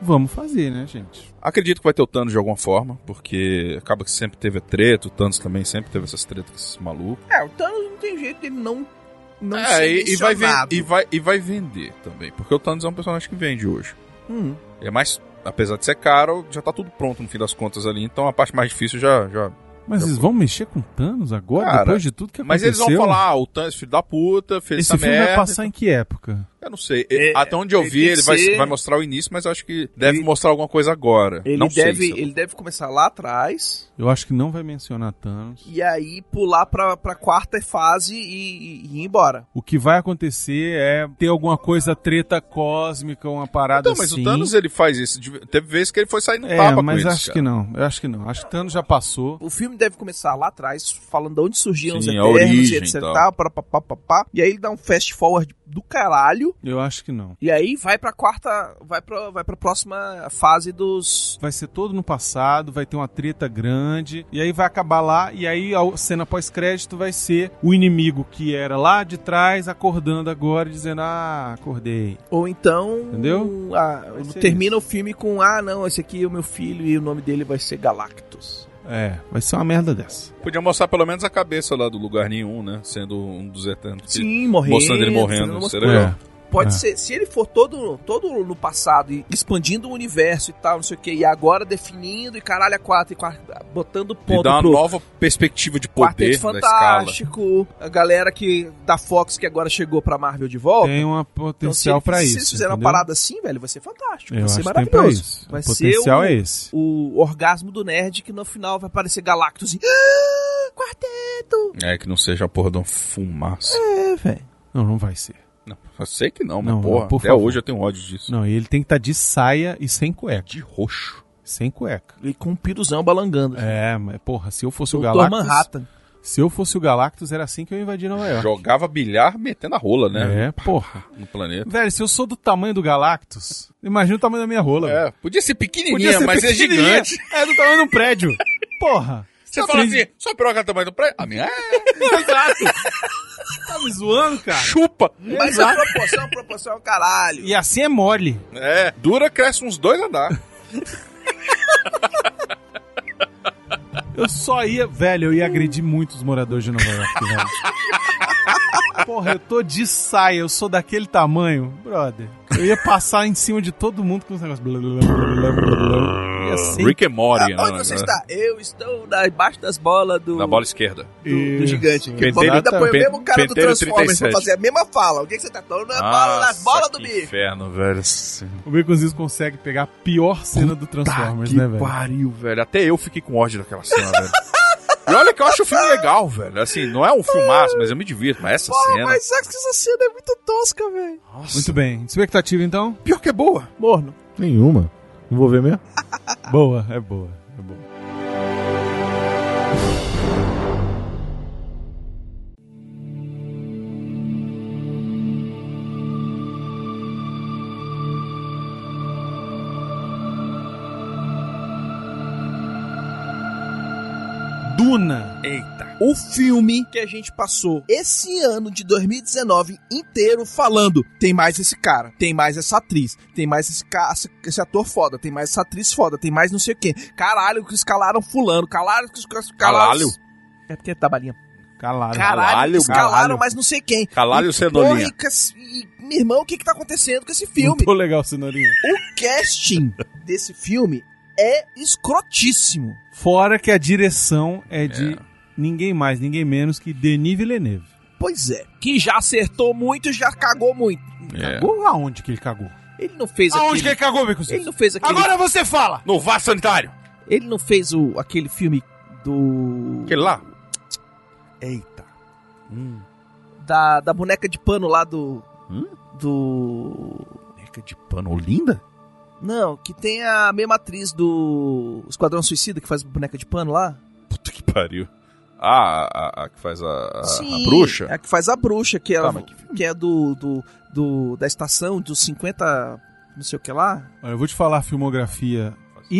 vamos fazer, né, gente? Acredito que vai ter o Thanos de alguma forma, porque acaba que sempre teve treta, o Thanos também sempre teve essas tretas com esses malucos. É, o Thanos não tem jeito dele não não É, ser e, e vai ven- mencionado. e, vai, e vai vender também. Porque o Thanos é um personagem que vende hoje. Uhum. Hum. Ele é mais. Apesar de ser caro, já tá tudo pronto no fim das contas ali. Então a parte mais difícil já. já Mas eles vão mexer com Thanos agora, Cara, depois de tudo que Mas aconteceu? eles vão falar, ah, o Thanos, filho da puta, fez Esse essa filme merda. vai passar É, em que época? Eu não sei. E- Até onde eu ele vi, tem ele que vai, ser- vai mostrar o início, mas eu acho que deve mostrar alguma coisa agora. Ele não deve, sei. se- ele deve começar lá atrás Eu acho que não vai mencionar Thanos. e aí pular pra, pra quarta fase e, e- e ir embora. O que vai acontecer é ter alguma coisa treta cósmica, uma parada Não, Então, mas assim. o Thanos ele faz isso. de- Teve vezes que ele foi sair no É, tapa mas com acho isso, que não. Eu acho que não. Acho que Thanos já passou. O filme deve começar lá atrás, falando de onde surgiram os Sim, a Eternos origem e etc. e tal. tal, pá, pá, pá, pá, pá. E aí ele dá um fast forward do caralho Eu acho que não. e aí vai pra quarta, vai pra, vai pra próxima fase dos... Vai ser todo no passado, vai ter uma treta grande, e aí vai acabar lá, e aí a cena pós-crédito vai ser o inimigo que era lá de trás acordando agora e dizendo: Ah, acordei. Ou então... Entendeu? ah, ser termina o filme com, ah, não, esse aqui é o meu filho e o nome dele vai ser Galactus. É, vai ser uma merda dessa. Podia mostrar pelo menos a cabeça lá do lugar nenhum, né? Sendo um dos eternos. que- Sim, morrendo. Mostrando ele fazendo morrendo. umas Seria coisas. legal. Pode É. ser, se ele for todo, todo no passado e expandindo o universo e tal, não sei o que, e agora definindo e caralho a quatro, e quatro botando E ponto dá uma pro nova perspectiva de poder Quarteto da escala. Fantástico, a galera que da Fox que agora chegou pra Marvel de volta. É, Tem uma Então, se potencial ele- pra se isso. eles fizerem uma entendeu? parada assim, velho, vai ser fantástico. Tipo, Eu vai ser acho que tem pra maravilhoso. isso. Vai O um potencial ser um é esse. O orgasmo do nerd que no final vai aparecer Galactus assim, "Ah, e. É, que não seja a porra de um fumaça. É, velho. Não, não vai ser. Não, eu sei que não, mas Não, porra, não, por até favor. hoje eu tenho ódio disso. Não, e ele tem que estar de saia e sem cueca. De roxo. Sem cueca. E com um piruzão balangando. É, mas porra, se eu fosse o Doutor Galactus. Manhattan. Se eu fosse o Galactus, era assim que eu invadi Nova York. Jogava bilhar metendo a rola, né? É, porra. No planeta. Velho, se eu sou do tamanho do Galactus, imagina o tamanho da minha rola. É, podia ser pequenininha, mas é gigante. É do tamanho do prédio. Porra. Você fala assim, sua piroca é do tamanho do prédio? A minha é. Exato. Tá me zoando, cara? Chupa. Mas a proporção, a proporção é o caralho. E assim é mole. É, dura, cresce uns dois andares. Eu só ia. Velho, eu ia agredir muito os moradores de Nova York, velho. Porra, eu tô de saia, eu sou daquele tamanho, brother. Eu ia passar em cima de todo mundo com os negócios. Blá, blá, blá, blá, blá. Ia ser Rick and Morty. né? Onde você está? Eu estou na- embaixo das bolas do. é Na bola esquerda. do, do gigante. Penteiro- Bom, ainda põe o pen- mesmo cara do penteiro Transformers pra 37. fazer a mesma fala. O que, que você tá falando? Na bola, na Nossa, bola do que bicho. inferno, velho. O Baconzitos consegue pegar a pior cena do Transformers, né, velho? pariu, velho. Até eu fiquei com ódio daquela cena, velho. E olha que eu acho o filme legal, velho. Assim, não é um filmaço, mas eu me divirto. Mas essa Porra, cena... mas sabe que essa cena é muito tosca, velho. Muito bem. Expectativa, então? Pior que é boa. Morno. Nenhuma. Não vou ver mesmo? boa, é boa, é boa. Duna. Eita. O filme que a gente passou esse ano de 2019 inteiro falando: tem mais esse cara, tem mais essa atriz, tem mais esse, ca- esse ator foda, tem mais essa atriz foda, tem mais não sei o quê. Caralho, que escalaram fulano, caralho, que escalaram. Caralho. É porque tá balinha. Calado. Caralho, é escalaram, mas não sei quem. Caralho, E, Cenolinha. porra, e cas- e, meu irmão, o que que tá acontecendo com esse filme? Muito legal, cenourinha. O casting desse filme é escrotíssimo. Fora que a direção é de ninguém mais, ninguém menos que Denis Villeneuve. Pois é. Que já acertou muito e já cagou muito. É. Cagou aonde que ele cagou? Ele não fez Aonde que aquele... ele cagou, Beconzitos? Ele não fez aquele... Agora você fala! No vaso sanitário. Ele não fez o, aquele filme do... Aquele lá. Eita. Hum. Da, da boneca de pano lá do... Hum? Do... Boneca de pano linda? Não, que tem a mesma atriz do Esquadrão Suicida, que faz boneca de pano lá. Puta que pariu. Ah, a, a- a que faz a, a- a Sim, bruxa? É a que faz a bruxa, que, ela, mas que, é do, do, do- da estação dos 50 não sei o que lá. Olha, eu vou te falar a filmografia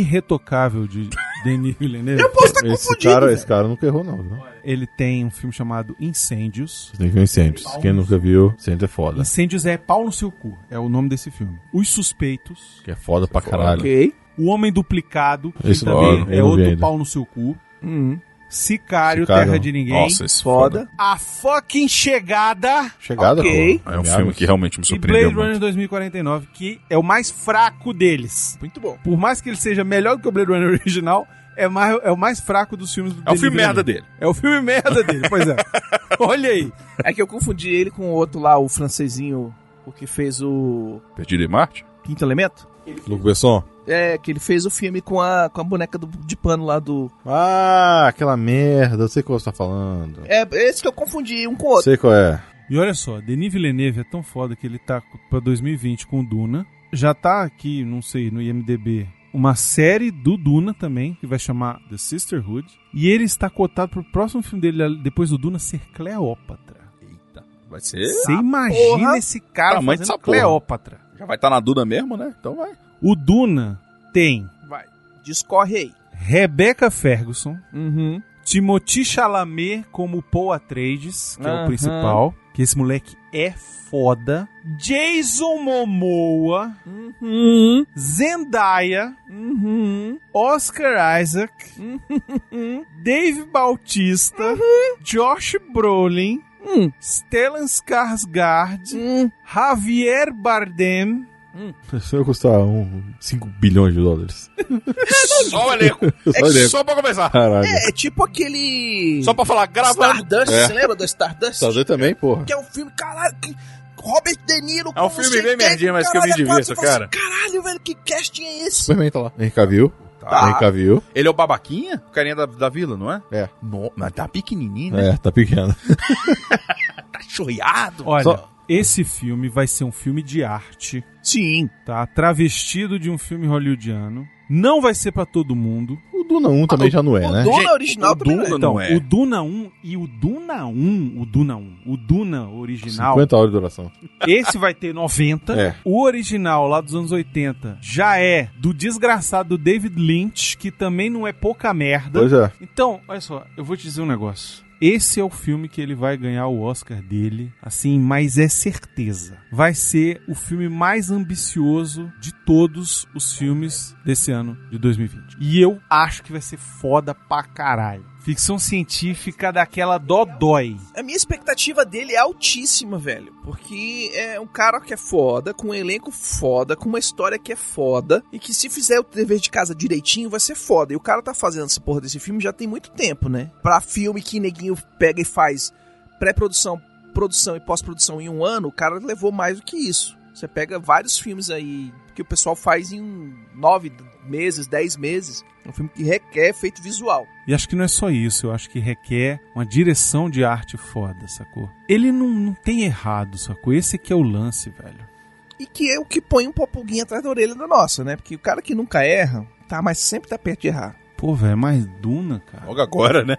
irretocável de Denis Villeneuve. Eu posso estar Esse confundido. cara, velho. né? esse cara nunca errou, não. viu? Ele tem um filme chamado Incêndios. Tem que ver incêndios. Quem nunca viu, incêndio é foda. Incêndios é pau no seu cu, é o nome desse filme. Os Suspeitos. Que é foda pra caralho. Ok. O Homem Duplicado, que Esse também não, eu não é vi outro ainda. pau no seu cu. Uhum. Sicário, Sicário. Terra de Ninguém. Nossa, esse é foda. A fucking chegada. Chegada, Ok. pô. É um filme que realmente me E surpreendeu Blade muito. Runner 2049, que é o mais fraco deles. Muito bom. Por mais que ele seja melhor do que o Blade Runner original, é, mais, é o mais fraco dos filmes do É o filme merda Villeneuve. dele. É o filme merda dele, pois é. Olha aí. É que eu confundi ele com o outro lá, o francesinho, o que fez o Perdido em Marte? Quinto Elemento. Luco Besson. É, que ele fez o filme com a, com a boneca do- de pano lá do... Ah, aquela merda, eu sei qual você tá falando. É, esse que eu confundi um com o outro. Sei qual é. E olha só, Denis Villeneuve é tão foda que ele tá pra 2020 com o Duna. Já tá aqui, não sei, no IMDB, uma série do Duna também, que vai chamar The Sisterhood. E ele está cotado pro próximo filme dele, depois do Duna, ser Cleópatra. Vai ser. Você imagina esse cara Tamanho fazendo dessa porra. Cleópatra. Já vai estar na Duda mesmo, né? Então vai. O Duna tem Vai, discorre aí. Rebecca Ferguson, Uhum. Timothy Chalamet como Paul Atreides, que é Aham. o principal, que esse moleque é foda. Jason Momoa, Uhum. Zendaya, Oscar Isaac, Uhum. Dave Bautista, Josh Brolin, Hum. Stellan Skarsgård, Javier Bardem, Isso vai custar um, 5 bilhões de dólares. Só o elenco. Só o elenco. só pra começar. Caralho. É, é tipo aquele... Só pra falar, gravando. Stardust, É. você lembra do Stardust? Fazer também, porra. Que é um filme, caralho, que... Robert De Niro É um com filme você bem tem, merdinha, mas que eu me caralho, quatro, divirto, você fala cara. assim, Caralho, velho, que casting é esse? Superman tá lá. Henry Cavill. Ah. Tá. Henry Cavill. Ele é o babaquinha? O carinha da, da vila, não é? É. No, mas tá pequenininho, né? É, tá pequeno. Tá choiado. Olha, Só- esse filme vai ser um filme de arte. Sim. Tá? Travestido de um filme hollywoodiano. Não vai ser pra todo mundo. O Duna 1 também já não é, né? Duna Gente, original o também, Duna né? não Então, é. o Duna 1 e o Duna 1, o Duna 1, o Duna original, 50 horas de duração. esse vai ter 90. É. O original lá dos anos 80 já é do desgraçado David Lynch, que também não é pouca merda. Pois é. Então, olha só, eu vou te dizer um negócio. Esse é o filme que ele vai ganhar o Oscar dele, assim, mas é certeza. Vai ser o filme mais ambicioso de todos os filmes desse ano de 2020. E eu acho que vai ser foda pra caralho. Ficção científica daquela dodói. A minha expectativa dele é altíssima, velho. Porque é um cara que é foda, com um elenco foda, com uma história que é foda, e que se fizer o dever de casa direitinho, vai ser foda. E o cara tá fazendo essa porra desse filme já tem muito tempo, né? Pra filme que neguinho pega e faz pré-produção, produção e pós-produção em um ano, o cara levou mais do que isso. Você pega vários filmes aí que o pessoal faz em um nove meses, dez meses. É um filme que requer efeito visual. E acho que não é só isso, eu acho que requer uma direção de arte foda, sacou? Ele não, não tem errado, sacou? Esse que é o lance, velho. E que é o que põe um popuguinho atrás da orelha da nossa, né? Porque o cara que nunca erra, tá, mas sempre tá perto de errar. Pô, velho, é mais Duna, cara. Logo agora, né?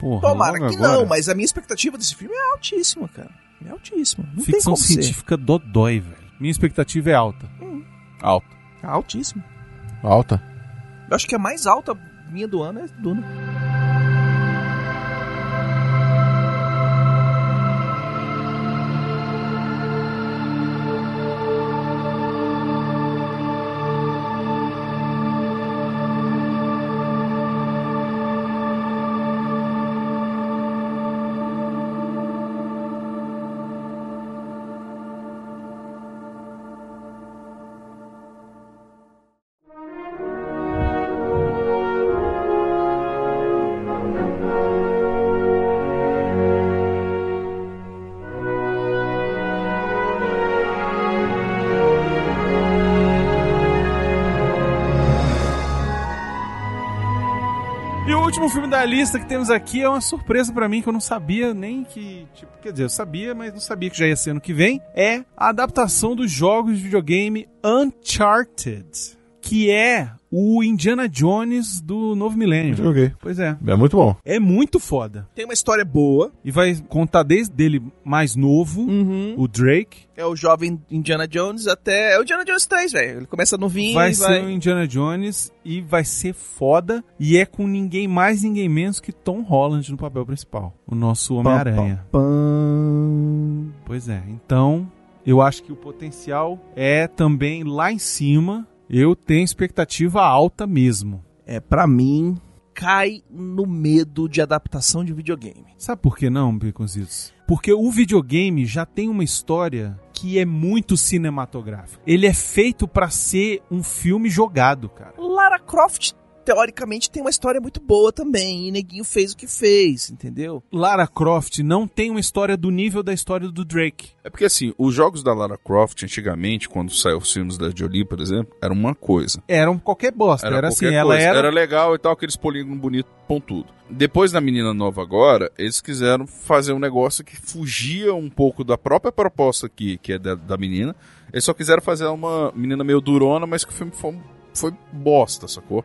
Porra, Tomara logo que agora. não, mas a minha expectativa desse filme é altíssima, cara. É altíssima. Não tem Ficção como científica dodói, velho. Minha expectativa é alta. Alto. ser. É altíssima. Alta. Eu acho que a mais alta minha do ano é Duna. E o último filme da lista que temos aqui é uma surpresa pra mim que eu não sabia nem que, tipo, quer dizer, eu sabia, mas não sabia que já ia ser ano que vem, é a adaptação dos jogos de videogame Uncharted, que é o Indiana Jones do novo milênio. Joguei. Pois é. É muito bom. É muito foda. Tem uma história boa. E vai contar desde dele mais novo, o Drake, É o jovem Indiana Jones até. É o Indiana Jones 3, velho. Ele começa novinho vai e ser o vai. um Indiana Jones e vai ser foda. E é com ninguém mais, ninguém menos que Tom Holland no papel principal. O nosso Homem-Aranha. Pois é. Então, eu acho que o potencial é também lá em cima. Eu tenho expectativa alta mesmo. É, pra mim. cai no medo de adaptação de videogame. Sabe por que não, Baconzitos? Porque o videogame já tem uma história que é muito cinematográfica. Ele é feito pra ser um filme jogado, cara. Lara Croft, teoricamente, tem uma história muito boa também. E Neguinho fez o que fez, entendeu? Lara Croft não tem uma história do nível da história do Drake. É porque assim, os jogos da Lara Croft antigamente, quando saiu os filmes da Jolie, por exemplo, era uma coisa. Eram qualquer bosta, era, assim, qualquer ela coisa. era... legal e tal, aqueles polígonos bonitos, pontudo. Depois da Menina Nova agora, eles quiseram fazer um negócio que fugia um pouco da própria proposta aqui, que é da, da menina. Eles só quiseram fazer uma menina meio durona, mas que o filme foi, foi bosta, sacou?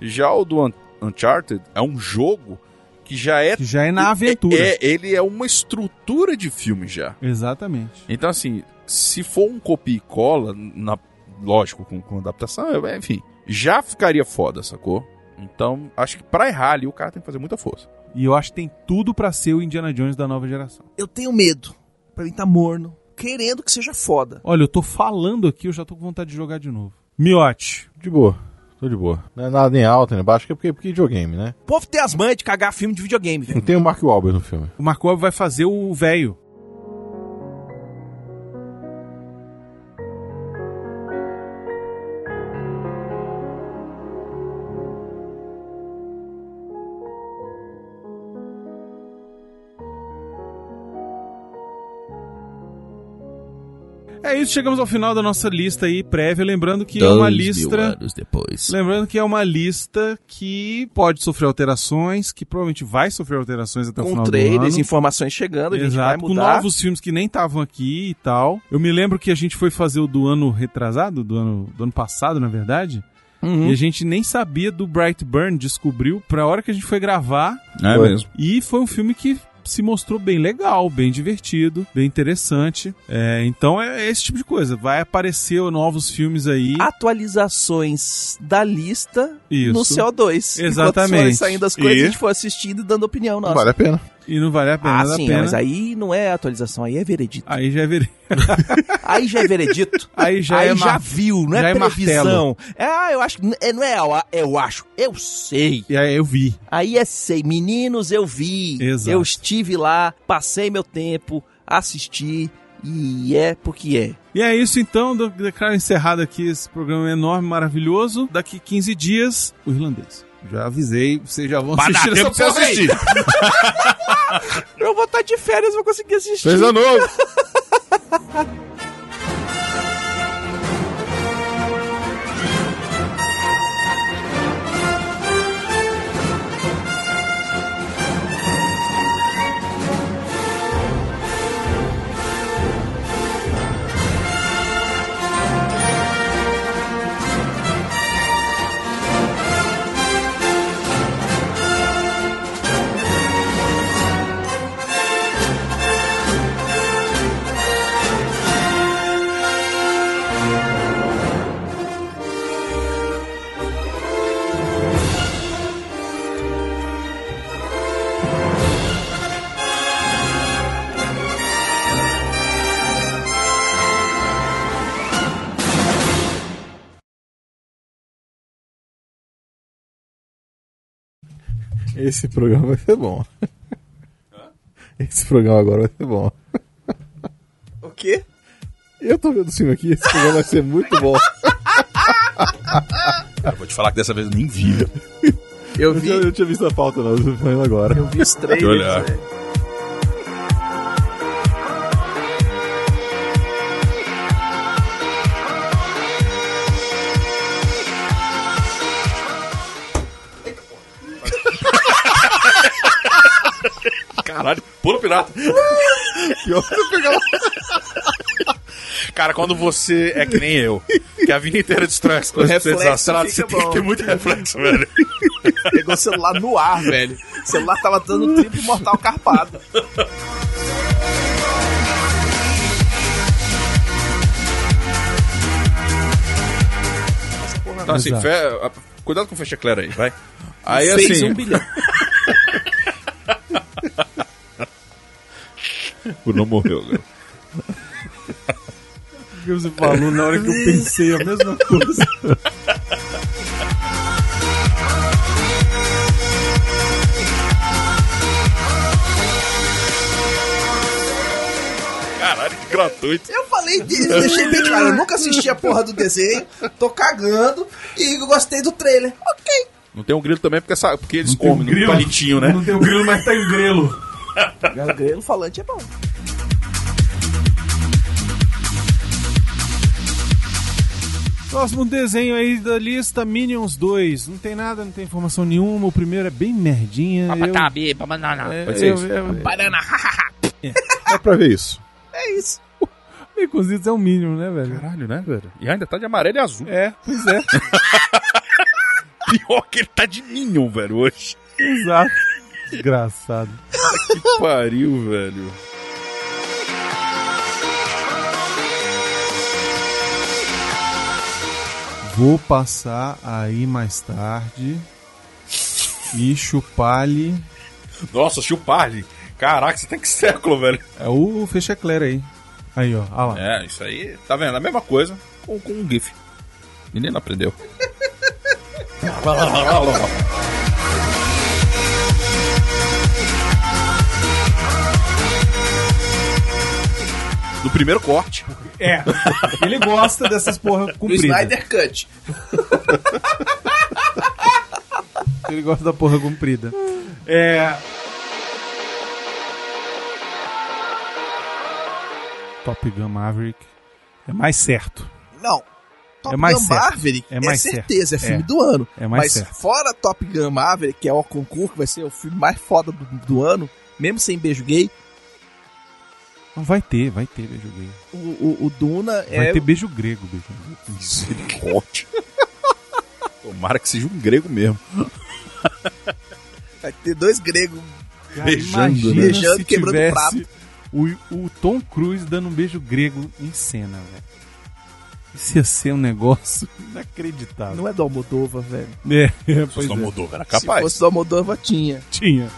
Já o do Un- Uncharted é um jogo que já é... Que já é na aventura. É, ele é uma estrutura de filme já. Exatamente. Então, assim, se for um copia e cola, na, lógico, com, com adaptação, eu- enfim, já ficaria foda, sacou? Então, acho que pra errar ali, o cara tem que fazer muita força. E eu acho que tem tudo pra ser o Indiana Jones da nova geração. Eu tenho medo. Pra mim tá morno. Querendo que seja foda. Olha, eu tô falando aqui, eu já tô com vontade de jogar de novo. Miote. De boa. Tô de boa. Não é nada nem alto nem baixo, que é porque, porque é videogame, né? O povo tem as manhas de cagar filme de videogame, velho. Não tem o Mark Wahlberg no filme. O Marco Alves vai fazer o velho. É isso, chegamos ao final da nossa lista aí prévia, lembrando que é uma lista depois. Lembrando que é uma lista que pode sofrer alterações, que provavelmente vai sofrer alterações até o Com final do trailers, ano. informações chegando, a gente vai Exato, com mudar. novos filmes que nem estavam aqui e tal. Eu me lembro que a gente foi fazer o do ano retrasado, do ano, do ano passado, na verdade. Uhum. E a gente nem sabia do Bright Burn, descobriu pra hora que a gente foi gravar. É Foi. mesmo. E foi um filme que se mostrou bem legal, bem divertido, bem interessante. É, então é esse tipo de coisa. Vai aparecer novos filmes aí. Atualizações da lista Isso. Ah, no CO2. Enquanto Exatamente. forem saindo as coisas, E- a gente for assistindo e dando opinião nossa. E não vale a pena. Ah, vale a sim, pena. mas aí não é atualização, aí é veredito. Aí já é veredito. aí já é veredito. Aí já é já mar- viu, não é já é previsão. martelo. É, ah, eu acho, que- é, não é, eu- eu acho, eu sei. E aí eu vi. Aí é sei, meninos, eu vi. Exato. Eu estive lá, passei meu tempo, assisti e é porque é. E é isso então, do- declaro encerrado aqui esse programa enorme, maravilhoso. Daqui 15 dias, o irlandês. Já avisei, vocês já vão Ah, Mas dá assistir tempo essa de você porra aí. assim, Eu vou estar de férias, vou conseguir assistir. é. Fez ano novo. Esse programa vai ser bom. Esse programa agora vai ser bom. O quê? Eu tô vendo o filme aqui, esse programa vai ser muito bom. Cara, vou te falar que dessa vez eu nem vi. Eu vi. Eu não tinha visto a pauta, não, eu tô vendo agora. Eu vi os trailers, Deixa eu olhar. Caralho, pula pirata. Pior que eu pegava. Cara, quando você é que nem eu, que a vida inteira destrói as coisas pra ser Reflexo desastrado, fica você tem bom. que ter muito reflexo, velho. Pegou o celular no ar, velho. O celular tava dando triplo mortal carpado. Então, assim, Exato. fe... a- cuidado com o fecha clara aí, vai. Aí, Fez assim... um bilhão. O não né? morreu, cara. O que você falou na hora que eu pensei a mesma coisa. gratuito. Eu falei disso, deixei bem claro. Eu nunca assisti a porra do desenho, tô cagando e eu gostei do trailer. Ok. Não tem um grilo também porque, essa, porque eles comem no palitinho, né? Não tem o grilo, mas tem grelo. O grelo falante é bom. Próximo um desenho aí da lista, Minions 2. Não tem nada, não tem informação nenhuma. O primeiro é bem merdinha. Eu- Papatabi, banana. É, Pode ser eu- isso. eu- Banana, hahaha. É pra ver isso. É isso. Baconzitos é um Minion, né, velho? Caralho, né, velho? E ainda tá de amarelo e azul. É, pois é. Pior que ele tá de Minion, velho, hoje. Exato. Desgraçado. Que pariu, velho. Vou passar aí mais tarde e chupar-lhe. Nossa, chupar-lhe. Caraca, você tem que século, velho. É o Fecha Claire aí. Aí, ó. Olha lá. É, isso aí, tá vendo? A mesma coisa com, com um GIF. Menino aprendeu. Do primeiro corte. É. Ele gosta dessas porra Do compridas. Snyder Cut. Ele gosta da porra comprida. É. Top Gun Maverick. É mais certo. Não. Top É mais Gun certo. Maverick É mais certeza, certo. é filme É. do ano. É mais Mas certo. fora Top Gun Maverick, que é o concurso, que vai ser o filme mais foda do, do ano, mesmo sem beijo gay, Não vai ter, vai ter beijo gay. o, o- o Duna Vai é ter beijo grego, beijo. Misericórdia. Tomara que seja um grego mesmo. Vai ter dois gregos. Cara, Beijando, imagina né? Beijando, se quebrando tivesse prato. O, o Tom Cruise dando um beijo grego em cena, velho. Isso ia ser um negócio inacreditável. Não é do Almodova, velho. É, Só pois é. mudou, era Se capaz. fosse do Almodova, tinha. Tinha.